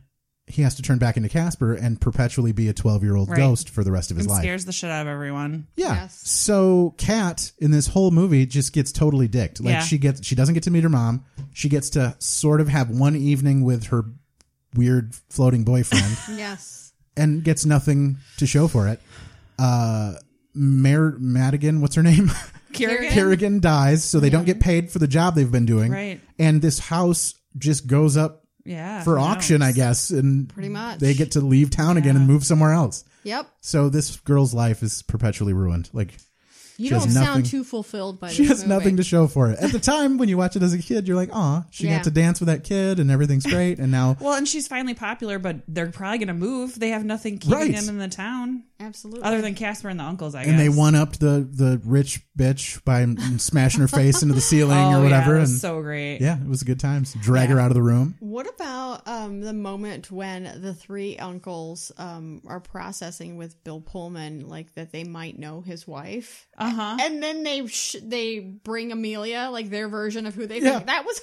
Speaker 1: he has to turn back into Casper and perpetually be a twelve-year-old
Speaker 2: Right.
Speaker 1: ghost for the rest of his
Speaker 2: and
Speaker 1: life.
Speaker 2: scares the shit out of everyone.
Speaker 1: Yeah. So Kat in this whole movie just gets totally dicked. Like
Speaker 2: Yeah.
Speaker 1: she gets she doesn't get to meet her mom. She gets to sort of have one evening with her weird floating boyfriend
Speaker 4: Yes.
Speaker 1: and gets nothing to show for it. Uh Mayor Madigan, what's her name?
Speaker 2: Kerrigan?
Speaker 1: Kerrigan dies, so they don't get paid for the job they've been doing.
Speaker 2: Right.
Speaker 1: And this house just goes up
Speaker 2: Yeah,
Speaker 1: for
Speaker 2: who
Speaker 1: auction, I guess. And
Speaker 4: Pretty much.
Speaker 1: they get to leave town again and move somewhere else.
Speaker 4: Yep.
Speaker 1: So this girl's life is perpetually ruined. Like
Speaker 4: You
Speaker 1: she has
Speaker 4: don't
Speaker 1: nothing-
Speaker 4: sound too fulfilled by
Speaker 1: she
Speaker 4: this
Speaker 1: has
Speaker 4: movie.
Speaker 1: nothing to show for it. At the time when you watch it as a kid, you're like, "Aw, she
Speaker 4: Yeah.
Speaker 1: got to dance with that kid, and everything's great." And now,
Speaker 2: Well, and she's finally popular, but they're probably going to move. They have nothing keeping
Speaker 1: Right.
Speaker 2: them in the town.
Speaker 4: Absolutely.
Speaker 2: Other than Casper and the uncles, I guess.
Speaker 1: and they one upped the the rich bitch by smashing her face into the ceiling
Speaker 2: Oh,
Speaker 1: or
Speaker 2: yeah,
Speaker 1: whatever.
Speaker 2: that was
Speaker 1: and
Speaker 2: so great.
Speaker 1: Yeah, it was a good time. So drag her out of the room.
Speaker 4: What about um, the moment when the three uncles um, are processing with Bill Pullman, like that they might know his wife?
Speaker 2: Uh-huh.
Speaker 4: and then they sh- they bring Amelia like their version of who they
Speaker 1: Yeah.
Speaker 4: think that was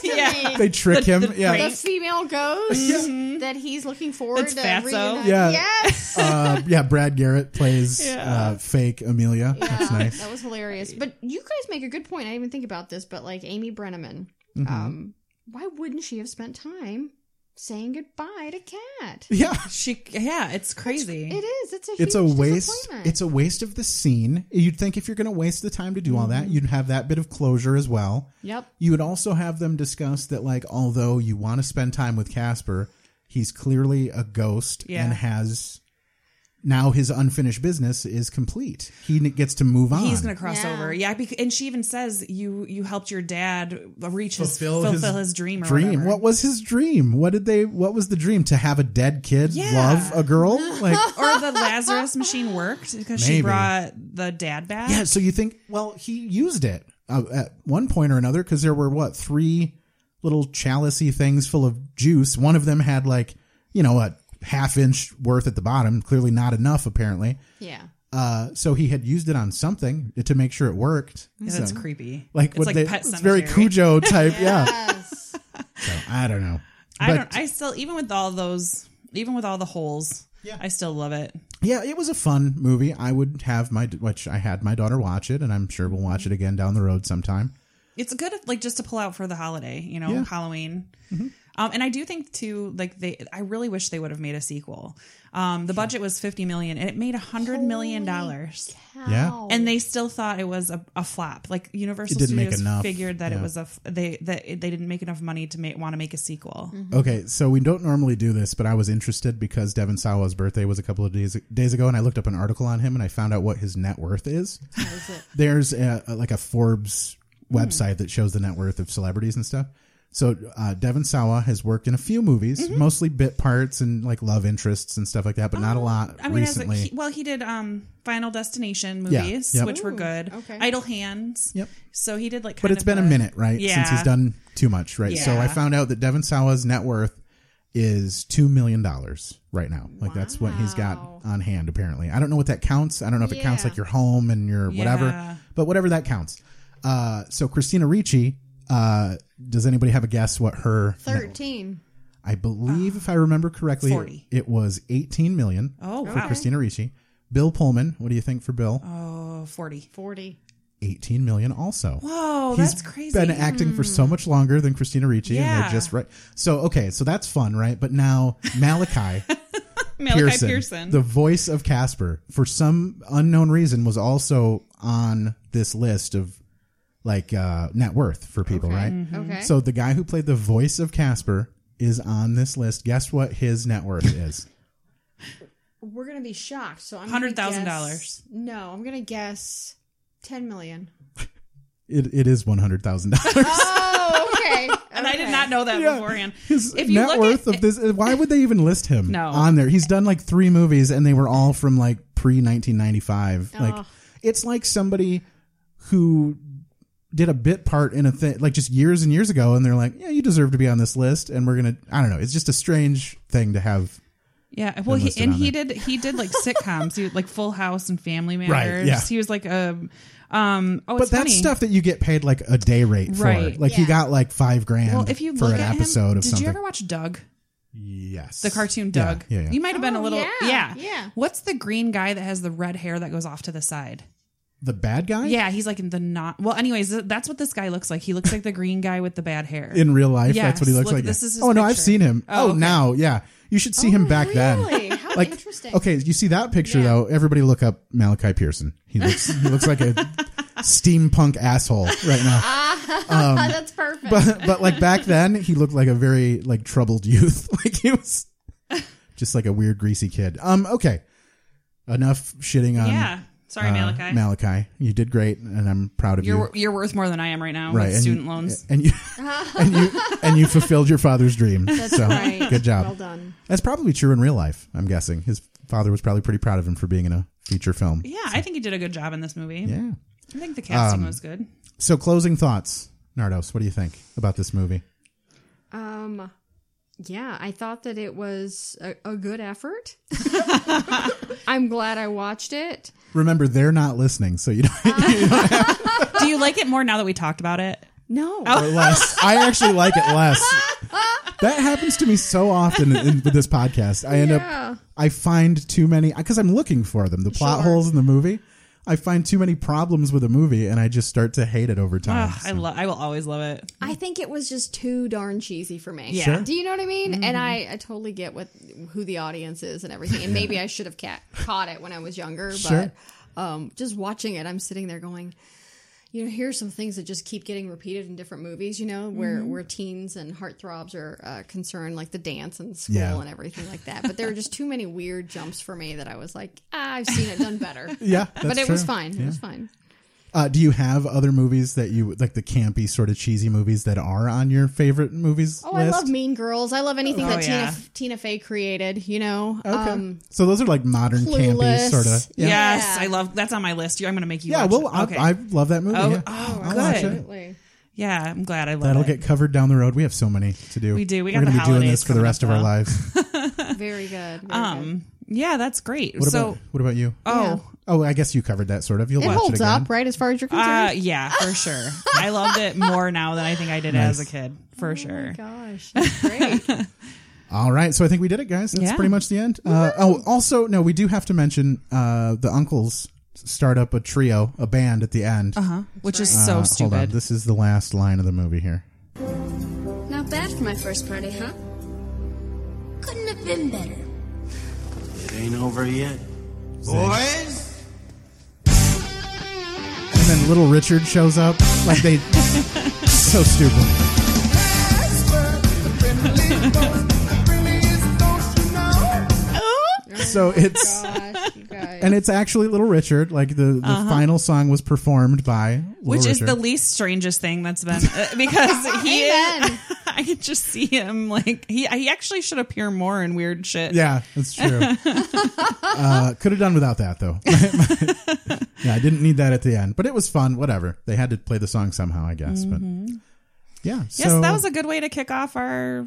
Speaker 4: to
Speaker 1: Yeah.
Speaker 4: me.
Speaker 1: They trick The- him, the yeah.
Speaker 4: the
Speaker 1: prank.
Speaker 4: female ghost that he's looking forward
Speaker 2: That's
Speaker 4: to
Speaker 2: fatso.
Speaker 4: reuniting.
Speaker 1: Yeah.
Speaker 4: yes,
Speaker 1: uh, yeah, Brad Garrett plays
Speaker 4: Yeah.
Speaker 1: uh, fake Amelia. That's
Speaker 4: Yeah,
Speaker 1: nice.
Speaker 4: That was hilarious. But you guys make a good point. I didn't even think about this, but like Amy Brenneman,
Speaker 1: Mhm.
Speaker 4: um, why wouldn't she have spent time saying goodbye to Kat?
Speaker 1: Yeah.
Speaker 2: She yeah, it's crazy.
Speaker 4: It is. It's a
Speaker 1: it's a
Speaker 4: huge
Speaker 1: waste.
Speaker 4: disappointment.
Speaker 1: It's a waste of the scene. You'd think if you're going to waste the time to do all that, you'd have that bit of closure as well.
Speaker 4: Yep.
Speaker 1: You would also have them discuss that, like, although you want to spend time with Casper, he's clearly a ghost
Speaker 2: Yeah.
Speaker 1: and has now his unfinished business is complete. He n- gets to move on.
Speaker 2: He's gonna cross over, yeah. Because, and she even says you you helped your dad reach his fulfill his, dream. Or
Speaker 1: dream.
Speaker 2: whatever.
Speaker 1: What was his dream? What did they? What was the dream to have a dead kid
Speaker 2: Yeah.
Speaker 1: love a girl? Like,
Speaker 2: or the Lazarus machine worked because she
Speaker 1: Maybe.
Speaker 2: brought the dad back.
Speaker 1: yeah. So you think? Well, he used it uh, at one point or another because there were what three little chalicey things full of juice. One of them had like you know a half inch worth at the bottom. Clearly not enough. Apparently.
Speaker 4: Yeah.
Speaker 1: Uh, so he had used it on something to make sure it worked.
Speaker 2: Yeah, that's
Speaker 1: So-
Speaker 2: creepy.
Speaker 1: Like
Speaker 2: It's
Speaker 1: what
Speaker 2: like
Speaker 1: they,
Speaker 2: Pet
Speaker 1: it's very
Speaker 2: Sematary.
Speaker 1: Cujo type. Yeah.
Speaker 4: Yes.
Speaker 1: So I don't know.
Speaker 2: I
Speaker 1: But-
Speaker 2: don't. I still even with all those, even with all the holes, yeah. I still love it.
Speaker 1: Yeah, it was a fun movie. I would have my which I had my daughter watch it, and I'm sure we'll watch it again down the road sometime.
Speaker 2: It's good, like just to pull out for the holiday, you know,
Speaker 1: Yeah. Mm-hmm.
Speaker 2: Halloween. Um, and I do think too, like they, I really wish they would have made a sequel. Um, the budget was fifty million, and it made a hundred million dollars.
Speaker 1: Yeah.
Speaker 2: and they still thought it was a, a flop. Like Universal
Speaker 1: It didn't make
Speaker 2: Studios
Speaker 1: enough.
Speaker 2: figured that
Speaker 1: Yeah.
Speaker 2: it was a f- they that it- they didn't make enough money to make want to make a sequel.
Speaker 1: Okay, so we don't normally do this, but I was interested because Devin Sawa's birthday was a couple of days days ago, and I looked up an article on him, and I found out what his net worth is. There's a, a- like a Forbes
Speaker 2: Hmm.
Speaker 1: website that shows the net worth of celebrities and stuff. So uh, Devin Sawa has worked in a few movies,
Speaker 2: Mm-hmm.
Speaker 1: mostly bit parts and like love interests and stuff like that, but not a lot
Speaker 2: Oh, I mean, as a,
Speaker 1: recently.
Speaker 2: he, well, he did um Final Destination
Speaker 1: Yeah,
Speaker 2: movies,
Speaker 1: yep.
Speaker 2: which were good.
Speaker 4: okay.
Speaker 2: Idle Hands.
Speaker 1: Yep.
Speaker 2: So he did like.
Speaker 1: but
Speaker 2: kind
Speaker 1: it's
Speaker 2: of
Speaker 1: been a
Speaker 2: the-
Speaker 1: minute, right?
Speaker 2: Yeah.
Speaker 1: Since he's done too much, right? So I
Speaker 2: Yeah.
Speaker 1: found out that Devin Sawa's net worth is two million dollars right now. Like that's what he's got on hand. Apparently, I don't know what that counts. I don't know if it counts
Speaker 2: Yeah.
Speaker 1: like your home and your
Speaker 2: Yeah.
Speaker 1: whatever, but whatever that counts. Uh, so Christina Ricci, uh, does anybody have a guess what her? net-
Speaker 4: Thirteen.
Speaker 1: I believe, if I remember correctly,
Speaker 2: 40.
Speaker 1: it was eighteen million.
Speaker 2: Oh,
Speaker 1: for
Speaker 2: wow.
Speaker 1: Christina Ricci. Bill Pullman, what do you think for Bill?
Speaker 2: Oh, 40.
Speaker 4: 40.
Speaker 1: 18 million also.
Speaker 2: Whoa,
Speaker 1: He's
Speaker 2: that's crazy. Hmm.
Speaker 1: Been acting for so much longer than Christina Ricci and
Speaker 2: Yeah.
Speaker 1: they're just right. So okay, so that's fun, right? But now Malachi
Speaker 2: Malachi
Speaker 1: Pearson,
Speaker 2: Pearson.
Speaker 1: the voice of Casper, for some unknown reason was also on this list of like uh net worth for people,
Speaker 4: Okay.
Speaker 1: right?
Speaker 2: Mm-hmm.
Speaker 4: Mhm. Okay.
Speaker 1: So the guy who played the voice of Casper is on this list. Guess what his net worth is?
Speaker 4: We're gonna be shocked. So I'm gonna
Speaker 2: $100,000.
Speaker 4: guess- No, I'm gonna guess ten million.
Speaker 1: It it is one hundred thousand dollars.
Speaker 4: Oh, okay.
Speaker 2: And I did not know that beforehand.
Speaker 1: His
Speaker 2: if you
Speaker 1: net
Speaker 2: look
Speaker 1: worth
Speaker 2: at,
Speaker 1: of this. Why would they even list him
Speaker 2: No.
Speaker 1: on there? He's done like three movies, and they were all from like pre nineteen ninety five. Like
Speaker 2: Ugh.
Speaker 1: it's like somebody who did a bit part in a thing like just years and years ago, and they're like, "Yeah, you deserve to be on this list," and we're gonna. I don't know. It's just a strange thing to have.
Speaker 2: yeah, well,
Speaker 1: been
Speaker 2: he
Speaker 1: listed
Speaker 2: and
Speaker 1: on
Speaker 2: he did he did like sitcoms, he, like Full House and Family Matters.
Speaker 1: Right, yeah.
Speaker 2: He was like um um. Oh,
Speaker 1: but
Speaker 2: it's
Speaker 1: that's
Speaker 2: funny.
Speaker 1: stuff that you get paid like a day rate
Speaker 2: Right,
Speaker 1: for. Like he
Speaker 2: yeah.
Speaker 1: got like five grand
Speaker 2: Well, if you
Speaker 1: for
Speaker 2: look
Speaker 1: an
Speaker 2: at him-
Speaker 1: episode of
Speaker 2: did
Speaker 1: something.
Speaker 2: you ever watch Doug?
Speaker 1: yes,
Speaker 2: The cartoon
Speaker 1: Yeah,
Speaker 2: Doug.
Speaker 1: yeah, yeah.
Speaker 2: You might have been a
Speaker 4: Oh,
Speaker 2: little.
Speaker 4: yeah,
Speaker 2: Yeah,
Speaker 4: yeah.
Speaker 2: What's the green guy that has the red hair that goes off to the side?
Speaker 1: the bad guy.
Speaker 2: Yeah, he's like in the not. Well, anyways, th- that's what this guy looks like. He looks like the green guy with the bad hair
Speaker 1: in real life.
Speaker 2: Yes,
Speaker 1: That's what he looks
Speaker 2: look,
Speaker 1: like.
Speaker 2: This is his
Speaker 1: oh no, I've
Speaker 2: picture.
Speaker 1: seen him.
Speaker 2: Oh,
Speaker 1: Oh,
Speaker 2: okay. Oh,
Speaker 1: now, yeah, you should see him back
Speaker 2: really?
Speaker 1: then.
Speaker 2: How
Speaker 1: like,
Speaker 2: interesting.
Speaker 1: Okay, you see that picture though. Everybody look up Malachi Pearson. He looks he looks like a steampunk asshole right now. Um,
Speaker 4: that's perfect.
Speaker 1: But but like back then, he looked like a very like troubled youth. Like he was just like a weird greasy kid. Um. Okay. Enough shitting on. uh,
Speaker 2: Yeah. Sorry, Malachi.
Speaker 1: Malachi, you did great, and I'm proud of you
Speaker 2: You're you're worth more than I am right now
Speaker 1: Right,
Speaker 2: with
Speaker 1: and-
Speaker 2: student loans.
Speaker 1: and you- and you and you fulfilled your father's dream.
Speaker 2: That's
Speaker 1: so,
Speaker 2: right.
Speaker 1: Good job.
Speaker 2: Well done.
Speaker 1: That's probably true in real life. I'm guessing his father was probably pretty proud of him for being in a feature film.
Speaker 2: yeah, I think he did a good job in this movie.
Speaker 1: Yeah.
Speaker 2: I think the casting
Speaker 1: Um,
Speaker 2: was good.
Speaker 1: So, closing thoughts, Nardos. What do you think about this movie?
Speaker 4: Um, yeah, I thought that it was a, a good effort. I'm glad I watched it.
Speaker 1: Remember, they're not listening, so you don't
Speaker 2: Do you like it more now that we talked about it?
Speaker 4: No.
Speaker 1: or less. I actually like it less. That happens to me so often in, with this podcast. I end
Speaker 4: Yeah.
Speaker 1: up I find too many because I'm looking for them, the plot
Speaker 2: Sure.
Speaker 1: holes in the movie. I find too many problems with a movie, and I just start to hate it over time.
Speaker 2: Ugh, I love. I will always love it.
Speaker 4: I think it was just too darn cheesy for me.
Speaker 1: Yeah. Sure. Mm-hmm.
Speaker 4: Do you know what I mean?
Speaker 2: Mhm.
Speaker 4: And I, I totally get what who the audience is and everything. And maybe I should have ca- caught it when I was younger,
Speaker 1: Sure.
Speaker 4: but um, just watching it, I'm sitting there going, you know, here's some things that just keep getting repeated in different movies. You know, where
Speaker 1: Mm-hmm.
Speaker 18: Mhm.
Speaker 4: where teens and heartthrobs are uh, concerned, like the dance and school
Speaker 1: Yeah.
Speaker 4: and everything like that. But there were just too many weird jumps for me that I was like, ah, I've seen it done better.
Speaker 1: Yeah,
Speaker 4: but
Speaker 1: that's
Speaker 4: it was
Speaker 1: true.
Speaker 4: fine. It was
Speaker 1: Yeah.
Speaker 4: fine.
Speaker 1: Uh, do you have other movies that you like the campy sort of cheesy movies that are on your favorite movies
Speaker 4: Oh, I
Speaker 1: list?
Speaker 4: love Mean Girls. I love anything
Speaker 18: Oh,
Speaker 4: that
Speaker 18: yeah.
Speaker 4: Tina Tina Fey created. You know,
Speaker 1: Okay.
Speaker 4: um,
Speaker 1: so those are like modern campy
Speaker 4: Clueless.
Speaker 1: sort of.
Speaker 2: Yes, I love. That's on my list. You- I'm going to make you.
Speaker 1: Yeah,
Speaker 2: watch
Speaker 1: well,
Speaker 2: it.
Speaker 1: I-
Speaker 2: Okay.
Speaker 1: I love that movie,
Speaker 2: Oh,
Speaker 1: yeah.
Speaker 2: oh,
Speaker 1: I'll
Speaker 2: good.
Speaker 1: watch it.
Speaker 2: Yeah, I'm glad I love
Speaker 1: That'll
Speaker 2: it.
Speaker 1: get covered down the road. We have so many to do.
Speaker 2: We do. We
Speaker 1: We're
Speaker 2: got
Speaker 1: gonna
Speaker 2: the
Speaker 1: be doing this
Speaker 2: holidays
Speaker 1: for the
Speaker 2: coming
Speaker 1: rest
Speaker 2: up
Speaker 1: of our
Speaker 2: now.
Speaker 1: lives.
Speaker 4: very good. Very good.
Speaker 2: um. Yeah, that's great.
Speaker 1: What
Speaker 2: so
Speaker 1: about what about you?
Speaker 2: Oh.
Speaker 1: oh, I guess you covered that sort of. You'll
Speaker 4: it
Speaker 1: watch
Speaker 4: holds
Speaker 1: it again.
Speaker 4: up, right? As far as you're concerned.
Speaker 2: Uh, yeah, for sure. I loved it more now than I think I did
Speaker 1: Nice.
Speaker 2: as a kid, for sure.
Speaker 4: Gosh, that's great.
Speaker 1: All right, so I think we did it, guys. That's
Speaker 2: Yeah.
Speaker 1: pretty much the end. Uh, oh, also, no, we do have to mention uh, the uncles start up a trio, a band at the end,
Speaker 2: Uh-huh, which That's is
Speaker 1: Uh,
Speaker 2: right. so
Speaker 1: Hold on,
Speaker 2: stupid.
Speaker 1: this is the last line of the movie here.
Speaker 3: Not bad for my first party, huh? Couldn't have been better.
Speaker 19: It ain't over yet.
Speaker 3: Boys?
Speaker 1: And then little Richard shows up. Like they so stupid. So it's and it's actually Little Richard. Like the, the
Speaker 2: Uh-huh.
Speaker 1: final song was performed by Little
Speaker 2: Which is
Speaker 1: Richard.
Speaker 2: the least strangest thing that's been uh, because he I could just see him like he he actually should appear more in weird shit.
Speaker 1: Yeah, that's true. uh, could have done without that though. yeah, I didn't need that at the end, but it was fun. Whatever. They had to play the song somehow, I guess.
Speaker 2: Mhm.
Speaker 1: But yeah,
Speaker 2: yes,
Speaker 1: so
Speaker 2: that was a good way to kick off our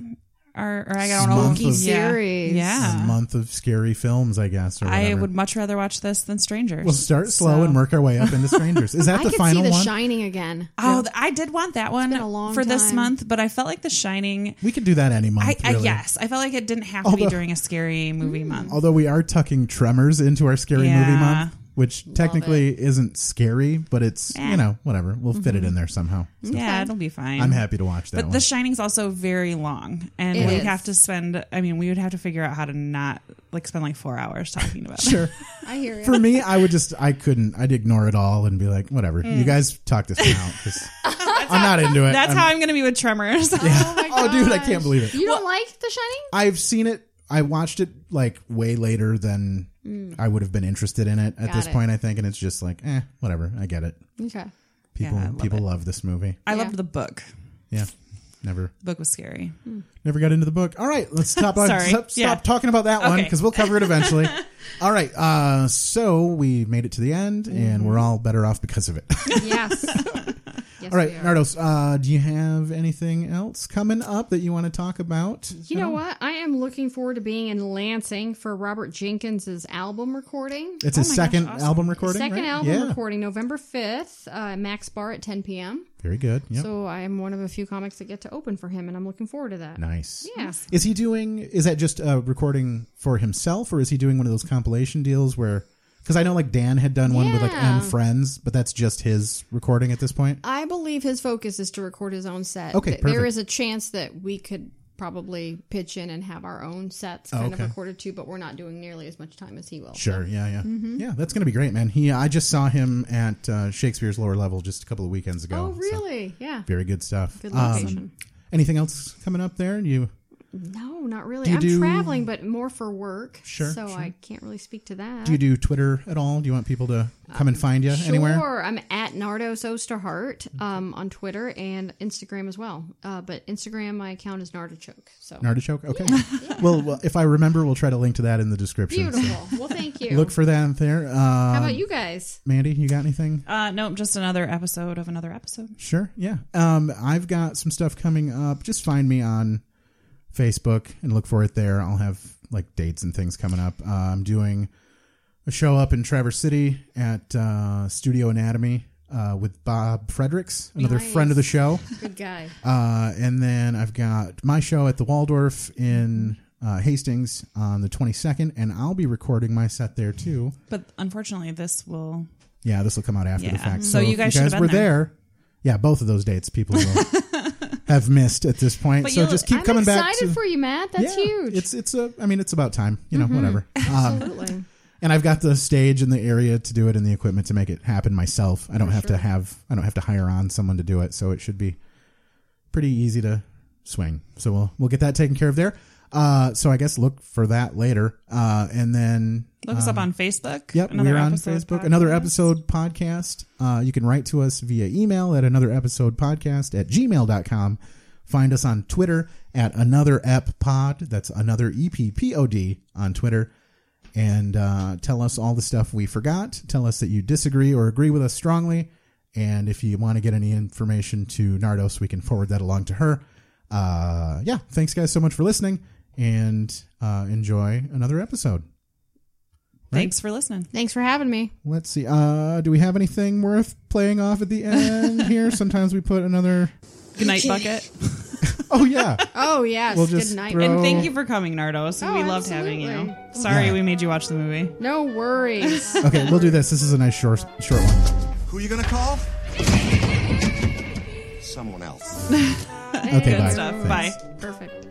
Speaker 2: our or I don't know
Speaker 1: Month of-
Speaker 2: Yeah.
Speaker 1: a
Speaker 2: Yeah.
Speaker 1: month of scary films, I guess. Or
Speaker 2: I
Speaker 1: whatever.
Speaker 2: would much rather watch this than Strangers.
Speaker 1: We'll start slow and work our way up into Strangers. Is that
Speaker 4: I
Speaker 1: the
Speaker 4: could
Speaker 1: final
Speaker 4: see The
Speaker 1: one?
Speaker 4: Shining again.
Speaker 2: Oh, th- I did want that one for this
Speaker 4: time.
Speaker 2: month, but I felt like The Shining.
Speaker 1: we could do that any month.
Speaker 2: I, I
Speaker 1: really.
Speaker 2: yes, I felt like it didn't have to
Speaker 1: Although-
Speaker 2: be during a scary movie month.
Speaker 1: Although we are tucking Tremors into our scary
Speaker 2: Yeah.
Speaker 1: movie month, which technically is isn't scary, but it's
Speaker 2: Eh.
Speaker 1: you know whatever. We'll fit it
Speaker 2: Mhm.
Speaker 1: in there somehow. So-
Speaker 2: Yeah, it'll be fine.
Speaker 1: I'm happy to watch that
Speaker 2: But
Speaker 1: one.
Speaker 2: The Shining's also very long, and
Speaker 1: It
Speaker 2: we'd
Speaker 1: is.
Speaker 2: have to spend. I mean, we would have to figure out how to not like spend like four hours talking about.
Speaker 1: Sure.
Speaker 2: it.
Speaker 4: I hear you.
Speaker 1: For me, I would just I couldn't. I'd ignore it all and be like, whatever.
Speaker 2: Mm.
Speaker 1: You guys talk this one out. 'cause I'm not into it.
Speaker 2: That's
Speaker 1: I'm-
Speaker 2: how I'm going to be with Tremors.
Speaker 1: Oh, dude, I can't believe it.
Speaker 4: You don't like The Shining?
Speaker 1: I've seen it. I watched it like way later than
Speaker 4: Mm.
Speaker 1: I would have been interested in it at
Speaker 4: Got
Speaker 1: this
Speaker 4: it.
Speaker 1: point. I think, and it's just like, eh, whatever. I get it.
Speaker 4: Okay.
Speaker 1: People,
Speaker 2: Yeah, I love
Speaker 1: people love this movie.
Speaker 2: I loved the book.
Speaker 1: Yeah, never,
Speaker 2: The book was scary.
Speaker 1: never got into the book. All right, let's stop. on,
Speaker 2: Sorry.
Speaker 1: stop, stop
Speaker 2: Yeah.
Speaker 1: talking about that one
Speaker 2: Okay.
Speaker 1: because we'll cover it eventually. all right. Uh, so we made it to the end, and we're all better off because of it.
Speaker 4: Yes. yes
Speaker 1: all right,
Speaker 4: we are.
Speaker 1: Nardos. Uh, do you have anything else coming up that you want to talk about?
Speaker 4: You
Speaker 1: at
Speaker 4: know
Speaker 1: all?
Speaker 4: what? I am looking forward to being in Lansing for Robert Jenkins's album recording.
Speaker 1: It's his
Speaker 4: oh my
Speaker 1: second album recording,
Speaker 4: Second
Speaker 1: right?
Speaker 4: album
Speaker 1: Yeah.
Speaker 4: recording, November fifth, uh, Max Bar at 10 p.m.
Speaker 1: Very good. Yep.
Speaker 4: So I am one of a few comics that get to open for him, and I'm looking forward to that.
Speaker 1: Nice.
Speaker 4: Yeah.
Speaker 1: Is he doing? Is that just a recording for himself, or is he doing one of those compilation deals where? Because I know like Dan had done one with like
Speaker 4: Yeah.
Speaker 1: M Friends, but that's just his recording at this point.
Speaker 4: I believe his focus is to record his own set.
Speaker 1: Okay,
Speaker 4: Th- there
Speaker 1: perfect.
Speaker 4: is a chance that we could probably pitch in and have our own sets
Speaker 1: Oh,
Speaker 4: kind
Speaker 1: okay.
Speaker 4: of recorded too, but we're not doing nearly as much time as he will.
Speaker 1: Sure. Yeah. Yeah.
Speaker 4: Mhm.
Speaker 1: Yeah. That's gonna be great, man. He. I just saw him at uh, Shakespeare's lower level just a couple of weekends ago.
Speaker 4: Oh, really? Yeah.
Speaker 1: Very good stuff. Um,
Speaker 4: Good location.
Speaker 1: anything else coming up there? You
Speaker 4: No, not
Speaker 1: Do
Speaker 4: really.
Speaker 1: you
Speaker 4: I'm
Speaker 1: do-
Speaker 4: traveling, but more for work.
Speaker 1: Sure,
Speaker 4: So
Speaker 1: sure.
Speaker 4: I can't really speak to that.
Speaker 1: do you do Twitter at all? Do you want people to come and find you
Speaker 4: Uh, sure.
Speaker 1: anywhere?
Speaker 4: I'm at Nardos Osterhart um, on Twitter and Instagram as well. Uh, but Instagram, my account is Nardichoke. So
Speaker 1: Nardichoke. Okay. Well, well, if I remember, we'll try to link to that in the description. so
Speaker 4: beautiful. well, thank you.
Speaker 1: Look for that there. Um,
Speaker 4: How about you guys?
Speaker 1: Mandy, you got anything?
Speaker 2: Uh, nope, just another episode of another episode.
Speaker 1: Sure. Yeah. Um, I've got some stuff coming up. Just find me on Facebook and look for it there. I'll have like dates and things coming up. Uh, I'm doing a show up in Traverse City at uh, Studio Anatomy uh, with Bob Fredericks, another
Speaker 18: Nice.
Speaker 1: friend of the show.
Speaker 18: Good guy.
Speaker 1: Uh, and then I've got my show at the Waldorf in uh, Hastings on the 22nd, and I'll be recording my set there too.
Speaker 2: But unfortunately, this will.
Speaker 1: Yeah, this will come out after the
Speaker 2: Yeah.
Speaker 4: Mm-hmm.
Speaker 1: fact.
Speaker 2: So you
Speaker 1: if
Speaker 2: guys
Speaker 1: you guys
Speaker 2: should have
Speaker 1: were
Speaker 2: been there.
Speaker 1: there. Yeah, both of those dates people will have missed at this point.
Speaker 4: But
Speaker 1: so
Speaker 4: you'll-
Speaker 1: just keep
Speaker 4: I'm
Speaker 1: coming back.
Speaker 4: excited
Speaker 1: to-
Speaker 4: for you, Matt. That's
Speaker 1: Yeah,
Speaker 4: huge.
Speaker 1: It's it's a. I mean, it's about time. You know,
Speaker 4: Mhm.
Speaker 1: whatever. Um,
Speaker 4: Absolutely.
Speaker 1: and I've got the stage and the area to do it and the equipment to make it happen myself. I don't
Speaker 4: For
Speaker 1: have
Speaker 4: sure.
Speaker 1: to have I don't have to hire on someone to do it, so it should be pretty easy to swing. So we'll we'll get that taken care of there. Uh, so I guess look for that later. Uh, and then
Speaker 2: Look us
Speaker 1: um,
Speaker 2: up on Facebook.
Speaker 1: Yep,
Speaker 2: Another
Speaker 1: we're on
Speaker 2: episode
Speaker 1: Facebook.
Speaker 2: podcast.
Speaker 1: Another episode podcast. Uh, you can write to us via email at another episode podcast at gmail.com. Find us on Twitter at another ep pod. That's another E P P O D on Twitter. And uh, tell us all the stuff we forgot. Tell us that you disagree or agree with us strongly. And if you want to get any information to Nardos, we can forward that along to her. Uh, yeah, thanks guys so much for listening and uh, enjoy another episode. Right?
Speaker 2: Thanks for listening.
Speaker 18: Thanks for having me.
Speaker 1: Let's see. Uh, do we have anything worth playing off at the end here? Sometimes we put another.
Speaker 2: Good night, bucket.
Speaker 1: Oh yeah.
Speaker 18: Oh yes.
Speaker 1: We'll just
Speaker 18: Good night.
Speaker 1: throw-
Speaker 2: And thank you for coming, Nardos.
Speaker 18: Oh,
Speaker 2: we loved having you.
Speaker 18: absolutely.
Speaker 2: Sorry
Speaker 1: Yeah.
Speaker 2: we made you watch the movie.
Speaker 18: No worries.
Speaker 1: Okay, we'll do this. This is a nice short, short one.
Speaker 11: Who you gonna call?
Speaker 16: Someone else.
Speaker 1: Okay,
Speaker 2: Good
Speaker 1: bye.
Speaker 2: stuff.
Speaker 1: Thanks.
Speaker 2: Bye.
Speaker 18: Perfect.